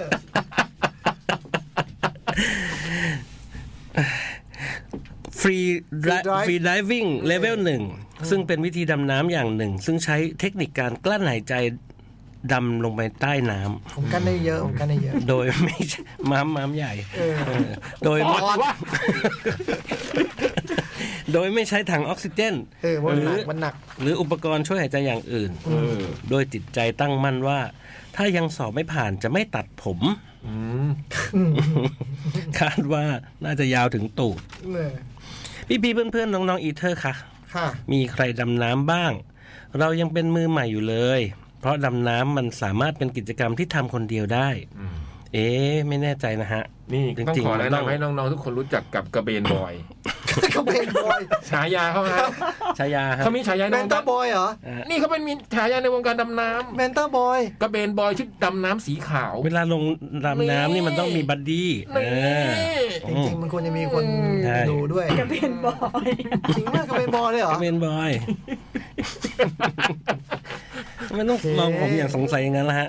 ฟรีฟรีดิวิ่งเลเวลหนึ่งซึ่งเป็นวิธีดำน้ำอย่างหนึ่ง ซึ่งใช้เทคนิคการกลั้นหายใจดำลงไปใต้น้
ผมกันได้เยอะผมกันได้เยอะ
ำโดยไม่ใช่ ม้ามม้ามใหญ่
เออ
โดย
ปอดวะ
โดยไม่ใช้ถังออกซิเจน
เออมันหนักมันหนัก
หรืออุปกรณ์ช่วยหายใจอย่างอื่น โดยจิตใจตั้งมั่นว่า ถ้ายังสอบไม่ผ่านจะไม่ตัด ผม
อืม
คาดว่าน่าจะยาวถึงตูด
เออ
พี่ๆเพื่อนๆ น้องๆ อีเทอร์ค่ะ
ค่ะ
มีใครดำน้ำบ้าง เรายังเป็นมือใหม่อยู่เลย เพราะดำน้ำมันสามารถเป็นกิจกรรมที่ทำคนเดียวได้
อืม
เอ๊ะไม่แน่ใจนะฮะ
นี่
จริงๆ
ต้องขอ
มัน
แนะ
ต้อง
นำให้น้องๆทุกคนรู้จักกับกระเบนบอย
เขาเป็นบอย
ฉายาเขาฮะ
ชายาครับ
เขามีฉายา
แม
ในวน ง
ต้า
การ
บอยเหรอ
อ่า
นี่เขาเป็นมีฉายาในวงการดำน้
แมนต้าบอย
ำกระเบนบอยชุดดำน้ำสีขาว
เวลาลงดำน้ำนี่มันต้องมีบัดดี้
นี่
เออ
จริง ๆ มันควรจะมีคน
ใช่
ดูด้วย
กระเบนบอย
จริงมากเขาเป็นบอยเลยเหรอ
ก็เป็นบอยทำไมันต้องมองผมอย่างสงสัยอย่างนั้นละฮะ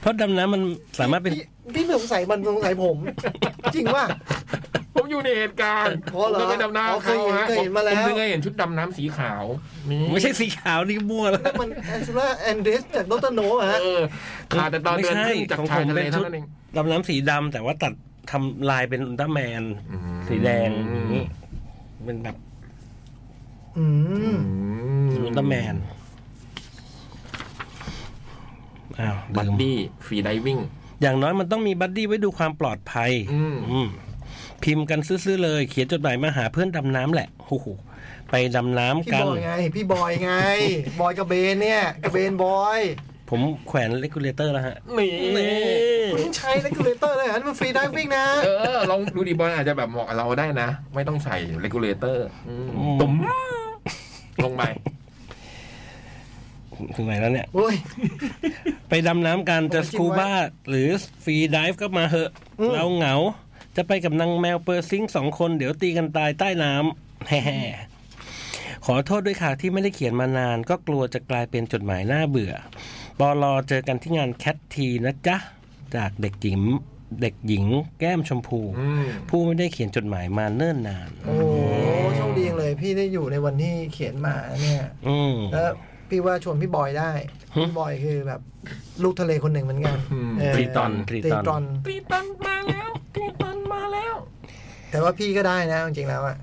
เพราะดำน้ำมันสามารถเป็น
พี่พี่ไม่สงสัยมันสงสัยผม จริงว่า
ผมอยู่ในเหตุการณ์
อ๋อเหรอ
ผมเคยไปดำน้ำ
อ๋อ
กับ
เคย
เขา
เห็น
ฮะ
เคยเห็นมาแล้ว
ผเคยเห็นชุดดำน้ำสีขาวนี่
ไม่ใช่สีขาวนี่มั่วแล้ว
มันแอนซูล่าแอนเดรสจากดรโนอะฮะ
เออขาดแต่ตอน
ไม่
เดิน
ใช่
ขึ้นจาก
ของ
ชา
ผ
ย
ม
ทะเล
เป็น
เท่า
ชุด
นั้นเอง
ดำน้ำสีดำแต่ว่าตัดทำลายเป็นอุลตร้าแมน สีแดงอย่างนี้เป็นแบบ
อืม
เป็นอุลตร้าแมนอ้าว
บัด
ลืม
ดี้ฟรีไดวิ่ง
อย่างน้อยมันต้องมีบัดดี้ไว้ดูความปลอดภัย
อืม
อืมพิมพ์กันซื่อๆเลย เขียนจดหมายมาหาเพื่อนดำน้ำแหละโอ้โหไปดำน้ำ
พี่
กับ น
อยไง พี่บอยไง บอยกระเบนเนี่ยกระเบนบอย
ผมแขวนเลกูเลเตอร์แล้วฮะ
นี่
คุณใช้เลกูเลเตอร์เลยฮะนี่มันฟรีไดิวิ่งนะ
เออ ลองดูดีบอลอาจจะแบบเหมาะกับเราได้นะ ไม่ต้องใส่เรกูเลเตอร์
อืม
ตุ่มลงไป
ถึงไหนแล้วเนี่ย
โอ้ย
ไปดำน้ำกันจะ
ผม
ส
ไป
กู
คิดไว้
บ้าหรือฟรีไดิฟก็มาเหอะ
อืม
เราเหงา จะไปกับนางแมวเปอร์ซิงค์สองคนเดี๋ยวตีกันตายใต้น้ำแฮ่ ๆขอโทษด้วยค่ะที่ไม่ได้เขียนมานาน ก็กลัวจะกลายเป็นจดหมายหน้าเบื่อปอลอเจอกันที่งานแคททีนะจ๊ะ จากเด็กหญิงเด็กหญิงแก้มชมพู
อืม
ผู้ไม่ได้เขียนจดหมายมาเนิ่นนาน
โอ้โหโชคดีจังเลยพี่ได้อยู่ในวันที่เขียนมาเนี่ย
อืม
แล้วพี่ว่าชวนพี่บอยได้พี่บอยคือแบบลูกทะเลคนหนึ่งเหมือนกันเ
ตรีตอนตรี
ตรี
ตอน
ตอน
ตีตันมาแล้วตีตันมาแล้ว
แต่ว่าพี่ก็ได้นะจริงๆแล้วอะ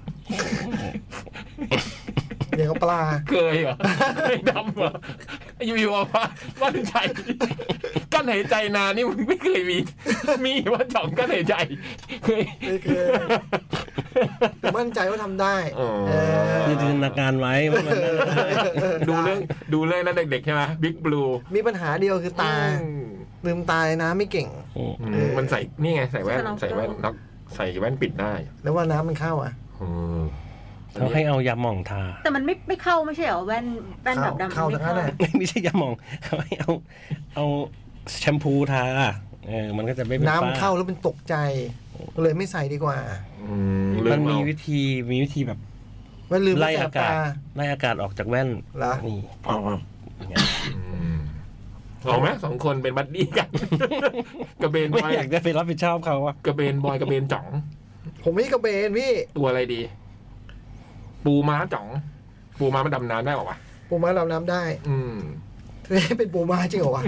เดี๋ยวก็ปลา
เคยเหรอ เคยดำเหรออยู่ๆออกมาว่าถึงใจกั้นหายใจนานนี่มึงไม่เคยมี มีว่าจ่องกั้นหายใจเคย
ไม่เคย แต่มั่นใจว่าทำได้
อ๋อ
เออ
คือจินตนาการไว้ว่ามันน่าจะได้
ดูเรื่องดูเรื่องนั้นเด็กๆใช่ไหมบิ๊กบลู
มีปัญหาเดียวคือตา ลืมตาเลยน้ำไม่เก่ง
โอ้
เออ
มันใส่นี่ไงใส่แว่นใส่แว่นน็อกใส่แว่นปิดได้
แล้วว่าน้ำมันเข้าอ่ะ
เออ
เขาให้เอายาหม่องทา
แต่มันไม่ไม่เข้าไม่ใช่เหรอแว่นแว่นแบบดำ
เข้า
ไม่
เข้าทั้งนั้นแหละ
ไม่ใช่ยาหมองเขาให้เอา เอาแชมพูทาเออมันก็จะไม่เป็น
น้ำ
ฝ้
มันเข้าแล้วมันตกใจก็เลยไม่ใส่ดีกว่า
อืม
มันมี
วิ
วิธีมีวิธีแบบ
ว่าลืม
ไล่
แส
อา
บ
กาศ
ตา
ไล่อากาศออกจากแว่น
เหรอ
นี่
เอาไหมสองคนเป็นบัดดี้กัน กระเบน
ไม่
บอย
อยากจะไปรับผิดชอบเขาอะ
กระเบนบอยกระเบนจ่อง
ผมไม่กระเบนพี่
ตัวอะไรดี ปูม้าจ่อง ปูม้ามันดำน้ำได้หรอวะ
ปูม้าเราน้ำได้
อืม
เฮ้ยเป็นปูม้าจริงเหรอวะ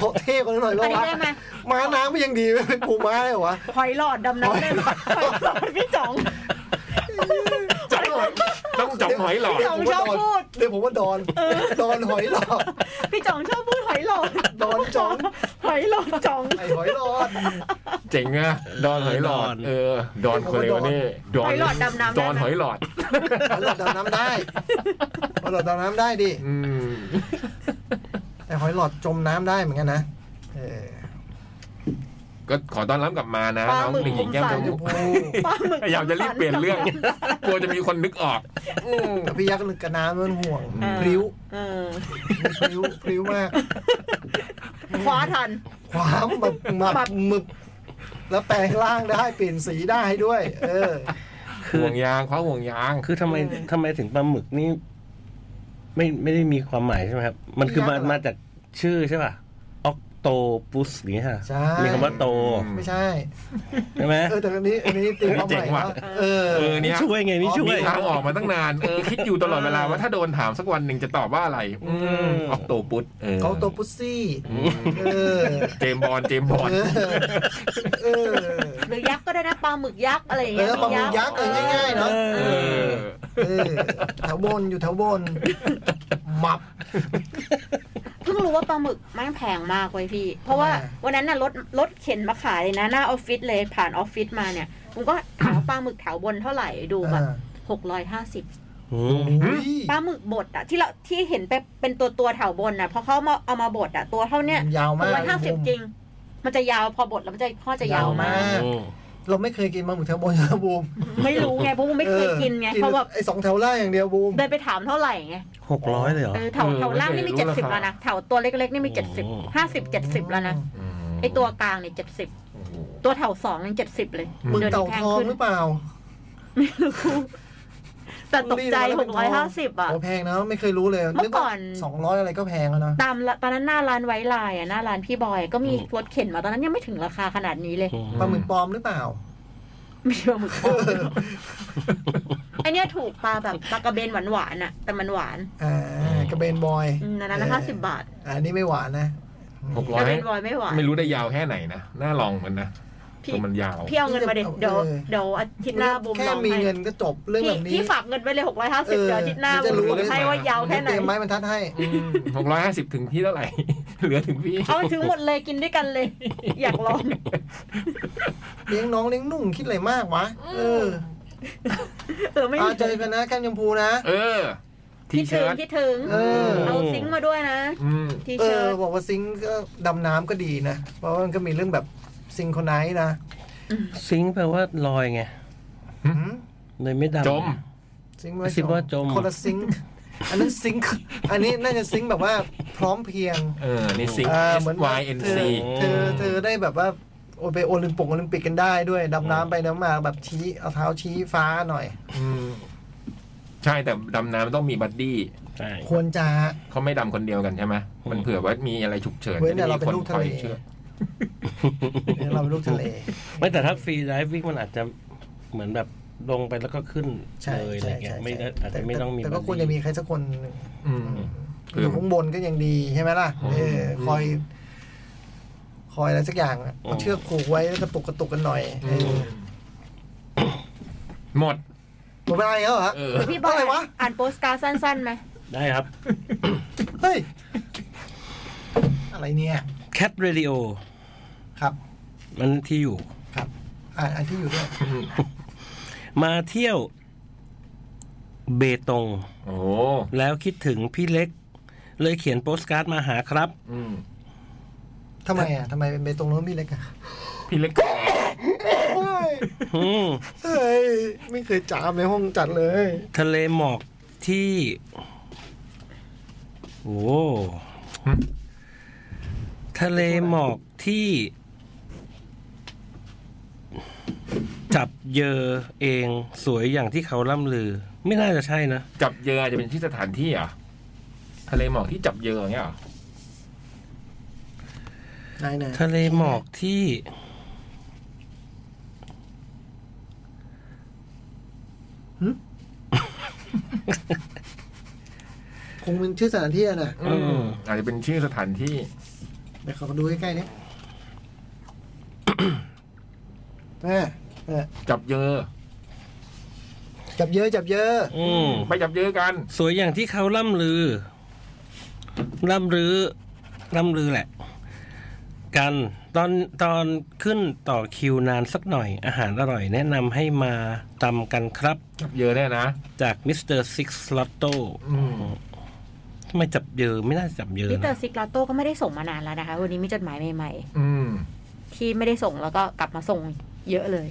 ขอเท่กว่านั้นหน่อยแล้วน
อันี้
วะ
ได้ไหม
ม้าน้ำก็ยังดีเป็นปูม้าเลยวะ
หอยหลอดดำน้ำได้ไหมหอยหลอดพี่จ๋อง
จ่องต้องจ่องหอยหลอด
เดี๋ยวผมชอบพูด
เดี๋ยวผมว่าดอนดอนหอยหลอด
พี่จ๋องชอบพูดหอยหลอด
ดอนจ๋อง
หอยหลอดจ๋อง
ไอหอยหลอด
เจ๋งอะดอนหอยหลอด เออ ดอนคนเดียวนี่ดอนดอนหอยหลอด
หลอดดำน้ำได้หลอดดำน้ำได้ดิ
อืม
แต่หอยหลอดจมน้ำได้เหมือนกันนะเออ
ก็ขอต้อนรับกลับมานะ น้องหนึ่งหญิงแก้มชม
ช
พู
มพู
ปลาหมึก
พยายามจะรีบเปลี่ยนเรื่องกลัวจะมีคนนึกออก
แต่พี่ยักษ์นึกกระน้ำมันห่วง
เออ
พลิ้ว
เออ
พลิ้วพลิ้วมาก
คว้าทัน
ขวามแบบมา
แบบ
มึก แล้วแปลงร่างได้เปลี่ยนสีได้ด้วย เออ
ห่วงยางเขาห่วงยาง
คือทำไม
เออ
ทำไมถึงปลาหมึกนี่ไม่ไม่ได้มีความหมายใช่ไหมครับ มันคือมา
ไม่ยากหรอก
มาจากชื่อใช่ป่ะออกโตปุสนี้ฮะ
ใช่
มีคำว่าโต
ไม่ใช่
ใช่ไหม
เออแต่อันนี้อันนี้ตีความใหม่นะเออ
เออเนี่ย
ช่วยไงนี่ช่ว
มี
ย
ทางออกมาตั้งนาน เออ คิดอยู่ตลอดเวลาว่าถ้าโดนถามสักวันหนึ่งจะตอบว่าอะไร อืมออกโตปุตเออ
เขาตัวพุซซี่เออ
เจมส์บอลเจมส์บอล
เออเออ
หรือยักษ์ก็ได้นะปลาหมึกยักษ์อะไรอย่าง
เอ
เงี้ย
อปลาหมึกยักษ์เออง่ายๆเนาะ
เออ
เออแถวบนอยู่แถวบนหมับ
เพิ่งรู้ว่าปลาหมึกแม่งแพงมากเว้ยพี่ เพราะว่า
ทำไมอะ
วันนั้นน่ะรถรถเข็นมาขายเลยนะหน้าออฟฟิศเลยผ่านออฟฟิศมาเนี่ยผมก็ถามว่าปลาหมึกแถวบนเท่าไหร่ดูแบบหกร้อยห้าสิบ
อุ้ย
ปลาหมึกบดอะที่เราที่เห็นไปเป็นตัวตัวๆแถวบนอะพอเขามาเอามาบดอะตัวเท่าเนี้ย
ยาวมาก
ร้อยห้าสิบจริง มันจะยาวพอบดแล้วมันจะข้อจะยาวมาก
อืม
เราไม่เคยกินมาหมึกแถวบนนะบูม
ไม่รู้ไงเพราะกูไม่เคยกินไง
ออ
เพราะแบบ
ไอ้สองแถวล่างอย่างเดียวบูม
เดินไปถามเท่าไหร่ไง
หกร้อยเลยเหรอ
เออแถวแถวล่างนี่มี
ไม่
เจ็ด
รู้
สิบ
ราคา
แล้วนะแถวตัวเล็กๆนี่มีเจ็ดสิบห้าสิบเจ็ดสิบแล้วนะไอตัวกลางเนี่ยเจ็ดสิบ
โอ้โห
ตัวแถวสองยังเจ็ดสิบเลย
อืม
หมึก
เดี๋ยว
เต่า
นี้แพง
ทอง
ขึ้น
หรือเปล่า
ไม่รู้ แต่ตกใจหกร้อยห้าสิบอ่ะ
โอ้แพงนะไม่เคยรู้เลย
เมื่อก่อน
สองร้อยอะไรก็แพงแล้วนะ
ตามละตอนนั้นหน้าร้านไว้ลายอ่ะหน้าร้านพี่บอยก็มีรถเข็นมาตอนนั้นยังไม่ถึงราคาขนาดนี้เลย
อืม
ปลาหมึกปลอมหรือเปล่า
ไม่ใช่ปลาหมึกทอด ไอเนี้ยถูกปลาแบบปลากระเบนหวานๆอ่ะ แต่มันหวาน
อ่ากระเบนบอย
อืมอันนั้นห้าสิบบาท
อาอันนี้ไม่หวานนะ
หก
ก
ร้อย
ระเบนบอยไม่หวาน
ไม่รู้ได้ยาวแค่ไหนนะน่าลองเหมือนนะ
พี่
ตัวมันยาว
พี่เอาเงินมาเด็ดเดี๋ยวเดี๋ยวอาทิตย์หน้าบูม
แค่
ลอง
มี
ให้
เงินก็จบเรื่อง
พี่
แบบนี้
พี่ฝากเงินไปเลยหกร้อยห้า
เอ
สิบ
อ
เดี๋ยวอาทิตย์หน้า
เดี๋ยว
บู
จะรู้
ม
เลย
ให้ว่ายาวแค่ไหน
เตรียมไม้บรรทัดให้
หกร้อยห้าสิบถึงพี่เท่าไหร่ เหลือถึงพี่
เอาถึงหมดเลยกินด้วยกันเลย อยากลอง
เลี้ยงน้องเลี้ยงหนุ่งคิดอะไรมากวะเออ
เออไม่
เอาเจอกันนะแก้มชมพูนะ
เออ ที
คิดถึ
เชิ้
ง
ต
คิดถึง
เออ
เอาซิงค์มาด้วยนะ
อืม
ที
เอ
เชิ
อ
ร์ต
บอกว่าซิงค์ก็ดำน้ำก็ดีนะ เพราะว่ามันก็มีเรื่องแบบซิงโครไนซ์นะ
ซิงค์แปลว่าลอยไง
หืม
เลยไม่ดำ
จม
ซิงค์ว่า
ซิงค์ว่าจม
คนละซิ งค์อันนั้นซิงค์อันนี้น่าจะซิงค์แบบว่าพร้อมเพรียง
เออนี่ซิง
เออ
S
เหมือน
Y N
เธ
C
อเธอเธอได้แบบว่าโอยไปโอลิมปิกโอลิมปิกกันได้ด้วยดำน้ำไปน้ำมาแบบชี้เอาเท้าชี้ฟ้าหน่อย
อืมใช่แต่ดำน้ำต้องมีบัดดี้
ใช่
ควรจะ
เขาไม่ดำคนเดียวกันใช่ไหมมันเผื่อว่ามีอะไรฉุกเฉิน
เว้นแต่เราเป็นลูกทะเล
จะได้มีคนคอยชื่อ
เนี่ยเราเป็น ลูก ทะเล
ไม่แต่ถ้าฟรีไดฟ์วิ่งมันอาจจะเหมือนแบบลงไปแล้วก็ขึ้น
ใช่
เลยอะไร
ใช่
เงี้ย
ใช่
ไม่ได้อาจจะไม่ต้องมี
แต่ก็ควรจะมีใครสักคนหนึ่ง
อืม
อ
เผื่อ
ยู่ข้างบนก็ยังดีใช่ไหมล่ะเออคอย คอยอะไรสักอย่างอะเอาเชือกผูกไว้แล้วกระตุกกระตุกกันหน่อยเออ
หมด
หมดเวลาอีกแล้วเหรอฮะ
เออ
พี่บอย
อะไรวะ
อ่านโปสการ์ดสั้นๆไหม
ได้ครับ
เฮ้ยอะไรเนี่ย
แค t เรดิโอ
ครับ
มันที่อยู่
ครับ อ่านอันที่อยู่ด้วย
มาเที่ยวเบตง
โอ้
แล้วคิดถึงพี่เล็ก เลยเขียนโปสการ์ดมาหาครับ
อืม
ทำไมอ่ะทำไมเป็นไปตรงโน้นมีเล็กอ่ะ
พี่เล็ก
เฮ้ย
อืม
เฮ้ยไม่เคยจามในห้องจัดเลย
ทะเลหมอกที่โอ้ทะเลหมอกที่ จับเยอเองสวยอย่างที่เขาล่ำลือ ไม่น่าจะใช่นะ
จับเยออาจจะเป็นที่สถานที่เหรอ่ะทะเลหมอกที่จับเยออย่างเงี้ยเหรอน
ายนาย
ทะเลหมอกที่
คงเป็นชื่อสถานที่อะนะ
อืม
มอาจจะเป็นชื่อสถานที่
เดี๋ยวเขาดูใก ล้ๆนี้แม่แม่
จับเยอ
จับเยอะจับเยอะ
อืม
ไปจับเยอกัน
สวยอย่างที่เขาล่ำลือ ล่ำลือ ล่ำลือแหละ กัน ตอนตอนขึ้นต่อคิวนานสักหน่อย อาหารอร่อยแนะนำให้มาตำกันครับ
จับเยอแน่นะ
จากมิสเตอร์ซิกซ์ลอตโต้
อืม
ทำไมจับเยอะไม่น่าจับเยอะ
มิสเตอ
นะ
ร์ซิกลาโต้ก็ไม่ได้ส่งมานานแล้วนะคะ วันนี้มีจดหมายใหม่
อืม
ๆ ที่ไม่ได้ส่งแล้วก็กลับมาส่งเยอะเลย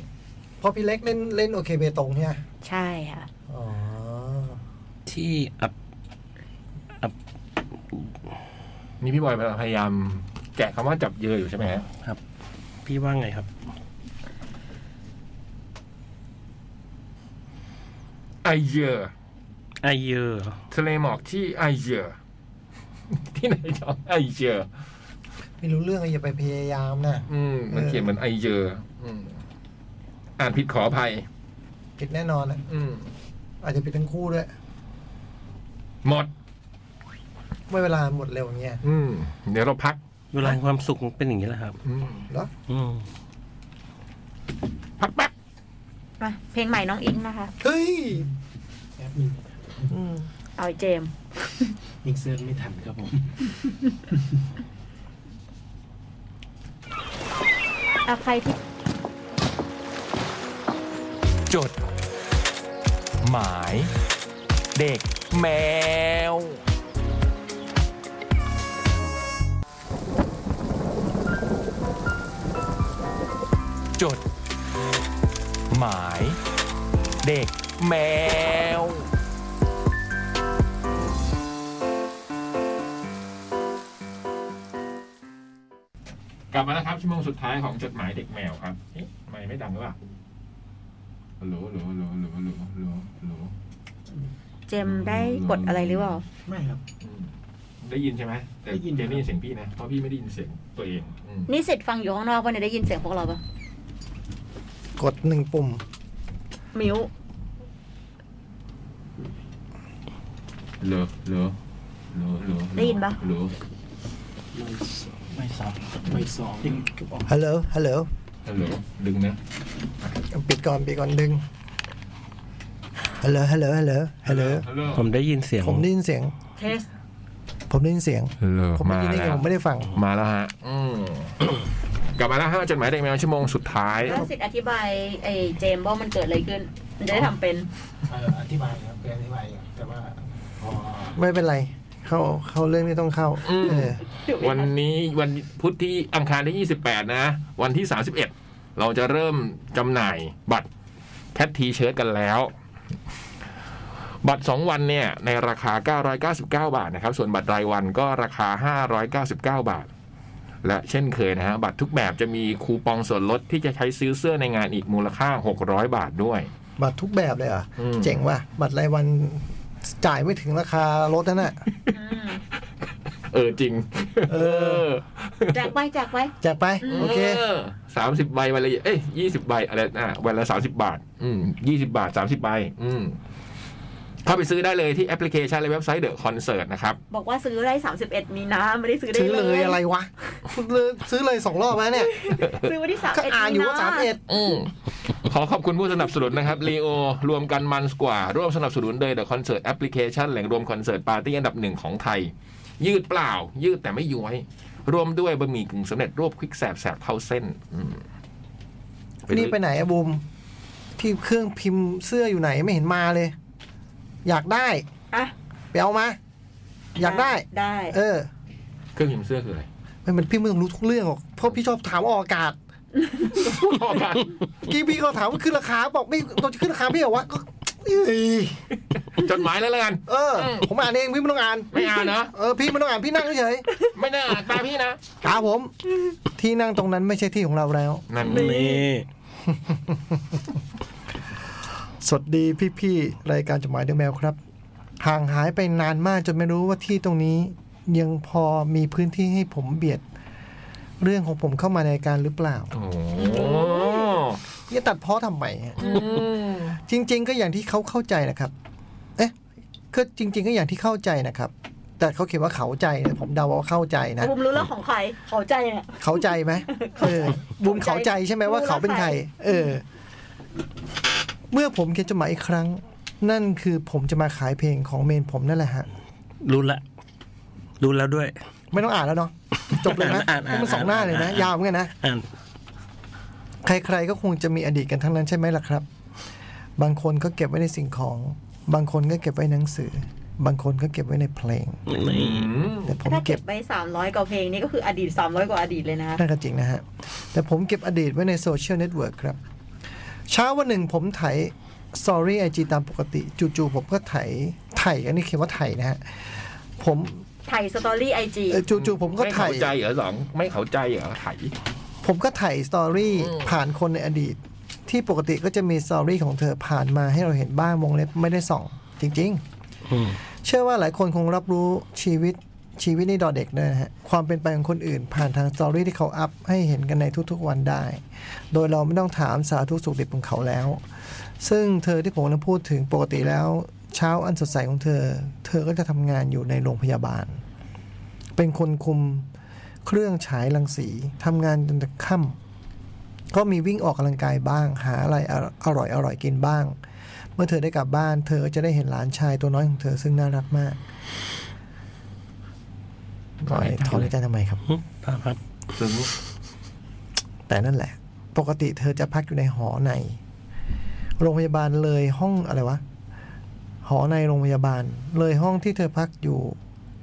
เพอพี่เล็กเล่นเล่นโอเคเบตงเนี่ย
ใช่ค่ะ
อ๋อ
ที่อับ
นี่พี่บอยพยายาม แกะคำว่าจับเยออยู่ใช่ไหมฮะ
พี่ว่าไงครับ
ไอเยอ
ไอเยอเหรอ
ทะเลหมอกที่ไอเยอ ที่ไหนจอมไอเยอ
ไม่รู้เรื่องอะอย่าไปพยายามนะ
อืมมัน
เออ
เขียนเหมือนไอเยออืมอ่านผิดขออภัย
ผิดแน่นอนอะ
อืม
อาจจะผิดทั้งคู่ด้วย
หมด
ไม่เวลาหมดเร็วอย่างเงี้ย
อืมเดี๋ยวเราพัก
เวลาแห่งความสุขมันเป็นอย่างนี้แหละครับ
อืม
เหรอ
อืม
พักแป๊บ
มาเพลงใหม่น้องอิงนะคะ
เฮ้ย
แอปบนึง
อืม
เอาไอ้เจมส์
มิกเซอร์ไม่ทันครับผม
เอาใครที่
จด หมาย เด็กแมว จด หมาย เด็กแมว
กลับมาแล้วครับชั่วโมงสุดท้ายของจดหมายเด็กแมวครับเอ๊ะทำไมไม่ดังหรือเปล่าฮัลโหลฮัลโหลฮัลโหลฮัลโหลฮัลโหลฮัลโหล
เจมส์ได้กดอะไรหรือเปล่า
ไม่ครับ
อืมได้ยินใช่ไหมแต่
ได้ยิน
เจนนี่เสียงพี่นะเพราะพี่ไม่ได้ยินเสียงตัวเองอืม
นี่เสร็จฟังอยู่ข้างนอกวันนี้ได้ยินเสียงพวกเราปะ
กดหนึ่งปุ่ม
มิว
เหลอเหลอเหลอเหลอเหลอ
ได้ยินปะ
เหลอ
ไม่ซ้
ไม่สอง
ำดึงกระบอก
ฮัลโหล ฮัลโหล
ฮัลโหลดึงนะ
ปิดก่อนปิดก่อนดึง ฮัลโหล ฮัลโหล ฮัลโหล ฮัลโหล
ฮัลโหล
ผมได้ยินเสียง
ผมได้ยินเสียง
เทส
ผมได้ยินเสียง
ฮัลโหล
ผมไม่
มา
ได้ยินได้
แล้ว
ไงผมไม่ได้ฟัง
มาแล้วฮะอืม กลับมาแล้วฮะจดหมายเด็กแมวชั่วโมงสุดท้าย
แล้วสิทธิ์อธิบายไอ้เจมส์ว่ามันเกิดอะไรขึ้น มันจะได้ทำเป็น
เอ่ออธิบายครับไปอธิบายครับแต่ว่าพอ
ไม่เป็นไร เข้า เข้าเรื่องที่ต้องเข้า
อืม
เออ
วันนี้วันพุธที่อังคารที่ 28 นะ วันที่ 31 เราจะเริ่มจำหน่ายบัตรแคททีเชิร์ตกันแล้ว บัตร 2 วันเนี่ย ในราคา 999 บาทนะครับ ส่วนบัตรรายวันก็ราคา 599 บาท และเช่นเคยนะฮะ บัตรทุกแบบจะมีคูปองส่วนลดที่จะใช้ซื้อเสื้อในงานอีกมูลค่า 600 บาทด้วย
บัตรทุกแบบเลยเหรอ่ะ
อืม
เจ๋งว่ะ บัตรรายวันจ่ายไม่ถึงราคารถนั่นน่ะ
เออจริง
เอ
อ
แจกไว้แจกไว้
แจกไป โอเค
สามสิบใบวันละเอ้ยยี่สิบใบอะไรอ่ะวันละสามสิบาท อืมยี่สิบาทสามสิบใบ อืมเข้าไปซื้อได้เลยที่แอปพลิเคชันและเว็บไซต์เดอะคอนเสิร์ตนะครับ
บอกว่าซื้อได้ 31 มีนาไม่ได้ซื้อได้
ซื้อเลยอะไรวะ ซื้อเลยสองรอบแล้วเนี่ย
ซื้อวันที่
ก็
31
อ่านอยู่ว่าสามเอ็ด
อืมขอขอบคุณผู้สนับสนุนนะครับลีโอรวมกันมันกว่า ร่วมสนับสนุนโดยเดอะคอนเสิร์ตแอปพลิเคชันแหล่งรวมคอนเสิร์ตปาร์ตี้อันดับหนึ่งของไทย ยืดเปล่า ยืดแต่ไม่ย้วย รวมด้วยบะหมี่กึ่งสำเร็จรูปควิกแสบแสบเท่าเส้น อืม
นี่ไปไหนอะบูม ที่เครื่องพิมพ์เสื้ออยู่ไหนไม่เห็นมาเลย อยากได้
อ่ะ
ไปเอามา อยากได้
ได้
เออ
เครื่องพิมพ์เสื้อคืออะไร
ไม่มันพี่ไม่ต้องรู้ทุกเรื่องหรอก เพราะพี่ชอบถามออกอากาศเมื่อกี้พี่เขาถามว่าขึ้นราคาบอกไม่เราจะขึ้นราคาพี่เหรอวะก็เอ้ย
จดหมายแล้วละกัน
เออ ผมอ่านเองพี่ไม่ต้องอ่าน
ไม่อ่านเนาะ
เออพี่ไม่ต้องอ่านพี่นั่งเฉย
ไม่น่าอ่านตามพี่นะ
ๆตามผม ที่นั่งตรงนั้นไม่ใช่ที่ของเราแล้ว
นั่น
นี่
สวัสดีพี่ๆรายการจดหมายเด็กแมวครับ ห่างหายไปนานมากจนไม่รู้ว่าที่ตรงนี้ยังพอมีพื้นที่ให้ผมเบียด เรื่องของผมเข้ามาในรายการหรือเปล่า
โอ้โห
จะตัดเพ้อทำไมฮะจริง ๆ ก็อย่างที่เขาเข้าใจนะครับ เอ๊ะก็จริง ๆ ก็อย่างที่เข้าใจนะครับ แต่เขาเขียนว่าเขาใจนะผมเดาว่าเข้าใจนะ
บุมรู้แล้วของใครเขาใจเนี่ย
เขาใจไหมเออบุมเขาใจใช่ไหมว่าเขาเป็นใคร เออ เมื่อผมเขียนจดหมายอีกครั้ง นั่นคือผมจะมาขายเพลงของเมนผมนั่นแหละฮะ
รู้ละ รู้แล้วด้วย
ไม่ต้องอ่านแล้วเนาะ จบเลยนะ
อ่านอ่านอ่าน
มันสองหน้าเลยนะ
อ่านอ่าน
ยาวเหมือนกันนะ
อ่าน
ใครๆ ก็คงจะมีอดีตกันทั้งนั้นใช่ไหมล่ะครับ บางคนก็เก็บไว้ในสิ่งของ บางคนก็เก็บไว้ในหนังสือ บางคนก็เก็บไว้ในเพลง
นี่
แต่ผม
ถ้า
เก็
เก็
บบ
ไป300 กว่าเพลงนี่ก็คืออดีต 300 กว่าอดีตเลยนะ
นั่นก็จริงนะฮะ แต่ผมเก็บอดีตไว้ในโซเชียลเน็ตเวิร์กครับ เช้าวันหนึ่งผมไถ sorry IG ตามปกติ จู่ๆผมก็ไถ ไถ อันนี้เขียนว่าไถนะฮะ ผม
ไทยสตอรี่ไอจี
เอ่อจู่ๆผมก็
ไม่
ไถ
เข้าใจเหรอสองไม่เข้าใจเหรอไถ
ผมก็ถ่ายสตอรี่
อืม
ผ่านคนในอดีต ที่ปกติก็จะมีสตอรี่ของเธอผ่านมาให้เราเห็นบ้างวงเล็บไม่ได้ส่อง จริง
อืม
ๆ เชื่อว่าหลายคนคงรับรู้ชีวิตชีวิตในดอเด็กด้วยนะฮะ ความเป็นไปของคนอื่นผ่านทางสตอรี่ที่เขาอัพให้เห็นกันในทุกๆวันได้ โดยเราไม่ต้องถามสาธุสุขดิบของเขาแล้ว ซึ่งเธอที่ผมกำลังพูดถึงปกติแล้ว เช้าอันสดใสของเธอ เธอก็จะทำงานอยู่ในโรงพยาบาล เป็นคนคุมเครื่องฉายรังสีทำงานจนถึงค่ำก็มีวิ่งออกกำลังกายบ้าง หาอะไรอร่อยอร่อยๆกินบ้าง เมื่อเธอได้กลับบ้าน เธอจะได้เห็นหลานชายตัวน้อยของเธอซึ่งน่ารักมากถอนถอนหายใจทำไมครับ
ภาพครับ
ซึ้ง
แต่นั่นแหละ ปกติเธอจะพักอยู่ในหอใน โรงพยาบาลเลยห้องอะไรวะ หอในโรงพยาบาล เลยห้องที่เธอพักอยู่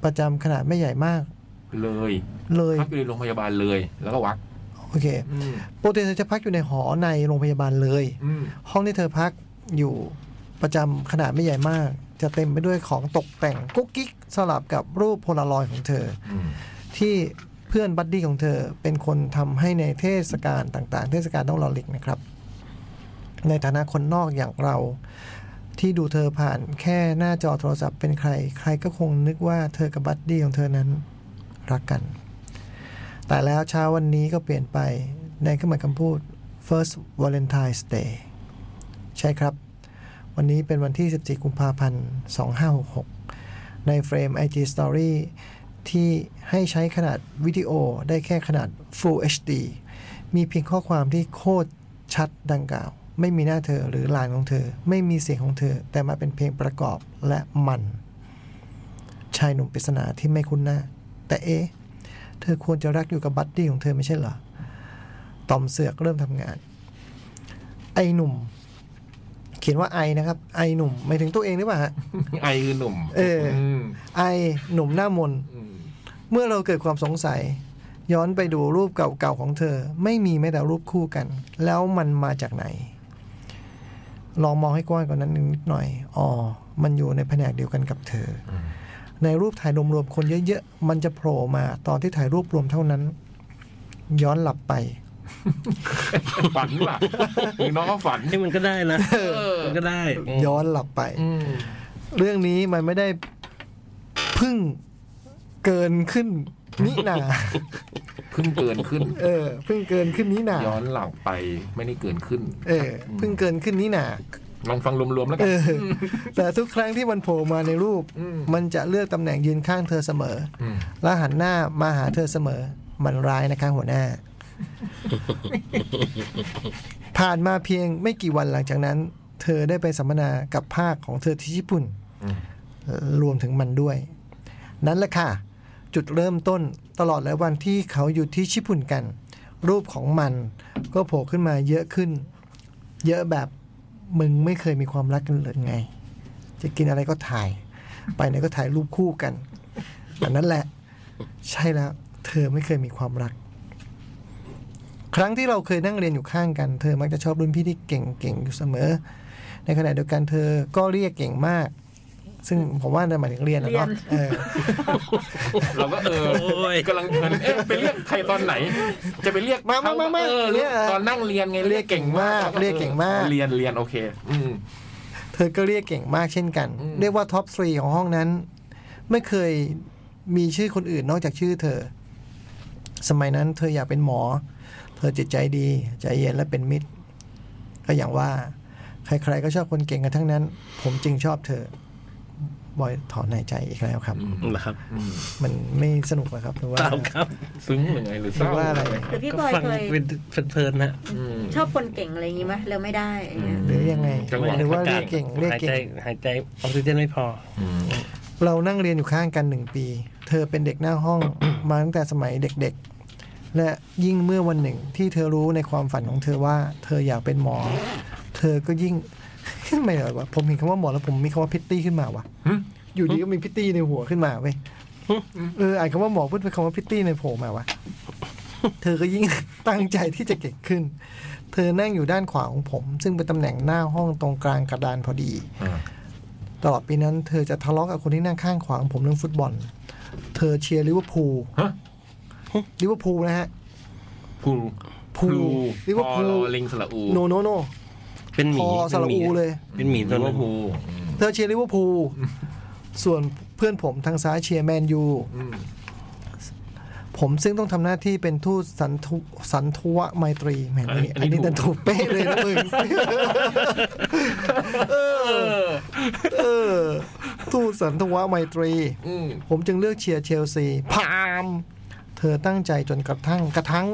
ประจำขนาดไม่ใหญ่มาก
เลย
เลย
พักอยู่ในโรงพยาบาลเลย แล้วก็วัก
โอเค
อืม
ปกติเธอจะพักอยู่ในหอในโรงพยาบาลเลย
อืม
ห้องที่เธอพักอยู่ประจำขนาดไม่ใหญ่มาก จะเต็มไปด้วยของตกแต่งกุ๊กกิ๊กสลับกับรูปโพลารอยด์ของเธอ
อืม
ที่เพื่อนบัดดี้ของเธอเป็นคนทำให้ในเทศกาลต่างๆ เทศกาลต้องรอลิกนะครับ ในฐานะคนนอกอย่างเรา ที่ดูเธอผ่านแค่หน้าจอโทรศัพท์เป็นใคร ใครก็คงนึกว่าเธอกับบัดดี้ของเธอนั้นรักกัน แต่แล้วเช้าวันนี้ก็เปลี่ยนไปในเครื่องหมายคำพูด first Valentine's Day ใช่ครับ วันนี้เป็นวันที่ 14 กุมภาพันธ์ 2566 ในเฟรม IG Story ที่ให้ใช้ขนาดวิดีโอได้แค่ขนาด Full HD มีเพียงข้อความที่โคตรชัดดังกล่าว ไม่มีหน้าเธอหรือลานของเธอ ไม่มีเสียงของเธอ แต่มาเป็นเพลงประกอบและมัน ชายหนุ่มปริศนาที่ไม่คุ้นหน้า แต่เอ๊ะ เธอควรจะรักอยู่กับบัดดี้ของเธอไม่ใช่เหรอ ต่อมเสือกเริ่มทำงาน ไอหนุ่ม เขียนว่าไอนะครับ ไอหนุ่มหมายถึงตัวเองหรือเปล่าฮะ
ไอคือหนุ่ม
เอออื
ม
ไอหนุ่มหน้ามน
อืม
เมื่อเราเกิดความสงสัย ย้อนไปดูรูปเก่าๆของเธอ ไม่มีแม้แต่รูปคู่กัน แล้วมันมาจากไหน ลองมองให้กว้างกว่านั้นนิดหน่อยอ๋อมันอยู่ในแผนกเดียวกันกับเธออในรูปถ่ายรวมๆคนเยอะๆมันจะโผล่มาตอนที่ถ่ายรูปรวมเท่านั้น ย้อนหลับไป
ฝันหรือเปล่าหรือน้องเขาฝัน
นี่มันก็ได้นะมันก็ได้อืม
ย้อนหลับไป
อืม
เรื่องนี้มันไม่ได้พึ่งเกินขึ้นนี่นา
เพิ่งเกินขึ้น
เออเพิ่งเกินขึ้นนี่นา
ย้อนหลังไปไม่ได้เกินขึ้น
เออเพิ่งเกินขึ้นนี่หนา
ลองฟังรวมๆแล้วกั
เอน อ แต่ทุกครั้งที่มันโผล่มาในรูป
อืม
มันจะเลือกตำแหน่งยืนข้างเธอเสมอ
ม
และหันหน้ามาหาเธอเสมอ มันร้ายนะคะหัวหน้า ผ่านมาเพียงไม่กี่วันหลังจากนั้น เธอได้ไปสัมมนากับภาคของเธอที่ญี่ปุ่น รวมถึงมันด้วย นั่นแหละค่ะ จุดเริ่มต้นตลอดหลายวันที่เขาอยู่ที่ญี่ปุ่นกัน รูปของมันก็โผล่ขึ้นมาเยอะขึ้น เยอะแบบมึงไม่เคยมีความรักกันเลยไง จะกินอะไรก็ถ่าย ไปไหนก็ถ่ายรูปคู่กันแต่นั่นแหละ ใช่แล้ว เธอไม่เคยมีความรัก ครั้งที่เราเคยนั่งเรียนอยู่ข้างกัน เธอมักจะชอบรุ่นพี่ที่เก่งๆอยู่เสมอ ในขณะเดียวกันเธอก็เรียกเก่งมาก ซึ่งผมว่านั่นหมายถึงเรียนนะเนาะเออ
เราก็เออ
โอ้ย
กำลังเพลินเอ๊ะไปเรียกใครตอนไหน จะไปเรียก
มามา
เข
มามา
เออ
เรี
เรีย
ย
ก
ก
ตอนนั่งเรียนไง
เรียกเก่งมากเรียกเก่งมาก
เรียนเรียนโอเค อืม
เธอก็เรียกเก่งมากเช่นกัน
อืม
เรียกว่าท็อปทรีของห้องนั้น ไม่เคยมีชื่อคนอื่นนอกจากชื่อเธอ สมัยนั้นเธออยากเป็นหมอ เธอจิตใจดี ใจเย็นและเป็นมิตร ก็อย่างว่า ใครๆก็ชอบคนเก่งกันทั้งนั้น ผมจึงชอบเธอบอยถอนหายใจอีกแล้วครับ
นะครับ
อืม
มันไม่สนุกเหรอครับหรือว่า
ตามครับ
ซึ้งหรือไงหรือเศร้า
หรือว่าอะไร
หรือพี่
ก็
บอย
ฟัง
เคย
เป็นเพลินๆนะ
อืม
ชอบคนเก่งอะไรอย่างงี้ไหมแล้วไม่ได้อย่างเงี้ย
หรือยังไง
จังหวะ
หรือว่าเรียกเก่งเรียก
หาย
เก่
ใจ
ง
หายใจออกซิเจนไม่พอ
อืม
เรานั่งเรียนอยู่ข้างกันหนึ่งปี เธอเป็นเด็กหน้าห้อง มาตั้งแต่สมัยเด็กๆ และยิ่งเมื่อวันหนึ่งที่เธอรู้ในความฝันของเธอว่า เธออยากเป็นหมอ เธอก็ยิ่ง ทำไมเหรอวะผมเห็นคำว่าหมอแล้วผมมีคำว่าพิตตี้ขึ้นมาวะอยู่ดีก็มีพิตตี้ในหัวขึ้นมาเว้ยเอออ่านคำว่าหมอพูดเป็นคำว่าพิตตี้ในโผล่มาวะ เธอก็ยิ่ง ตั้งใจที่จะเก่งขึ้น เธอนั่งอยู่ด้านขวาของผม ซึ่งเป็นตำแหน่งหน้าห้องตรงกลางกระดานพอดี
อ่า
ตลอดปีนั้นเธอจะทะเลาะกับคนที่นั่งข้างขวางผมเรื่องฟุตบอล เธอเชียร์ลิเวอร์พูล
ฮะ
ลิเวอร์พูลนะฮะ
พูล
พูลหรือว่าพู
พ
ล
อลิงสระอู
โนโนโน
เป็นหมี
คอสระอูเลย
เป็นหมีตัวหนึง
พูล
เธอเชียร์ลิเวอร์พูลส่วนเพื่อนผมทางซ้ายเชียร์แมนยู
อืม
ผมซึ่งต้องทำหน้าที่เป็นทูตสันทุสันทุวไมตรีแหมอันนี้อันนี้ดันถูกเป๊ะเลยนะมึง เออเออทูตสันทุวไมตรี
อืม
ผมจึงเลือกเชียร์เชลซีพามเธอตั้งใจจนกระทั่งกระทั่ง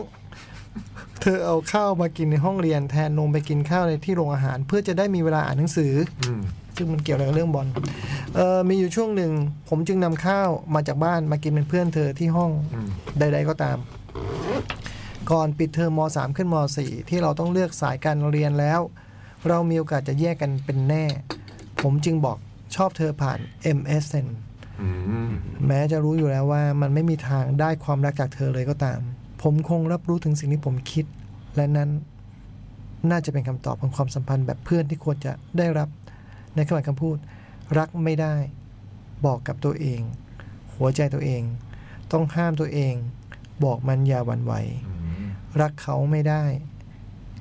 เธอเอาข้าวมากินในห้องเรียนแทนนมไปกินข้าวในที่โรงอาหาร เพื่อจะได้มีเวลาอ่านหนังสือ
อืม
ซึ่งมันเกี่ยวอะไรกับเรื่องบอลเออมีอยู่ช่วงหนึ่ง ผมจึงนำข้าวมาจากบ้านมากินเป็นเพื่อนเธอที่ห้องใด ๆ ก็ตาม ก่อนปิดเทอมม .3 ขึ้นม .4 ที่เราต้องเลือกสายการเรียนแล้ว เรามีโอกาสจะแยกกันเป็นแน่ ผมจึงบอกชอบเธอผ่าน MSN
อืม
แม้จะรู้อยู่แล้วว่ามันไม่มีทางได้ความรักจากเธอเลยก็ตาม ผมคงรับรู้ถึงสิ่งที่ผมคิด และนั้นน่าจะเป็นคำตอบของความสัมพันธ์แบบเพื่อนที่ควรจะได้รับในคำหมายคำพูด รักไม่ได้ บอกกับตัวเอง หัวใจตัวเอง ต้องห้ามตัวเอง บอกมันอย่าหวั่นไหว
อืม
รักเขาไม่ได้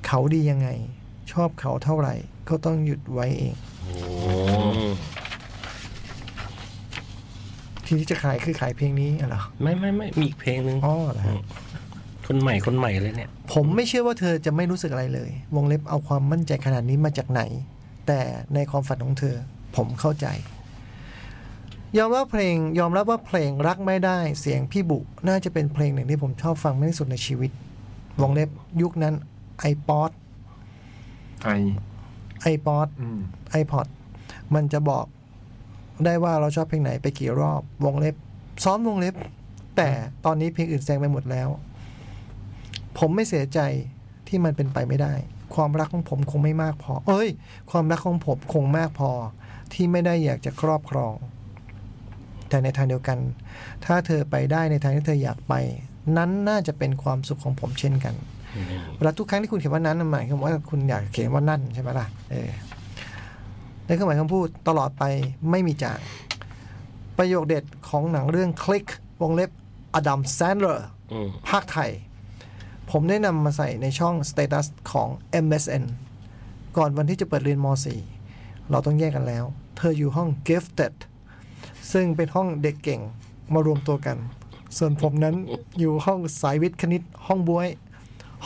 เขาดียังไง ชอบเขาเท่าไหร่ ก็ต้องหยุดไว้เอง
โอ้
ที่ที่จะขายคือขายเพลงนี้อะเหรอ
ไม่ไม่ไม่มีอีกเพลงหนึ่ง
อ๋อเหรอฮะ
คนใหม่คนใหม่เลยเนี่ย
ผมไม่เชื่อว่าเธอจะไม่รู้สึกอะไรเลย วงเล็บเอาความมั่นใจขนาดนี้มาจากไหน แต่ในความฝันของเธอ ผมเข้าใจ ยอมรับเพลงยอมรับว่าเพลงรักไม่ได้ เสียงพี่บุ น่าจะเป็นเพลงหนึ่งที่ผมชอบฟังมากที่สุดในชีวิต วงเล็บยุคนั้น iPod
ไอ
iPod
อืม
iPod มันจะบอกได้ว่าเราชอบเพลงไหนไปกี่รอบ วงเล็บ ซ้อมวงเล็บ แต่ตอนนี้เพลงอื่นแซงไปหมดแล้ว ผมไม่เสียใจที่มันเป็นไปไม่ได้ ความรักของผมคงไม่มากพอ เอ้ย ความรักของผมคงมากพอ ที่ไม่ได้อยากจะครอบครอง แต่ในทางเดียวกัน ถ้าเธอไปได้ในทางที่เธออยากไป นั้นน่าจะเป็นความสุขของผมเช่นกัน เวลาทุกครั้งที่คุณเขียนว่านั้นหมายความว่าคุณอยากเขียนว่านั่นใช่ไหมล่ะเออในเครื่องหมายคำพูดตลอดไปไม่มีจาง ประโยคเด็ดของหนังเรื่องคลิกวงเล็บอดัมแซนเลอร์
อืม
ภาคไทย ผมได้นำมาใส่ในช่อง Status ของ MSN ก่อนวันที่จะเปิดเรียนม .4 เราต้องแยกกันแล้ว เธออยู่ห้อง Gifted ซึ่งเป็นห้องเด็กเก่งมารวมตัวกัน ส่วนผมนั้นอยู่ห้องสายวิทย์คณิตห้องบวย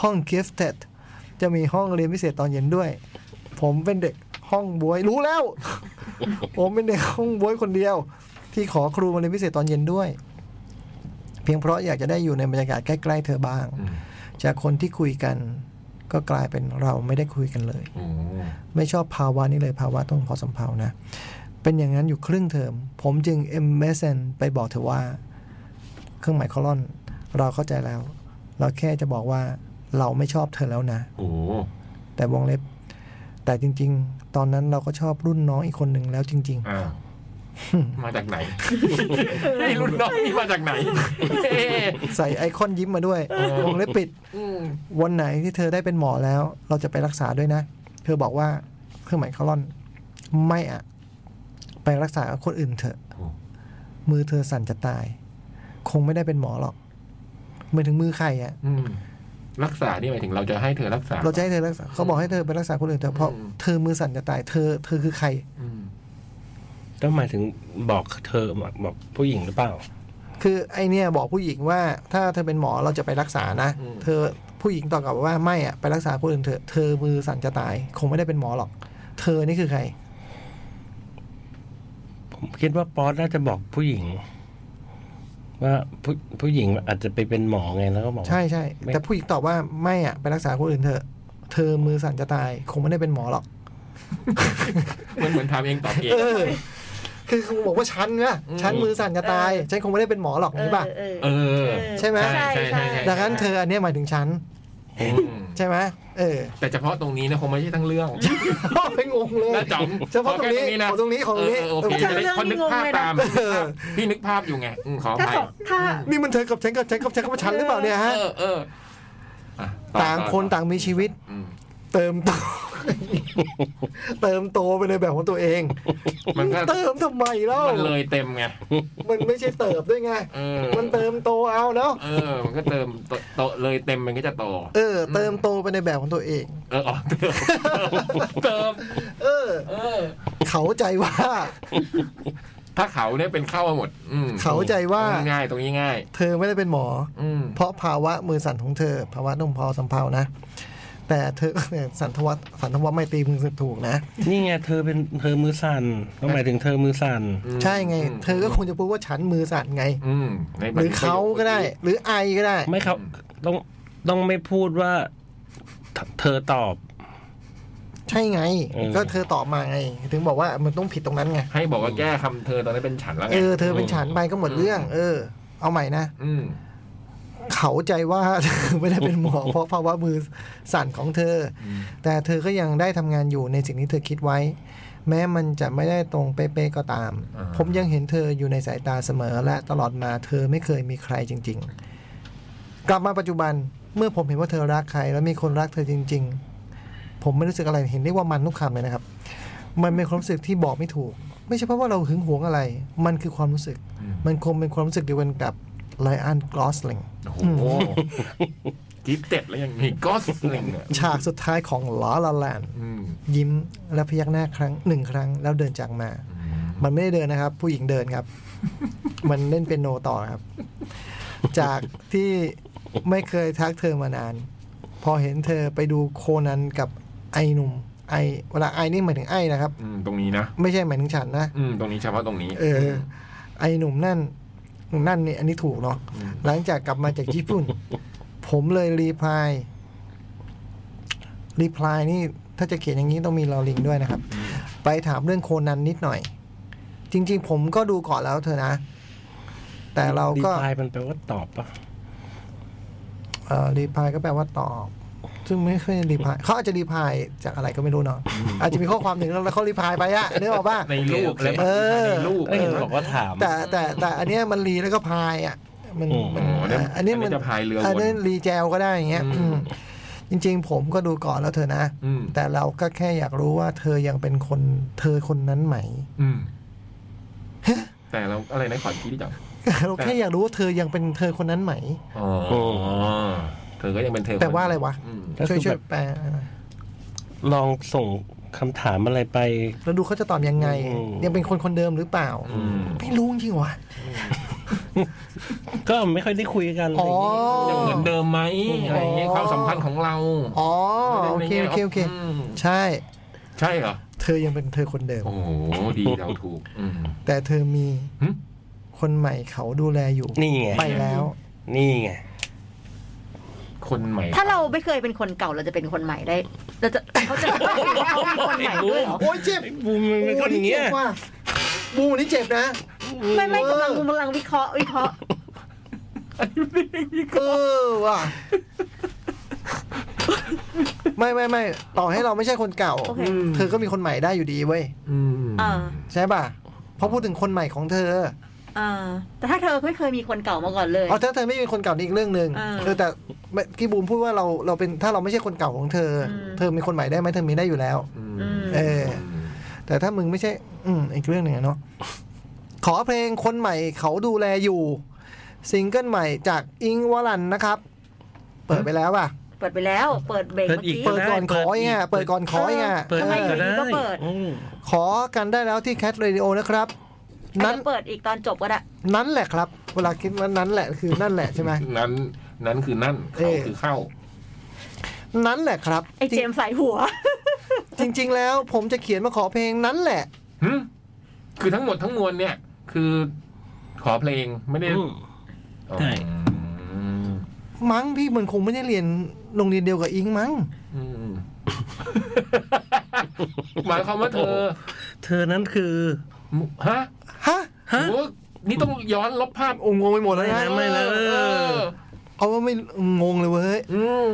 ห้อง Gifted จะมีห้องเรียนพิเศษตอนเย็นด้วย ผมเป็นเด็กห้องบวยรู้แล้ว ผมเป็นเด็กห้องบวยคนเดียว ที่ขอครูมาเรียนพิเศษตอนเย็นด้วย เพียงเพราะอยากจะได้อยู่ในบรรยากาศใกล้ๆเธอบ้าง
อืม
จากคนที่คุยกัน ก็กลายเป็นเราไม่ได้คุยกันเลย
โอ้
ไม่ชอบภาวะนี้เลยภาวะต้องพอสัมเพานะ เป็นอย่างนั้นอยู่ครึ่งเทอม ผมจึง MSN ไปบอกเธอว่า เครื่องหมายคอลอน เราเข้าใจแล้ว เราแค่จะบอกว่าเราไม่ชอบเธอแล้วนะ
โอ้
แต่วงเล็บ แต่จริง ๆ ตอนนั้นเราก็ชอบรุ่นน้องอีกคนหนึ่งแล้วจริง
อ้ าวมาจากไหน ไอ้รุ่นน้องนี่มาจากไหน
ๆ ใส่ไอคอนยิ้มมาด้วย วงเล็บปิด วันไหนที่เธอได้เป็นหมอแล้ว เราจะไปรักษาด้วยนะ เธอบอกว่าเครื่องหมายคอลอน ไม่อะไปรักษากับคนอื่นเถอะ
โอ้
มือเธอสั่นจะตาย คงไม่ได้เป็นหมอหรอกหมายถึงมือใครอะ
อืมรักษานี่หมายถึงเราจะให้เธอรักษา
เราจะให้เธอรักษาเขาบอกให้เธอไปรักษาคนอื่นเถอะเพราะ
อืม
เธอมือสั่นจะตาย เธอเธอคือใคร
อืม
ต้องหมายถึงบอกเธอบอกผู้หญิงหรือเปล่า
คือไอเนี่ยบอกผู้หญิงว่าถ้าเธอเป็นหมอเราจะไปรักษานะ เธอผู้หญิงตอบกลับว่าไม่อะไปรักษาคนอื่นเถอะเธอมือสั่นจะตาย คงไม่ได้เป็นหมอหรอก เธอนี่คือใคร
ผมคิดว่าป๊อตน่าจะบอกผู้หญิง ว่าผู้ผู้หญิงอาจจะไปเป็นหมอไงแล้วก็บอกว่า
ใช่ใช่
ไม่
แต่ผู้หญิงตอบว่าไม่อะไปรักษาคนอื่นเถอะ เธอมือสั่นจะตาย คงไม่ได้เป็นหมอหรอก
เหมือนเหมือนทำเองตอบเอง
เออ คือคงบอกว่าฉันนะฉันมือสั่นจะตาย ฉันคงไม่ได้เป็นหมอหรอกนี่ป่ะ
เออ
เอ
เออ
อ
ใช่ไหม
ใช่ใช่ใช่ใช่
ดังนั้นเธออันเนี้ยหมายถึงฉัน
อืม
ใช่ไหมเออ
แต่เฉพาะตรงนี้นะคงไม่ใช่ทั้งเรื่อง
ไปงงเลย
น่าจ๋อม
เฉพาะตรงนี้ ของตรงนี้ของตรงนี้
เออโอเคจะได้คนนึกภาพต าม
เออ
พี่นึกภาพอยู่ไงอืมขออ
ถ้า
ภั
ส
ย
องถ้า
นี่มันเธอกับฉันกับฉันกับฉันกับฉันหรือเปล่าเนี่ยฮะ
เออเอออ่ะอ
ต่าง
อ
คนต่างมีชีวิต
อืม
เติมโต เติมโตไปในแบบของตัวเอง
มันก็
เติมทำไมเล่า
มันเลยเต็มไง
มันไม่ใช่เติบด้วยไง
เออ
มันเติมโตเอาเนาะ
เออ มันก็เติมโตโตเลยเต็มมันก็จะโต
เออ เติมโตไปในแบบของตัวเอง
เอออ๋อเติมเติม
เออ
เออ
เขาใจว่า
ถ้าเขาเนี่ยเป็นเข้ามาหมด อืม
เขาใจว่า
ตรงนี้ง่ายตรงนี้ง่าย
เธอไม่ได้เป็นหมอ
อืม
เพราะภาวะมือสั่นของเธอ ภาวะนุ่มพอสัมเพานะ แต่เธอ สันทวัตสันทวัตไม่ตีมึงถูกนะ
นี่ไงเธอเป็นเธอมือสั่นก็หมายถึงเธอมือสั่น
ใช่ไง
ม
เธอก็คงจะพูดว่าฉันมือสั่นไง
อืมใน
หรือเขาก็ได้ หรือไอก็ได้
ไม่เขาต้องต้องไม่พูดว่าเธเธอตอบ
ใช่ไง
เออ
ก็เธอตอบมาไง ถึงบอกว่ามันต้องผิดตรงนั้นไง
ให้บอกว่าแก้คำเธอตอนนั้นเป็นฉันแล้วไง
เออ เธอเป็นฉันไปก็หมดเรื่อง เออ เอาใหม่นะ
อืม
เขาใจว่า เธอไม่ได้เป็นหมอ เพราะภาวะมือสั่นของเธออ
ม
แต่เธอก็ยังได้ทำงานอยู่ในสิ่งที่เธอคิดไว้ แม้มันจะไม่ได้ตรงเป๊ะๆก็ตาม ผมยังเห็นเธออยู่ในสายตาเสมอและตลอดมาเธอไม่เคยมีใครจริง ๆ กลับมาปัจจุบันเมื่อผมเห็นว่าเธอรักใคร แล้วมีคนรักเธอจริง ๆ ผมไม่รู้สึกอะไรเห็นเรียกว่ามันทุกคำเลยนะครับ มันเป็นความรู้สึกที่บอกไม่ถูก ไม่ใช่เพราะว่าเราหึงหวงอะไร มันคือความรู้สึก มันคงเป็นความรู้สึกเดียวกันกับไลออนกรอสลิง
โอ้โหกิฟเต็ดแล้วยังมีกอสลิงเนี่ย
ฉากสุดท้ายของลอลาแลน
อืม
ยิ้มและพยักหน้าครั้งหนึ่งครั้งแล้วเดินจากมา มันไม่ได้เดินนะครับ ผู้หญิงเดินครับ มันเล่นเป็นโนต่อครับ จากที่ไม่เคยทักเธอมานาน พอเห็นเธอไปดูโคนันกับไอหนุ่ม ไอเวลาไอนี่หมายถึงไอนะครับ
อืมตรงนี้นะ
ไม่ใช่หมายถึงฉันนะ
อืมตรงนี้เฉพาะตรงนี้
เออ ไอหนุ่มนั่นหนุ่มนั่นเนี่ยอันนี้ถูกเนาะ
อืม
หลังจากกลับมาจากญี่ ปุ่น ผมเลยรีพลายรีพลายนี่ถ้าจะเขียนอย่างนี้ต้องมีลอลิงด้วยนะครับ ไปถามเรื่องโคนันนิดหน่อย จริง ๆ ผมก็ดูก่อนแล้วเธอนะ แต่เราก็
ดีไซน์มันแปลว่าตอบปะ
เอ่อรีพลายก็แปลว่าตอบ ซึ่งไม่ค่อยรีพลายเขาอาจจะรีพลายจากอะไรก็ไม่รู้เนาะอาจจะมีข้อความหนึ่งแล้วเขารีพลายไปอะนึกออกปะ
ในรูปและ
เออ
ในรูป
เอ้ยเห็นบอกว่าถาม
แต่แต่แต่อันเนี้ยมันรีแล้วก็พายอ่ะมัน
โอ้โห
มัน
เนี่ย
อันเนี้ย
อันเนี้ย
มัน
จะพายเรือวน
นนี้ยรีแจวก็ได้อย่างเงี้ย
อืม
จริง ๆ ผมก็ดูก่อนแล้วเธอนะ
อืม
แต่เราก็แค่อยากรู้ว่าเธอยังเป็นคนเธอคนนั้นไหม
อืมแต่เราอะไรนะขออีกทีที่จับ
เราแค่อยากรู้ว่าเธอยังเป็นเธอคนนั้นไหม
อ๋อเธอก็ยังเป็นเธอ
แต่ว่าอะไรวะ
อืม
ก็
ช่วย
คือ
ช่
แบ
วย
บ
แปล
ลองส่งคำถามอะไรไป
แล้วดูเขาจะตอบยังไง
อืม
ยังเป็นคนคนเดิมหรือเปล่า
อืม
ไม่รู้จริงวะ
ก็ไม่ค่อยได้คุยกันอะไรอ
อ๋อ
ย่างเงี้ย
ยังเหมือนเดิมไหมอะไรอย่างเงี้ยความสัมพันธ์ของเรา
อ๋อโอเคโอเคโอเค
ม
ใช่
ใช่เหรอ
เธอยังเป็นเธอคนเดิม
โอ้โห ดีเราถูก อืม
แต่เธอมี
หึ
คนใหม่เขาดูแลอยู่
นี่ไง
ไปแล้ว
นี่ไง
คนใหม่
ถ้าเราไม่เคยเป็นคนเก่าเราจะเป็นคนใหม่ได้เราจะเขาจะเขามีคนใหม่ด้วยเหรอ
โอ้ยเจ็บ
บูมมันเป็นคนอย่างเงี้ย
โโหนี่จ็บว่ะบูมนี่เจ็บนะ
ไม่ไม่กำลังกำลังวิเคราะห์วิเคราะห์
เออว่ะไม่ไม่ไม่ต่อให้เราไม่ใช่คนเก่า
โอเค
เธอก็มีคนใหม่ได้อยู่ดีเว้ย
อืม
อ่า
ใช่ป่ะเพราะพูดถึงคนใหม่ของเธอ
อ่าแต่ถ้าเธอไม่เคยมีคนเก่ามาก่อนเลย
เอาถ้าเธอไม่มีคนเก่านี่อีกเรื่องหนึ่ง
อ่า
เออแต่เมื่อกี้บูมพูดว่าเราเราเป็นถ้าเราไม่ใช่คนเก่าของเธออ
ม
เธอมีคนใหม่ได้ไหมเธอมีได้อยู่แล้ว
อืม
อืม
เออ แต่ถ้ามึงไม่ใช่ อืมอีกเรื่องหนึ่งอะเนาะ ขอเพลงคนใหม่เขาดูแลอยู่ ซิงเกิลใหม่จากอิงวลันนะครับ เปิดไปแล้วอ่ะ
เปิดไปแล้วเปิดเบรกเมื่อกี้
เปิดก่อนขอเองอ่ะเปิดก่อนขอเองอ่ะ
เปิด
เอ
ทำไม
ได้
อ
ก็ได้
ก็เปิด
อืม
ขอกันได้แล้วที่แคทเรดิโอนะครับ
อาจ
นั้น
จะเปิดอีกตอนจบก็ได้
นั้นแหละครับ เวลาคิดว่านั้นแหละคือนั่นแหละใช่ไหม
นั้น นั้นคือนั่น
เอ
เขา
อ
คือเข้า
นั้นแหละครับ
ไอ้เจมส์ใส่หัว
จริงจริง ๆ แล้วผมจะเขียนมาขอเพลงนั้นแหละ
หึคือทั้งหมดทั้งมวลเนี่ย คือขอเพลงไม่ได้
อืม
อ๋อ
ใช่
อืม
มั้งพี่มันคงไม่ได้เรียนโรงเรียนเดียวกับอิงมั้ง
อืมหมายความว่าเธอ
เธอนั้นคือ
ฮะ
ฮะ
ฮะ
โอ้นี่ต้องย้อนลบภาพ
โอ้งงไปหมดแล้วนะ
ไม่นะ
เออ
เอาว่าไม่งงเลยเว้ย
อืม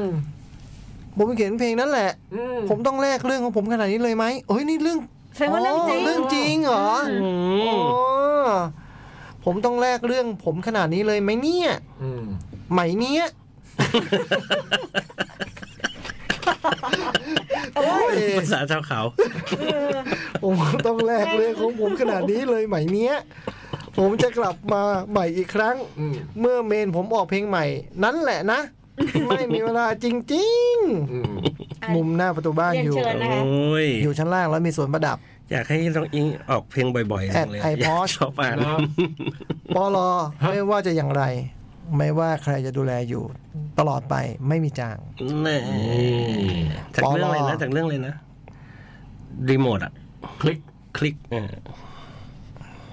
ผมเขียนเพลงนั้นแหละ
อืม
ผมต้องแลกเรื่องของผมขนาดนี้เลยไหมเอ้ยนี่เรื่อง
ใช่ว่าเรื่องจริง
เรื่องจริงเหรอออ๋
อืม
อผมต้องแลกเรื่องผมขนาดนี้เลยไหมเนี่ย
อืม
ไหมเนี้ยโอ้ย
ภาษาชาวเขา
ผมต้องแลกเรื่องของผมขนาดนี้เลยไหมเนี้ย ผมจะกลับมาใหม่อีกครั้ง
อืม
เมื่อเมนผมออกเพลงใหม่ นั้นแหละนะ ไม่มีเวลาจริง
อืม
ๆ มุมหน้าประตูบ้านอยู่
เรียนเชิญ
โอ้ย
อยู่ชั้นล่างแล้วมีสวนประดับ
อยากให้น้องอิงออกเพลงบ่อยๆ
แอด
จังเลย
ไอพอด
ชอบอ่าน
นะ
ปอลอไม่ว่าจะอย่างไร ไม่ว่าใครจะดูแลอยู่ ตลอดไปไม่มีจาง
แน่จากเรื่องอะไรนะจากเรื่องอะไรนะรีโมทอะ
คลิก
คลิกเออ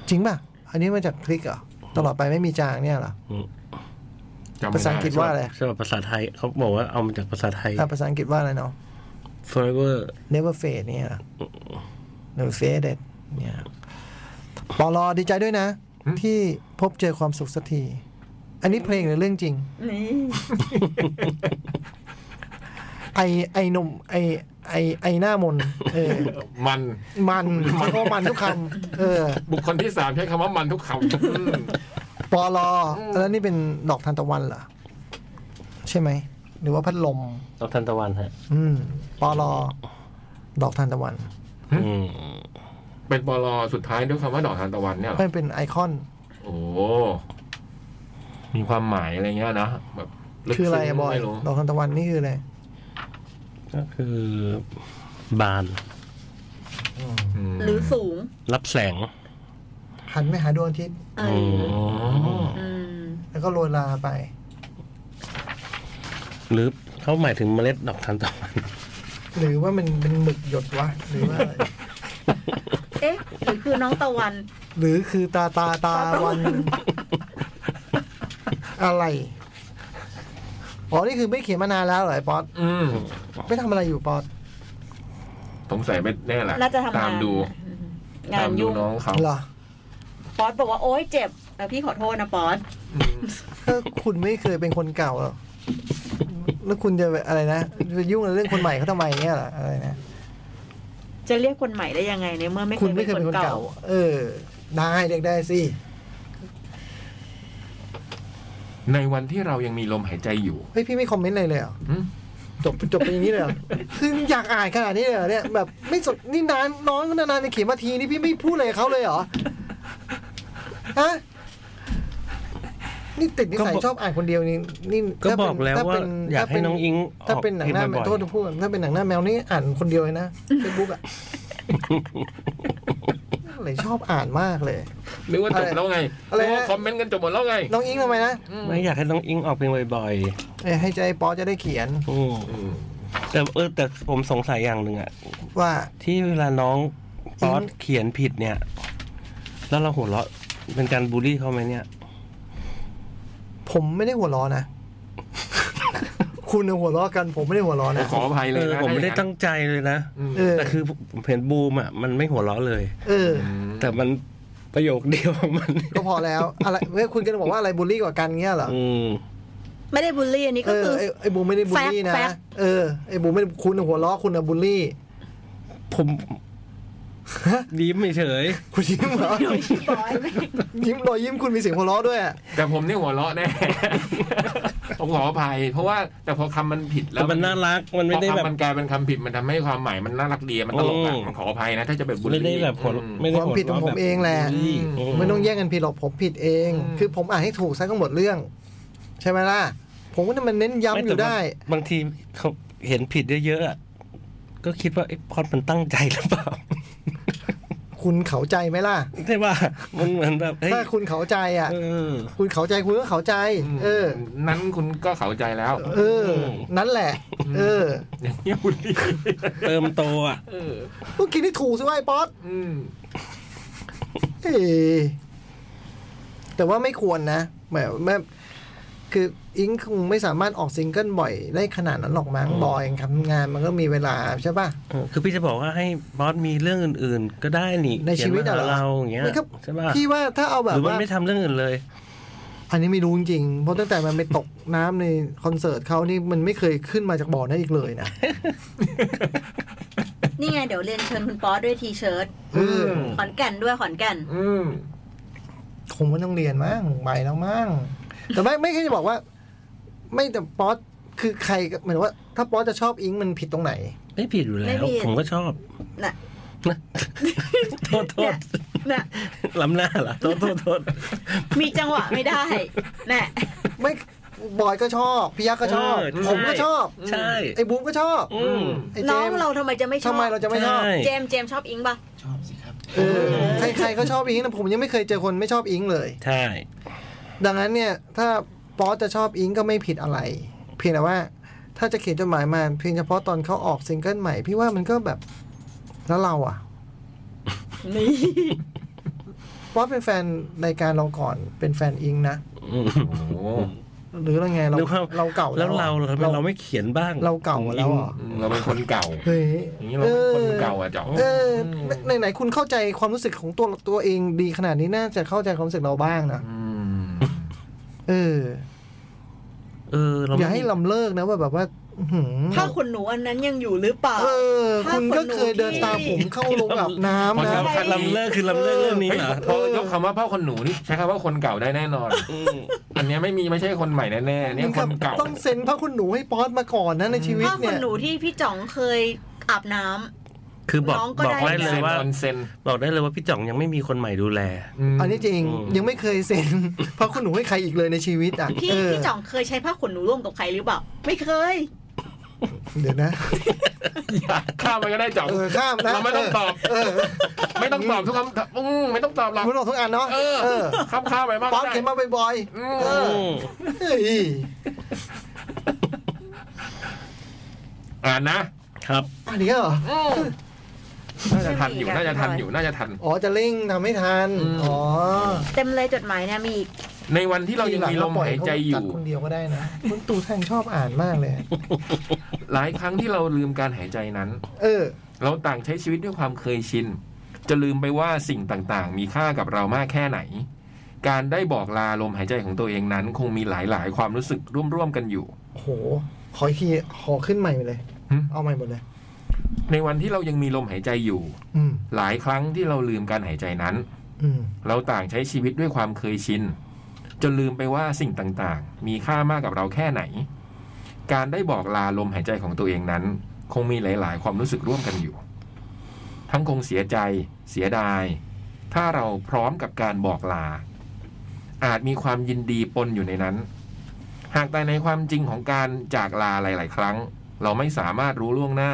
จริงป่ะ อันนี้มาจากคลิกเหรอตลอดไปไม่มีจางเนี่ยเหรอ
จำไม่
ภาษาอังกฤษว่าอะไร
ใช่ป่ะภาษาไทยเขาบอกว่าเอามาจากภาษาไทย
อ่ะภาษาอังกฤษว่าอะไรเนาะ
forever
never fade เนี่ยเหรอ never faded เนี่ยปอลอดีใจด้วยนะ ที่พบเจอความสุขสักที อันนี้เพลงหรือเรื่องจริง
นี่
ไอไอหนุ่มไอไอไอหน้ามนเออ
มัน
มันใช้คำว่ามันทุกคำเออ
บุคคลที่สามใช้คำว่ามันทุกคำอืม
ปอลอแล้วนี่เป็นดอกทานตะวันเหรอ ใช่ไหม หรือว่าพัดลม
ดอกทันตะวันฮะ
อืมปอลอดอกทานตะวัน
อืม
เป็นปลอสุดท้ายด้วยคำว่าดอกทานตะวันเนี่ยเหรอ
มันเป็นไอคอน
โอ้มีความหมายอะไรเงี้ยนะแบบลึก
คืออะไรอะบอย
ไม่รู้
ดอกทานตะวันนี่คืออะไร
ก็คือบาน
ม
หรือสูง
รับแสง
หันไปหาดวงอาทิตย์
เอ
อื
อ
ม
อ๋อ
อืม
แล้วก็โรยลาไป
หรือเขาหมายถึงเมล็ดดอกทานตะวัน
หรือว่ามันเป็นหมึกหยดวะ หรือว่าอะไร
เอ๊ะหรือคือน้องตะวัน
หรือคือตาตาตาวัน อะไร อ๋อ นี่คือไม่เขียนมานานแล้วเหรอไอ้ป๊อต
อืม
ไปทำอะไรอยู่ป๊อต
สงสัยไม่แน่แหละ
น่าจะทำงาน
ตามดู
งา
ตาน มดู
ยุ่ง
น้องเขา
เหรอ
ป๊อตบอกว่าโอ๊ยเจ็บแต่พี่ขอโทษนะป๊อต
อืม
เออคุณไม่เคยเป็นคนเก่าหรอก แล้วคุณจะอะไรนะจะยุ่งเรื่องคนใหม่เขาทำไมเนี่ยเหรออะไรนะ
จะเรียกคนใหม่ได้ยังไงในเมื่อไม่เค
คุณ
ย
ไม่เคย
เป็
เป็น น
ค
คนน
เก่า
เก่า เออ ได้เรียกได้สิ
ในวันที่เรายังมีลมหายใจอยู่
เฮ้ยพี่ไม่คอมเมนต์เลยเลยเหรอ
อืม
จบจบเป็นอย่างนี้เลยเหรอ คืออยากอ่านขนาดนี้เลยเหรอเนี่ยแบบไม่สดนี่นานน้องนานๆจะเขียนมาทีนี่พี่ไม่พูดอะไรกับเขาเลยเหรอฮะนี่ติดนิสัย
ก็บอก
ชอบอ่านคนเดียวนี่นี่
ก็
ถ้า
บ
เป็น
อกแล้ว
ถ้
ว่า
เป็น
อยากให้น้องอิง
ถ้าเป็นหนังหน้าแมว
บ่อยๆ
โทษทุกพูดถ้าเป็นหนังหน้าแมวนี่อ่านคนเดียวเลยนะเฟซบุ๊กอะอะไรชอบอ่านมากเลย
นึกว่าจบแล้วไง
อะไรนะ
นึกว่าคอมเมนต์กันจบหมดแล้วไง
น้องอิงทำไมนะ
ไม่อยากให้น้องอิงออกเพลงบ่อย
เอ้ยให้ใจปอจะได้เขียน
ๆอืม
อืม
แต่เออแต่ผมสงสัยอย่างหนึ่งอะ
ว่า
ที่เวลาน้องป๊อต
อิง
เขียนผิดเนี่ย แล้วเราหัวเราะเป็นการบูลลี่เขาไหมเนี่ย
ผมไม่ได้หัวเร้อนะ คุณน่ะหัวเร้อกัน ผมไม่ได้หัวเร้อนะ
ขออภัยเล
เอย อ
นะ
ผมไม่ได้
ถ้าอย่าง
ตั้งใจเลยนะ
นั้น
เอ
อืม
อ
แต่คือผมเห็นบูมอ่ะมันไม่หัวเราะเลย
เออ
แต่มันประโยคเดียวของมัน
ก็พอแล้ว อะไรเว้ยคุณกำลังบอกว่าอะไรบูลลี่กว่ากันเงี้ยเหรอ
อืม
ไม่ได้บูลลี่อันนี้
เอ
ก็
อ
คือ
ไอ้ไอ้บูมไม่ได้บูลลี่นะ
แฟกต์
เออไอ้บูมไม่ได้คุณน่ะหัวล้อคุณนะบูลลี่
ผม
ฮะ
ยิ้มเฉย
คุณยิ้มเห รอ
ป๊อต
ยิ้มรอยยิ้มคุณมีเสียงหัวล้อด้วยอะ
แต่ผมเนี่ยหัวเราะแน่ ผมขออภัย เพราะว่าแต่พอคำมันผิด
แต่
แล้ว
มันน่ารักมันไม่ได้
พ
แบ
อบ คำมันกลายเป็นคำผิดมันทำให้ความหมายมันน่ารักดีมันตลกอ่ะ
อืม
มันขออภัยนะ ถ้าจะแบบบุล
ไม่
ลี่
ได้แบบหัว
อืม
ไม่ได้
ความ
หัว
ผิดของผ
เราะแบ
ม
บ
เองแหละ
บูลลี่
อื
ไม่ต้องแย่งกันผิดหรอกผมผิดเอง
อืม
คือผมอ่านให้ถูกซะทั้งหมดเรื่อง ใช่ไหมล่ะ ผมก็จะมันเน้นย้ำอยู่ได้
ม่แต่ว่าบางทีเขาเห็นผิดเยอะๆอะก็คิดว่าไอ้พอดมันตั้งใจหรือเปล่า
คุณเข้าใจไหมล่ะ
ใช่ป่ะมันเหมือนแบบเฮ้ย
ถ้าคุณเข้าใจอ่ะ
เออ
คุณเข้าใจคุณก็เข้าใจ เออ
นั้นคุณก็เข้าใจแล้ว
เออ นั่นแหละ เออ
อย่างเงี้ยบุลลี่
เติมโตอ่ะ
เออ
ก็กินให้ถูกสิว่าไอ้ป๊อต
อืม
เอ้ยแต่ว่าไม่ควรนะแบบแม่คืออิงคงไม่สามารถออกซิงเกิลบ่อยได้ขนาดนั้นหรอกมั้ง
อืม
บอยทำงานมันก็มีเวลาใช่ป่ะ
เออคือพี่จะบอกว่าให้บอสมีเรื่องอื่น ๆ ก็ได้นี่
ในชีวิต
เขียนมา
อะเหรอ
หาเราอย่างเงี้ย
มันก็
ใช่ป่ะ
พี่ว่าถ้าเอาแบ
ห
บ
รือมัน
ว่า
ไม่ทำเรื่องอื่นเลย
อันนี้ไม่รู้จริงๆเพราะตั้งแต่มันไปตกน้ำในคอนเสิร์ตเขานี่มันไม่เคยขึ้นมาจากบ่อนั้นอีกเลยนะ
นี่ไงเดี๋ยวเรียนเชิญคุณป๊อตด้วยทีเชิ้ต
เออ
ขอนแก่นด้วยขอนแก่น
อืม
คงไม่ต้องเรียนมั้งไปแล้วมั้งแต่ไม่ไม่แค่จะบอกว่า ไม่แต่ป๊อตคือใครก็เหมือนว่า ถ้าป๊อตจะชอบอิงมันผิดตรงไหน
ไม่ผิดอยู่แล้ว
ไม่ผิด
ผมก็ชอบ
น่ะ
นะโทษโทษ
น่ะ
ล้ำหน้าเหรอโทษโทษโทษ
มีจังหวะไม่ได้น่ะ
ไม่บอยก็ชอบพี่ยักษ์ก็ชอบ
เใ
ผมก็ชอบ
ใช่
ไอ้บูมก็ชอบ
อืม
ไอ้เจ
น้อง
มส์
เราทำไมจะไม่ชอบ
ทำไมเราจะไม่ชอบ
ใช่
เจมส์เจมส์ชอบอิงปะ
ชอบสิครับ
เออใครๆก็ชอบอิงนะผมยังไม่เคยเจอคนไม่ชอบอิงเลย
ใช่
ดังนั้นเนี่ย ถ้าป๊อตจะชอบอิงก็ไม่ผิดอะไร เพียงแต่ว่า ถ้าจะเขียนจดหมายมาเพียงเฉพาะตอนเขาออกซิงเกิลใหม่ พี่ว่ามันก็แบบ แล้วเราอ่ะ
นี่
ป๊อตเป็นแฟนรายการเราก่อนเป็นแฟนอิงนะ
อืม
โอ้
หรือเราไงเรา
หรือว่
เราเก่า
แล้ว
หอ
เราทำไมเราไม่เขียนบ้าง
เราเก่าแล้วเหรอ
เราเป็นคนเก่า
เฮ้ย
อย่างนี้เราเป็นคนเก่าอ่ะจ๋อง
เออไหนไหนๆคุณเข้าใจความรู้สึกของตัวตัวเองดีขนาดนี้น่าจะเข้าใจความรู้สึกเราบ้างนะ
ม
เออ
เออเรา
อ
ไม่
ย่าให้ลำเลิกนะว่าแบบว่า อื้อหือ
ผ้าขนหนูอันนั้นยังอยู่หรือเปล่า
เออ
ผ้า
คุณก็
ขห
เคยเดินตามผมเข้าโรงแบบน้ำนะ
ใช่
ลำเลิกคือลำเลิกเรื่องนี้
เฮ้ย
เหรอ
พอยกคำว่าพ่อคนหนูนี่ใช้คำว่าคนเก่าได้แน่นอน
ม
อันเนี้ยไม่มีไม่ใช่คนใหม่แน่ๆเนี่ยคนเก่า
ต้องเซ็นพระคุณหนูให้ป๊อตมาก่อนนะในชีวิต
ผ้าข
เนี่
น
ย
หนูที่พี่จ๋องเคยอาบน้ำ
คือบอก
น้องก็
บอก
ได้
ได้เลยว่า
ออนเซน
บอกได้เลยว่าพี่จ่องยังไม่มีคนใหม่ดูแล
ม
อันนี้จริง
อืม
ยังไม่เคยเซ็นพระคุณหนูให้ใครอีกเลยในชีวิตอ่ะ
พี่
เ
พี่จ่องเคยใช้ผ้าขนหนูร่วมกับใครหรือเปล่า ไม่เคย
เดี๋ยวนะ
อย่าข้ามไปก็ได้จ่อง
เออข้ามนะ
เราไม่ต้องตอบ
เออ
ไม่ต้องตอบทุกคำถามอืมไม่ต้องตอบหรอก
คุณบอกทุกอันเนาะ
เออ
เออ
ข้ามข้ามไปบ้าง
ป๊อต
ได้
เขียนมาบ่อย
อื
ๆ
ม
เออเฮ้ย
อ่านนะครับ
อันนี้เหรอ
อืมน่าจะทันอยู่น่าจะทันอยู่น่าจะทัน
อ๋อจะเร่งทำให้ทัน
อืม
อ๋อ
เต็มเลยจดหมายเนี่ยมีอีก
ในวันที่เรายังมีลมหายใจอยู่
จัดคนเดียวก็ได้นะคุณตู่แทงชอบอ่านมากเลย
หลายครั้งที่เราลืมการหายใจนั้น
เออ
เราต่างใช้ชีวิตด้วยความเคยชิน จะลืมไปว่าสิ่งต่างๆ มีค่ากับเรามากแค่ไหน การได้บอกลาลมหายใจของตัวเองนั้น คงมีหลายๆ ความรู้สึกร่วมๆกันอยู่
โห ขออีกทีขอขึ้นใหม่ไปเลย
หึ
เอาใหม่หมดเลย
ในวันที่เรายังมีลมหายใจอยู่
อืม
หลายครั้งที่เราลืมการหายใจนั้น
อืม
เราต่างใช้ชีวิตด้วยความเคยชิน จนลืมไปว่าสิ่งต่างๆ มีค่ามากกับเราแค่ไหน การได้บอกลาลมหายใจของตัวเองนั้น คงมีหลาย ๆ ความรู้สึกร่วมกันอยู่ ทั้งคงเสียใจ เสียดาย ถ้าเราพร้อมกับการบอกลา อาจมีความยินดีปนอยู่ในนั้น หากแต่ในความจริงของการจากลาหลาย ๆ ครั้ง เราไม่สามารถรู้ล่วงหน้า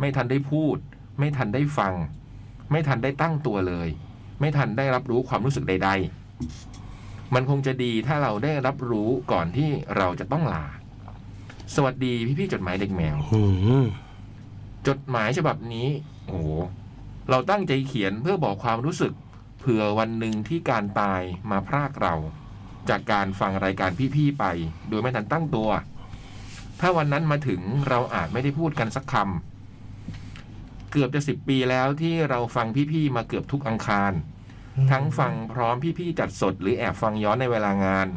ไม่ทันได้พูด ไม่ทันได้ฟัง ไม่ทันได้ตั้งตัวเลย ไม่ทันได้รับรู้ความรู้สึกใด ๆ มันคงจะดีถ้าเราได้รับรู้ก่อนที่เราจะต้องลา สวัสดีพี่ๆจดหมายเด็กแมว
อืม
จดหมายฉบับนี้ โอ้โหเราตั้งใจเขียนเพื่อบอกความรู้สึก เผื่อวันหนึ่งที่การตายมาพรากเรา จากการฟังรายการพี่ๆไป โดยไม่ทันตั้งตัว ถ้าวันนั้นมาถึงเราอาจไม่ได้พูดกันสักคำเกือบจะสิบปีแล้วที่เราฟังพี่ๆมาเกือบทุกอังคาร ทั้งฟังพร้อมพี่ๆจัดสดหรือแอบฟังย้อนในเวลางาน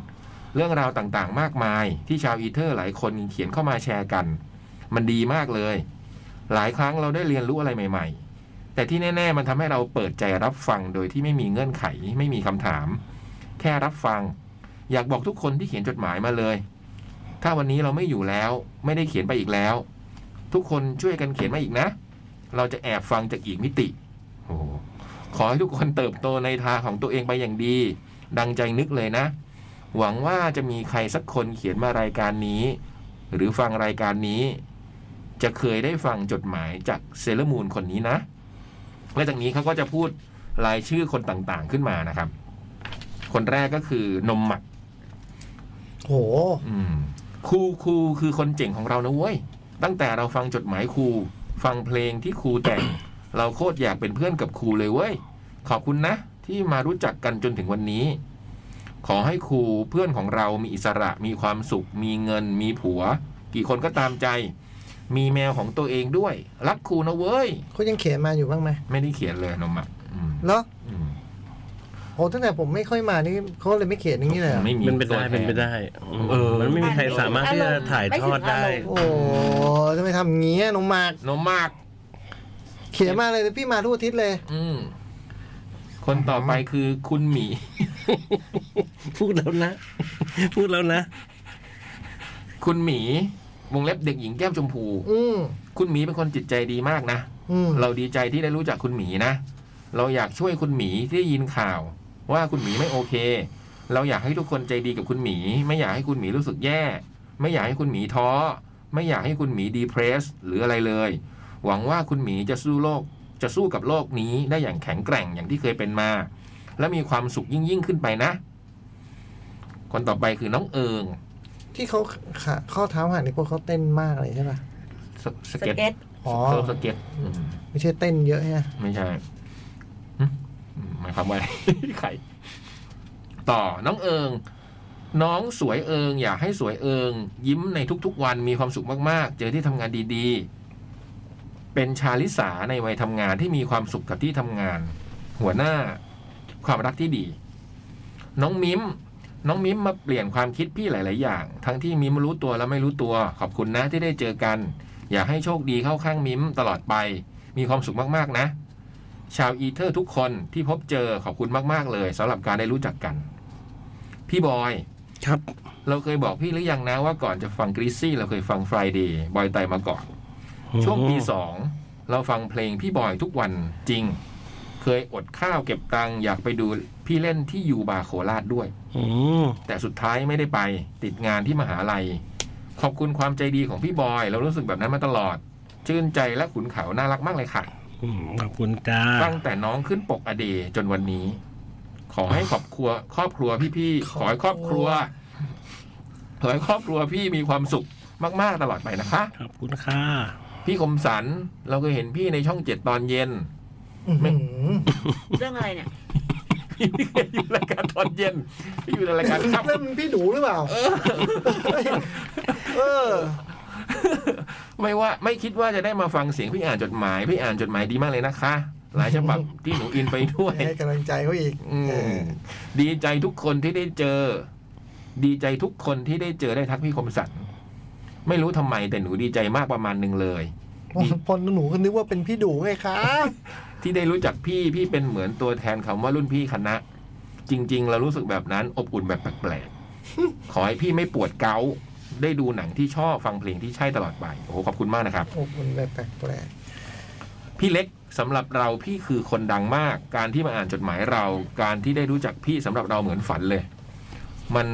เรื่องราวต่างๆ มากมาย ที่ชาวอีเทอร์หลายคนเขียนเข้ามาแชร์กัน มันดีมากเลย หลายครั้งเราได้เรียนรู้อะไรใหม่ ๆ แต่ที่แน่ ๆ มันทำให้เราเปิดใจรับฟังโดยที่ไม่มีเงื่อนไข ไม่มีคำถาม แค่รับฟัง อยากบอกทุกคนที่เขียนจดหมายมาเลย ถ้าวันนี้เราไม่อยู่แล้ว ไม่ได้เขียนไปอีกแล้ว ทุกคนช่วยกันเขียนมาอีกนะ เราจะแอบฟังจากอีกมิติโอ้โหขอให้ทุกคนเติบโตในทางของตัวเองไปอย่างดี ดังใจนึกเลยนะ หวังว่าจะมีใครสักคนเขียนมารายการนี้ หรือฟังรายการนี้ จะเคยได้ฟังจดหมายจากเซเลอร์มูนคนนี้นะ และจากนี้เขาก็จะพูดรายชื่อคนต่างๆขึ้นมานะครับ คนแรกก็คือนมหมัก
โห
อืมครูครูคือคนเจ๋งของเรานะเว้ย ตั้งแต่เราฟังจดหมายครู ฟังเพลงที่ครูแต่ง เราโคตรอยากเป็นเพื่อนกับครูเลยเว้ย ขอบคุณนะ ที่มารู้จักกันจนถึงวันนี้ ขอให้ครูเพื่อนของเรามีอิสระมีความสุข มีเงิน มีผัว กี่คนก็ตามใจ มีแมวของตัวเองด้วย รักครูนะเว้ย
คุณยังเขียนมาอยู่บ้างไหม
ไม่ได้เขียนเลยนมอ่ะอืม
แล้ว
อืม
โอ้ตั้งแต่ผมไม่ค่อยมานี่เขาเลยไม่เขียนอย่างนี้เลยเหรอ
ไม่มี
เป็นไป
ตัว
ได้
แท
เป็นไปได้
เออ
มันไม่มีใครสามารถที่จะถ่ายทอดได้
โอ้ทำไมทำงี้อะน้องมาก
นมมาก
เขียนมาเลยพี่มาทุกอาทิตย์เลย
อืมคนต่อไปคือคุณหมี
พูดแล้วนะ พูดแล้วนะ
คุณหมีวงเล็บเด็กหญิงแก้มชมพู
อืม
คุณหมีเป็นคนจิตใจดีมากนะ
อืม
เราดีใจที่ได้รู้จักคุณหมีนะ เราอยากช่วยคุณหมีที่ได้ยินข่าว ว่าคุณหมีไม่โอเค เราอยากให้ทุกคนใจดีกับคุณหมี ไม่อยากให้คุณหมีรู้สึกแย่ ไม่อยากให้คุณหมีท้อ ไม่อยากให้คุณหมีดีเพรสหรืออะไรเลย หวังว่าคุณหมีจะสู้โลก จะสู้กับโลกนี้ได้อย่างแข็งแกร่งอย่างที่เคยเป็นมา และมีความสุขยิ่งยิ่งๆขึ้นไปนะ คนต่อไปคือน้องเอิง
ที่เขาขาข้อเท้าหักนี่พวกเขาเต้นมากเลยใช่ป่ะ
สส
ส
เก็ต
เก็ต
อ๋อ
เซิร์ฟสเก็ตอืม
ไม่ใช่เต้นเยอะฮะ
ไม่ใช่หึหมายความว่า อะไร ไข่ต่อน้องเอิง น้องสวยเอิง อยากให้สวยเอิง ยิ้มในทุกๆ วันมีความสุขมากๆ เจอที่ทำงานดีๆ เป็นชาลิสาในวัยทำงานที่มีความสุขกับที่ทำงาน หัวหน้า ความรักที่ดี น้องมิม น้องมิมมาเปลี่ยนความคิดพี่หลาย ๆ อย่าง ทั้งที่มิมรู้ตัวและไม่รู้ตัว ขอบคุณนะที่ได้เจอกัน อยากให้โชคดีเข้าข้างมิมตลอดไป มีความสุขมาก ๆ นะ ชาวอีเทอร์ทุกคนที่พบเจอขอบคุณมาก ๆ เลยสำหรับการได้รู้จักกัน พี่บอย
ครับ
เราเคยบอกพี่หรือยังนะว่าก่อนจะฟังกรีซี่เราเคยฟัง Friday บอยไตมาก่อน ช่วงปีสองเราฟังเพลงพี่บอยทุกวันจริง เคยอดข้าวเก็บตังค์อยากไปดูพี่เล่นที่ยูบาโคราชด้วย
อืม
แต่สุดท้ายไม่ได้ไปติดงานที่มหาลัย ขอบคุณความใจดีของพี่บอย เรารู้สึกแบบนั้นมาตลอด ชื่นใจและขุนเขาน่ารักมากเลยค่ะ
อืมขอบคุณจ้า
ตั้งแต่น้องขึ้นปกอเดจนวันนี้ ขอให้ครอบครัว ครอบครัวพี่ๆขอให้ครอบครัวขอให้ครอบครัวพี่มีความสุขมาก ๆ ตลอดไปนะคะ
ขอบคุณค่ะ
พี่คมสันเราเคยเห็นพี่ในช่องเจ็ดตอนเย็น
อื้อหือ
เรื่องอะไรเนี่ย
พี่ไม่เคยอยู่รายการตอนเย็นพี่อยู่ในรายการครับ
เล่นพี่ดูหรือเปล่าเออ
ไม่ว่าไม่คิดว่าจะได้มาฟังเสียงพี่อ่านจดหมายพี่อ่านจดหมายดีมากเลยนะคะ หลายฉบับที่หนูอินไปด้วย
ให้กำลังใจเขาอีก
อื
เอ
ม
อ
ดีใจทุกคนที่ได้เจอ ดีใจทุกคนที่ได้เจอได้ทักพี่คมสันไม่รู้ทำไมแต่หนูดีใจมากประมาณหนึ่งเลย
พอหนูก็นึกว่าเป็นพี่ดูไงคะ
ที่ได้รู้จักพี่พี่เป็นเหมือนตัวแทนคำว่ารุ่นพี่คณะ จริง ๆ เรารู้สึกแบบนั้นอบอุ่นแบบแปลกๆ ขอให้พี่ไม่ปวดเกาต์ได้ดูหนังที่ชอบฟังเพลงที่ใช่ตลอดไปโอ้โหขอบคุณมากนะครับ
โอ้มันแบบแปลก
พี่เล็กสำหรับเราพี่คือคนดังมาก การที่มาอ่านจดหมายเรา การที่ได้รู้จักพี่สำหรับเราเหมือนฝันเลย มัน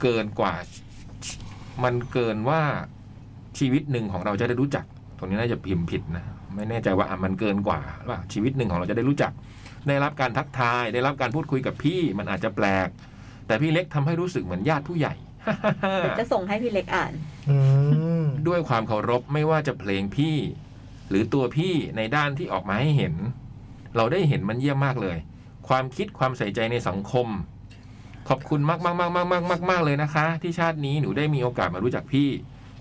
เกินกว่า มันเกินว่าชีวิตหนึ่งของเราจะได้รู้จัก ตรงนี้น่าจะพิมพ์ผิดนะ ไม่แน่ใจว่าอ่ะมันเกินกว่าว่าชีวิตหนึ่งของเราจะได้รู้จัก ได้รับการทักทาย ได้รับการพูดคุยกับพี่มันอาจจะแปลก แต่พี่เล็กทำให้รู้สึกเหมือนญาติผู้ใหญ่
เดี๋ยวจะส่งให้พี่เล็กอ่าน
ๆอืม
ด้วยความเคารพไม่ว่าจะเพลงพี่ หรือตัวพี่ในด้านที่ออกมาให้เห็น เราได้เห็นมันเยี่ยมมากเลย ความคิดความใส่ใจในสังคม ขอบคุณมากมากมากมากมากมากๆเลยนะคะ ที่ชาตินี้หนูได้มีโอกาสมารู้จักพี่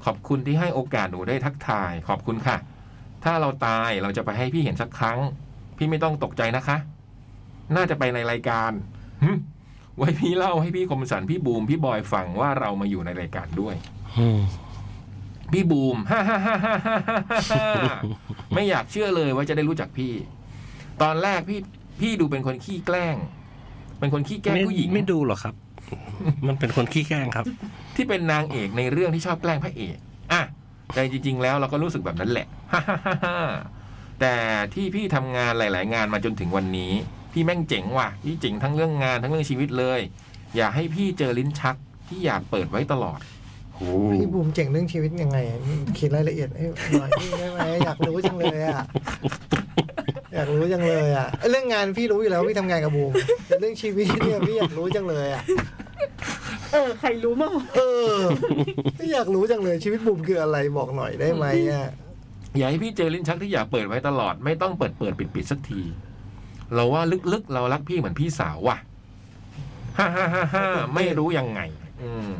ขอบคุณที่ให้โอกาสหนูได้ทักทาย ขอบคุณค่ะ ถ้าเราตายเราจะไปให้พี่เห็นสักครั้ง พี่ไม่ต้องตกใจนะคะ น่าจะไปในรายการหึไว้พี่เล่าให้พี่คมสันพี่บูมพี่บอยฟังว่าเรามาอยู่ในรายการด้วย
อืม
พี่บูม ไม่อยากเชื่อเลยว่าจะได้รู้จักพี่ ตอนแรกพี่พี่ดูเป็นคนขี้แกล้ง เป็นคนขี้แกล้ง
ไม่
ผู้หญิง
ไม่ดูหรอกครับ มันเป็นคนขี้แกล้งครับ
ที่เป็นนางเอกในเรื่องที่ชอบแกล้งพระเอกอ่ะแต่จริง ๆ แล้วเราก็รู้สึกแบบนั้นแหละ แต่ที่พี่ทำงานหลาย ๆ งานมาจนถึงวันนี้ พี่แม่งเจ๋งว่ะพี่เจ๋งทั้งเรื่องงานทั้งเรื่องชีวิตเลย อยากให้พี่เจอลิ้นชักที่อยากเปิดไว้ตลอดโอ้โห
พี่บูมเจ๋งเรื่องชีวิตยังไงเขียนรายละเอียดให้หน่อยได้ไหมอยากรู้จังเลยอ่ะอยากรู้จังเลยอ่ะเรื่องงานพี่รู้อยู่แล้วพี่ทำงานกับบูมแต่เรื่องชีวิตเนี่ยพี่อยากรู้จังเลยอ่ะ
เออ ใครรู้มั่ง
เออพี่อยากรู้จังเลยชีวิตบูมคืออะไรบอกหน่อยได้ไหมอ่ะ
อยากให้พี่เจอลิ้นชักที่อยากเปิดไว้ตลอดไม่ต้องเปิดเปิดปิดปิดสักที เราว่าลึกๆ เรารักพี่เหมือนพี่สาวว่ะฮ่าฮ่าฮ่าฮ่าไม่รู้ยังไง อืม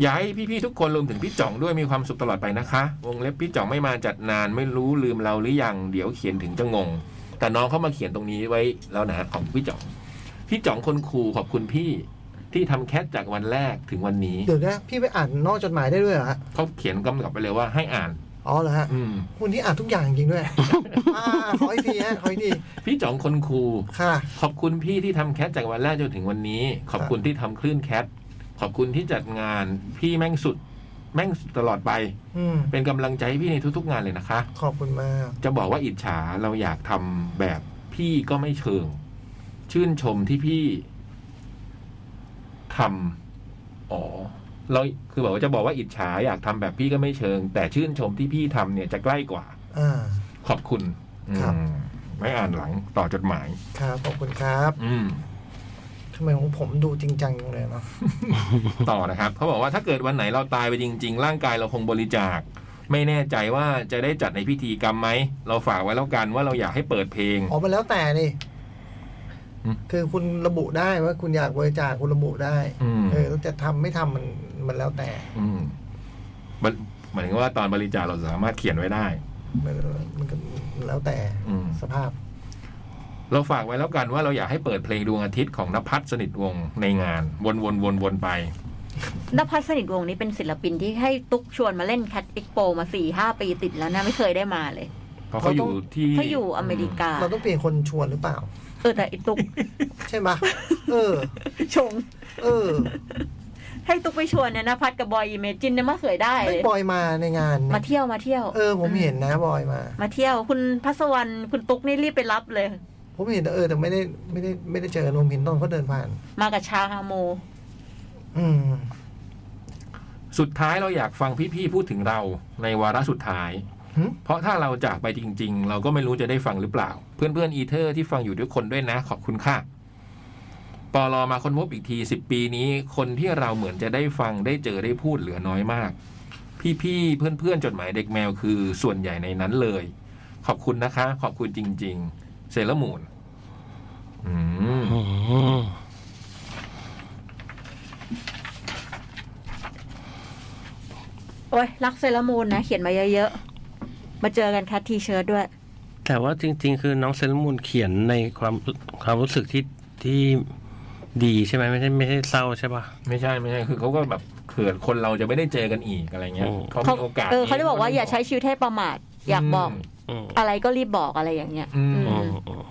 อยากให้พี่ๆทุกคนรวมถึงพี่จ่องด้วยมีความสุขตลอดไปนะคะ วงเล็บพี่จ่องไม่มาจัดนาน ไม่รู้ลืมเราหรือยังเดี๋ยวเขียนถึงจะงง แต่น้องเขามาเขียนตรงนี้ไว้แล้วนะของพี่จ่อง พี่จ่องคนครูขอบคุณพี่ ที่ทำแคสจากวันแรกถึงวันนี้
เดี๋ยวนะพี่ไปอ่านนอกจดหมายได้ด้วยเหรอฮะ
เขาเขียนกำกับไปเลยว่าให้อ่าน
อ๋อเหรอฮะ
อืม
คุณที่อ่านทุกอย่างจริงด้วย อ่าขออีกทีฮะขออีกที
พี่จ่องคนครู
ค่ะ
ขอบคุณพี่ที่ทำแคสจากวันแรกจนถึงวันนี้ ขอบคุณที่ทำคลื่นแคสขอบคุณที่จัดงานพี่แม่งสุด แม่งสุดตลอดไป
อืม
เป็นกำลังใจให้พี่ในทุก ๆ งานเลยนะคะ
ขอบคุณมาก
จะบอกว่าอิจฉาเราอยากทำแบบพี่ก็ไม่เชิง ชื่นชมที่พี่ทำอ๋อเราคือบอกว่าจะบอกว่าอิจฉาอยากทำแบบพี่ก็ไม่เชิง แต่ชื่นชมที่พี่ทำเนี่ยจะใกล้กว่า
อ่า
ขอบคุณอืม
ครับ
ไม่อ่านหลังต่อจดหมาย
ครับขอบคุณครับ
อืม
ทำไมของผมดูจริงจังจังเลยเนาะ
ต่อนะครับเขาบอกว่าถ้าเกิดวันไหนเราตายไปจริง ๆ ร่างกายเราคงบริจาค ไม่แน่ใจว่าจะได้จัดในพิธีกรรมไหม เราฝากไว้แล้วกันว่าเราอยากให้เปิดเพลง
อ๋อมันแล้วแต่นี่
อืม
คือคุณระบุได้ว่าคุณอยากบริจาคคุณระบุได้
อืม
เออแล้วจะทำไม่ทำมันมันแล้วแต่
อืมมันหมายถึงว่าตอนบริจาคเราสามารถเขียนไว้ได้
มันมันก็แล้วแต่
อืม
สภาพ
เราฝากไว้แล้วกันว่าเราอยากให้เปิดเพลงดวงอาทิตย์ของนภัสสนิทวงศ์ในงาน วนวนวนวนไป
นภัสสนิทวงศ์นี้เป็นศิลปินที่ให้ตุ๊กชวนมาเล่นแค t เอ็กโปมาสี่ห้าปีติดแล้วนะ ไม่เคยได้มาเลย
เพราะเขาอยู่ที่
เขาอยู่อเมริกา
เราต้องเปลี่ยนคนชวนหรือเปล่า
เออแต่ไอ้ตุ๊ก
ใช่ไหมเออ
ชง
เออ
ให้ตุ๊กไปชวนเนี่ยนภัสกับบอยอีเมจินเนี่ยไม่เคยได้เล
ไม่
ย
บอยมาในงาน
มา
เนี่ย
เที่ยวมาเที่ยว
เออ ผมเห็นนะบอยมา
มาเที่ยวคุณพัสวรรณคุณตุ๊กนี่รีบไปรับเลย
ผมเห็นเออ แต่ไม่ได้ไม่ได้ไม่ได้เจอผมเห็นตอนเขาเดินผ่าน
มากับชาฮาโม
อืม
สุดท้ายเราอยากฟังพี่ๆพูดถึงเราในวาระสุดท้าย
หึ
เพราะถ้าเราจากไปจริง ๆ เราก็ไม่รู้จะได้ฟังหรือเปล่า เพื่อนๆอีเทอร์ที่ฟังอยู่ด้วยคนด้วยนะ ขอบคุณค่ะปอลอมาค้นพบอีกทีสิบปีนี้ คนที่เราเหมือนจะได้ฟังได้เจอได้พูดเหลือน้อยมาก พี่ๆเพื่อนๆจดหมายเด็กแมวคือส่วนใหญ่ในนั้นเลย ขอบคุณนะคะ ขอบคุณจริง ๆ เซเลอร์มูนอืม
อืม
โอ้ยรักเซรามูนนะ เขียนมาเยอะๆ มาเจอกันคัดทีเชิร์ตด้วย
แต่ว่าจริง ๆ คือน้องเซเลอร์มูนเขียนในความความรู้สึกที่ที่ดีใช่ไหมไม่ใช่ไม่ใช่เศร้าใช่ปะ
ไม่ใช่ไม่ใช่คือเขาก็แบบเขื่อนคนเราจะไม่ได้เจอกันอีกอะไรเงี้ย
อืม
เขามีโอกาส
เออเขาได้บอกว่าอย่าใช้ชีวิตให้ประมาท อยากบอก
ม
อืม
อะไรก็รีบบอกอะไรอย่างเงี้ย
อืม
อื
อื
ม
มอืม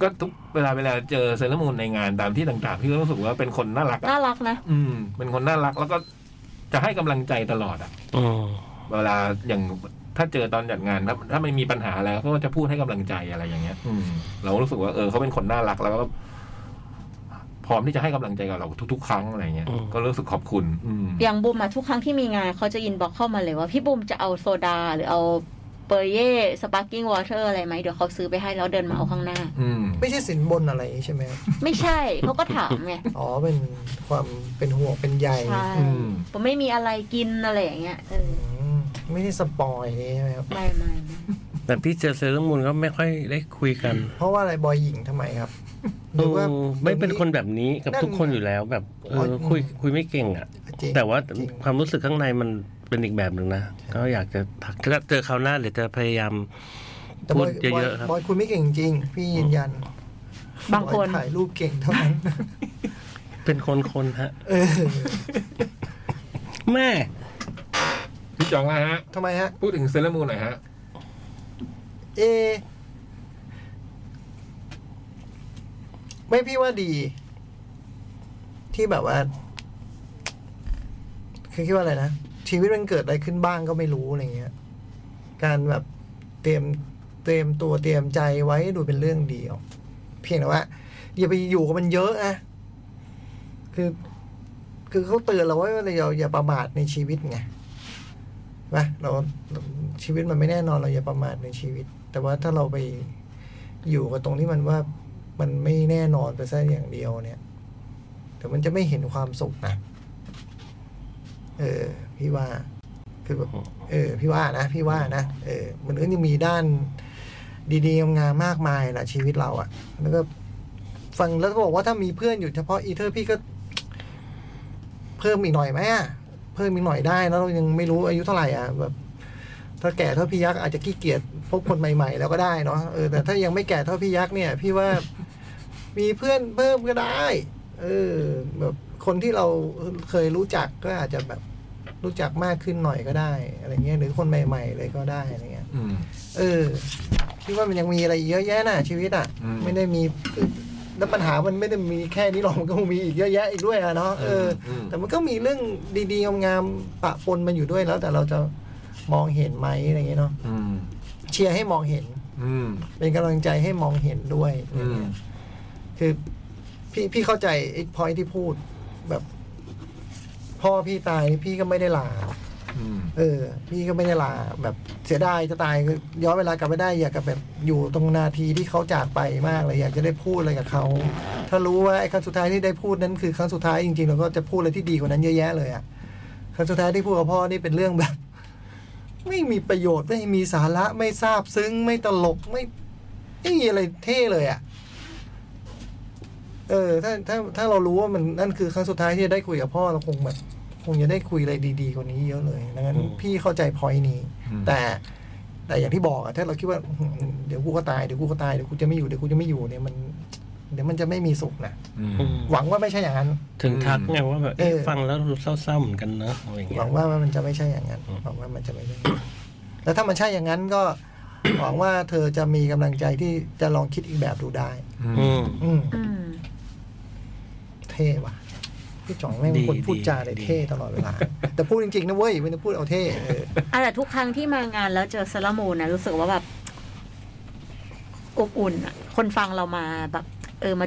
ก็ทุกเวลาเวลาเจอเซเลอร์มูนในงานตามที่ต่างๆพี่ก็รู้สึกว่าเป็นคนน่ารักอะ
น่ารักนะ
อืม เป็นคนน่ารักแล้วก็จะให้กำลังใจตลอดอะ
อืม
เวลาอย่างถ้าเจอตอนจัดงานถ้าถ้าไม่มีปัญหาอะไรเขาก็จะพูดให้กำลังใจอะไรอย่างเงี้ย อืม เรารู้สึกว่าเออเขาเป็นคนน่ารักแล้วก็พร้อมที่จะให้กำลังใจกับเราทุกๆครั้งอะไรเงี้ยก็รู้สึกขอบคุณ อืม
อย่างบุมอะทุกครั้งที่มีงานเขาจะอินบอกเข้ามาเลยว่าพี่บุมจะเอาโซดา หรือเอาเปอร์เย่สปาร์กิ้งวอเตอร์อะไรไหมเดี๋ยวเขาซื้อไปให้แล้วเดินมาเอาข้างหน้า
อืม
ไม่ใช่สินบนอะไรใช่ไหม
ไม่ใช่ เขาก็ถามไง
อ๋อ เป็นความเป็นห่วงเป็นใย
ใช่
อืม
ผมไม่มีอะไรกินอะไรอย่างเงี้ยเออ
อืมไม่ได้สปอยนี่ใช่ไหมครับ
ไม่ไม่ไม่
แต่พี่เจอเซเลอร์มูนก็ไม่ค่อยได้คุยกัน
เพราะว่าอะไรบอยหญิงทำไมครับหรือว่า
เออไม่เป็นคนแบบนี้กับทุกคนอยู่แล้ว แบบเออคุยคุยไม่เก่งอ่ะ
จริง
แต่ว่า
จริง
ความรู้สึกข้างในมันเป็นอีกแบบหนึ่งนะ ก็อยากจะทักถ้าเจอคราวหน้าเดี๋ยวจะพยายาม
แต่บอย
พูดเยอะๆครับ
บอยคุณไม่เก่งจริง พี่ยืนยัน
บางคน
อยถ่ายรูปเก่งเท่านั้น
เป็นคนคนๆฮะ
เออ
แม่
พี่จ๋องนะฮะ
ทำไมฮะ
พูดถึงเซเลอร์มูนหน่อยฮะ
เอ ไม่พี่ว่าดี ที่แบบว่า คือคิดว่าอะไรนะชีวิตมันเกิดอะไรขึ้นบ้างก็ไม่รู้อะไรเงี้ย การแบบเตรียมเตรียมตัวเตรียมใจไว้ดูเป็นเรื่องดีออกเพียงแต่ว่าอย่าไปอยู่กับมันเยอะนะคือ คือเขาเตือนเราไว้ว่าเราอย่าประมาทในชีวิตไง นะเราชีวิตมันไม่แน่นอนเราอย่าประมาทในชีวิต แต่ว่าถ้าเราไปอยู่กับตรงที่มันว่ามันไม่แน่นอนไปซะอย่างเดียวเนี่ยแต่มันจะไม่เห็นความสุขนะเออ พี่ว่า คือแบบเออ พี่ว่านะพี่ว่านะเออ มันก็ยังมีด้าน ดีๆงามๆมากมายนะชีวิตเราอะ่ะ แล้วก็ฟังแล้วก็บอกว่าถ้ามีเพื่อนอยู่เฉพาะอีเทอร์พี่ก็ เพิ่มอีกหน่อยไหมอะเพิ่มอีกหน่อยได้แล้วเรายังไม่รู้อายุเท่าไหร่อ่ะแบบ ถ้าแก่เท่าพี่ยักษ์อาจจะขี้เกียจพบคนใหม่ๆ แล้วก็ได้เนาะเออแต่ถ้ายังไม่แก่เท่าพี่ยักษ์เนี่ย พี่ว่ามีเพื่อนเพิ่มก็ได้เออแบบคนที่เราเคยรู้จักก็อาจจะแบบรู้จักมากขึ้นหน่อยก็ได้ อะไรเงี้ยหรือคนใหม่ ๆ เลยก็ได้อะไรเงี้ย
อืม
เออคิดว่ามันยังมีอะไรเยอะแยะน่ะชีวิตอ่ะ
อืม
ไม่ได้มีแล้วปัญหามันไม่ได้มีแค่นี้หรอกมันก็คงมีอีกเยอะแยะอีกด้วยอะเนาะเออ
ม
แต่มันก็มีเรื่องดีๆงามๆปะปนมันอยู่ด้วยแล้ว แต่เราจะมองเห็นไหมอะไรอย่างเงี้ยเนาะ
อืม
เชียร์ให้มองเห็น
อืม
เป็นกำลังใจให้มองเห็นด้วยอะไร
อืม
เงี้ยคือพี่พี่เข้าใจไอ้พอยที่พูดแบบพ่อพี่ตายพี่ก็ไม่ได้ลา
อืม
เออ พี่ก็ไม่ได้ลาแบบเสียดายจะตายคือย้อนเวลากลับไปได้อยากกลับแบบอยู่ตรงนาทีที่เขาจากไปมากเลยอยากจะได้พูดอะไรกับเขาถ้ารู้ว่าไอ้ครั้งสุดท้ายที่ได้พูดนั้นคือครั้งสุดท้ายจริงๆเราก็จะพูดอะไรที่ดีกว่านั้นเยอะแยะเลยอะครั้งสุดท้ายที่พูดกับพ่อนี่เป็นเรื่องแบบ ไม่มีประโยชน์ไม่มีสาระไม่ซาบซึ้งไม่ตลกไม่ไม่มีอะไรเท่เลยอะเออ ถ้าถ้าถ้าเรารู้ว่ามันนั่นคือครั้งสุดท้ายที่จะได้คุยกับพ่อเราคงแบบ คงจะได้คุยอะไรดีๆกว่านี้เยอะเลยดังนั้น
อืม
พี่เข้าใจพอยนี้
อืม
แต่ แต่อย่างที่บอกอะถ้าเราคิดว่าอื้อหือเดี๋ยวกูก็ตายเดี๋ยวกูก็ตายเดี๋ยวกูจะไม่อยู่เดี๋ยวกูจะไม่อยู่เนี่ยมัน เดี๋ยวมันจะไม่มีสุขนะ
อืม
อืม
หวังว่าไม่ใช่อย่างนั้น
ถึงทักไงว่าแบบเอ๊ะ
เออ
ฟังแล้วรู้สึกเศร้าๆเหมือนกันเนอะอะไรอย่าง
ห
เงี้
วั
ย
งว่ามันจะไม่ใช่อย่างนั้น
อืม
หวังว่ามันจะไม่ใช่อย่างนั้นแล้วถ้ามันใช่อย่างนั้นก็ หวังว่าเธอจะมีกำลังใจที่จะลองคิดอีกแบบดูได้
อืม
อืม
อืม
เท่ว่ะพี่จ่องไม่งเป็
ดี
นคนพูด
ดี
จาเลย
ดี
เท่ตลอดเวลา แต่พูดจริงๆนะเว้ยไม่ได้พูดเอาเท่เออ
อะแต่ทุกครั้งที่มางานแล้วเจอซาลามูนนะรู้สึกว่าแบบอบอุ่นอะคนฟังเรามาแบบ เออมา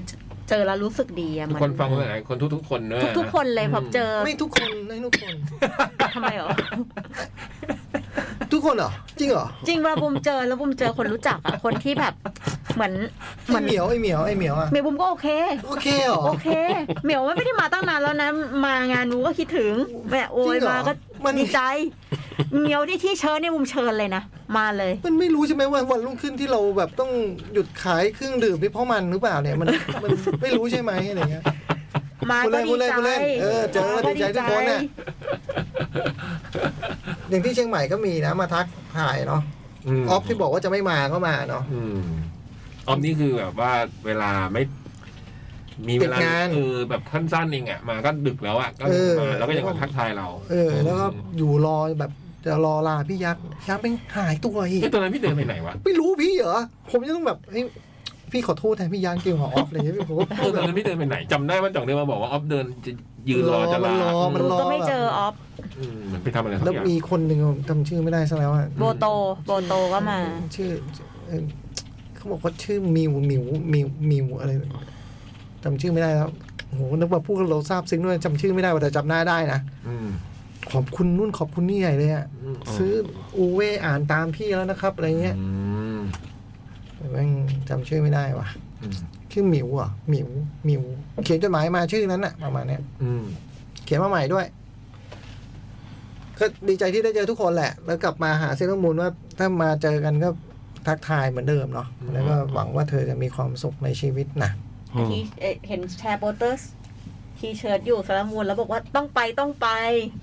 เจอแล้วรู้สึกดีอะ
ทุก
มั
คนฟังหลายๆคนทุกๆคนด้วย
ทุกๆคนเลยแบบเจอ
ไม่ทุกคนไม่ทุกคน
ทำไมเหรอ
ทุกคนเหรอจริงเหรอ
จริงว่าบุมเจอแล้วบุมเจอคนรู้จักอะคนที่แบบ เหมือนเห
ไอ
มือน
เหมียวไอเหมียวไอเหมียวอะ
เมียบุมก็โอเค
โอเคเหรอ
โอเคเหมียวมันไม่ได้มาตั้งนานแล้วนะ มางานบูก็คิดถึงแหมโอยมาก็ดีใจเหมียวที่ที่เชิญเนี่ยบุมเชิญเลยนะมาเลย
มันไม่รู้ใช่ไหมว่าวันรุ่งขึ้นที่เราแบบต้องหยุดขายเครื่องดื่มนี่เพราะมันหรือเปล่าเนี่ยมันมันไม่รู้ใช่ไหมอะไรเงี้ย
มาก็ดี
พูดเล่น
ใจ
พูดเล่นเออเจอแล้วดีใจทุกคนน่ะ อย่างที่เชียงใหม่ก็มีนะมาทักทายเนาะ
ม
ออฟที่บอกว่าจะไม่มาก็มาเนาะ
อืมออฟนี่คือแบบว่าเวลาไม่ มีเวลา
ติดงาน
เออแบบสั้นๆเองอ่ะมาก็ดึกแล้วอ่ะก็
เออ
มาแล้วก็ยังมาทักทายเรา
เออ แล้วก็อยู่รอแบบจะรอลาพี่ยักษ์ยักษ์เป็นหายตัวอีก
ไอ้ยตอนนั้นพี่เดินไปไหนวะ
ไม่รู้พี่เหรอผมจะต้องแบบเฮ้ยพี่ขอโทษแทนพี่ยักษ์เกี่ยวกับออฟอะไรเงี้ยพี่ผมก็
เอ อตอนนั้นพี่เดินไปไหนจำได้ว่าจ่องเดินมาบอกว่าออฟเดินจะยืนรอจะ
มั
ลาน
รอมันรอ
ก็ไม่เจอออฟ
อืมเหมือนไปทำอะไรสัก
แล้ว
อย่าง
มีคนหนึ่งจำชื่อไม่ได้ซะแล้วอะ
โบโตโบโตก็มา
ชื่อเอ่อเขาบอกว่าชื่อมิวมิวมิวมิวอะไรจำชื่อไม่ได้แล้วโอ้โหนึกว่าพูดกับเราทราบซึ้งด้วยจำชื่อไม่ได้ว่าแต่จำหน้าได้นะ
อืม
ขอบคุณนุ่นขอบคุณนี่ใหญ่เลยอะ
อืม
ซื้ออูเวอ่านตามพี่แล้วนะครับอะไรเงี้ย
อืม
แม่งจำชื่อไม่ได้ว่ะ
อืม
ชื่อหมิวเหรอ่ะหมิวหมิว เขียนจดหมายมาชื่อนั้นอะประมาณเนี้ย
อืม
เขียนมาใหม่ด้วย ก็ดีใจที่ได้เจอทุกคนแหละ แล้วกลับมาหาเซนต์มูลว่า ถ้ามาเจอกันก็ทักทายเหมือนเดิมเนาะแล้วก็หวังว่าเธอจะมีความสุขในชีวิตนะ
อืม
ที่เอ่อเห็นแชร์โปสเตอร์สทีเชิร์ตอยู่สารมูลแล้วบอกว่าต้องไปต้องไป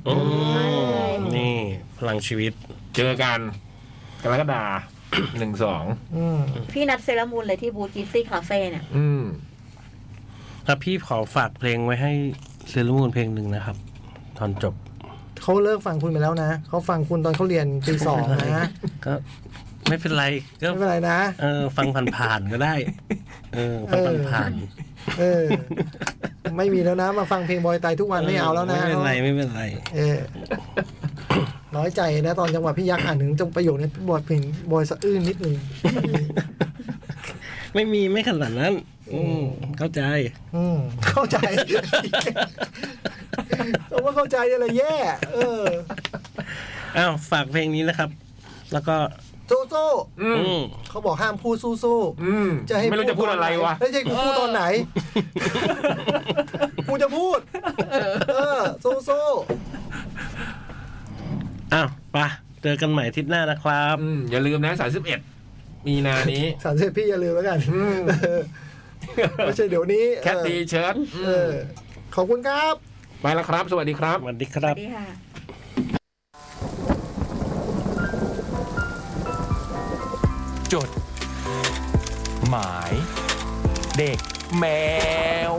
อืมนี่พลังชีวิต
เจอกันกรกฎาหนึ่งสอง
อืม
พี่นัดเซรามูลเลยที่บูธกิซี่คาเฟ่เนี่ย
อืม
แล้วพี่ขอฝากเพลงไว้ให้เซเลอร์มูนเพลงหนึ่งนะครับ ตอนจบ
เขาเลิกฟังคุณไปแล้วนะเขาฟังคุณตอนเขาเรียนปีสองนะ
ก็ไม่เป็นไรก็
ไม่เป็นไรนะ
เออฟังผ่านๆก็ได้ เออฟังผ่าน
เออ ไม่มีแล้วนะ มาฟังเพลงบอยไตายทุก
ๆ
วันไม่เอาแล้วนะ
ไม่เป็นไรไม่เป็นไร
เออ น้อยใจนะ ตอนจังหวะพี่ยักษ์อ่านถึงจงประโยคนี้บอยเป็นบอยสะอื้นนิดนึง
ไม่มีไม่ขนาดนั้น อืมเข้าใจ
อืม เข้าใจเอาว่าเข้าใจอะไรแย่ เออ
อ้าวฝากเพลงนี้นะครับ แล้วก็
สู้สู้
อืม
อืม
ๆเขาบอกห้ามพูดสู้สู้
อืม
ๆจะให้
ไม่รู้จะพูดอะไรวะ
ไม่ใช่กูพูดตอนไหน กูจะพูด เออ สู้สู้ๆ
อ้าวไปะเจอกันใหม่อาทิตย์หน้านะครับ
อืมอย่าลืมนะ 31 มีนา นี้
สามสิบพี่อย่าลืมแล้วกัน
อืม
เออไม่ใช่เดี๋ยวนี้
แคทตีเชิร์ต
เออเออ ขอบคุณครับ
ไปแล้วครับ สวัสดีครับ
สวัสดีครับ
ดีค่ะ
จด หมาย เด็กแมว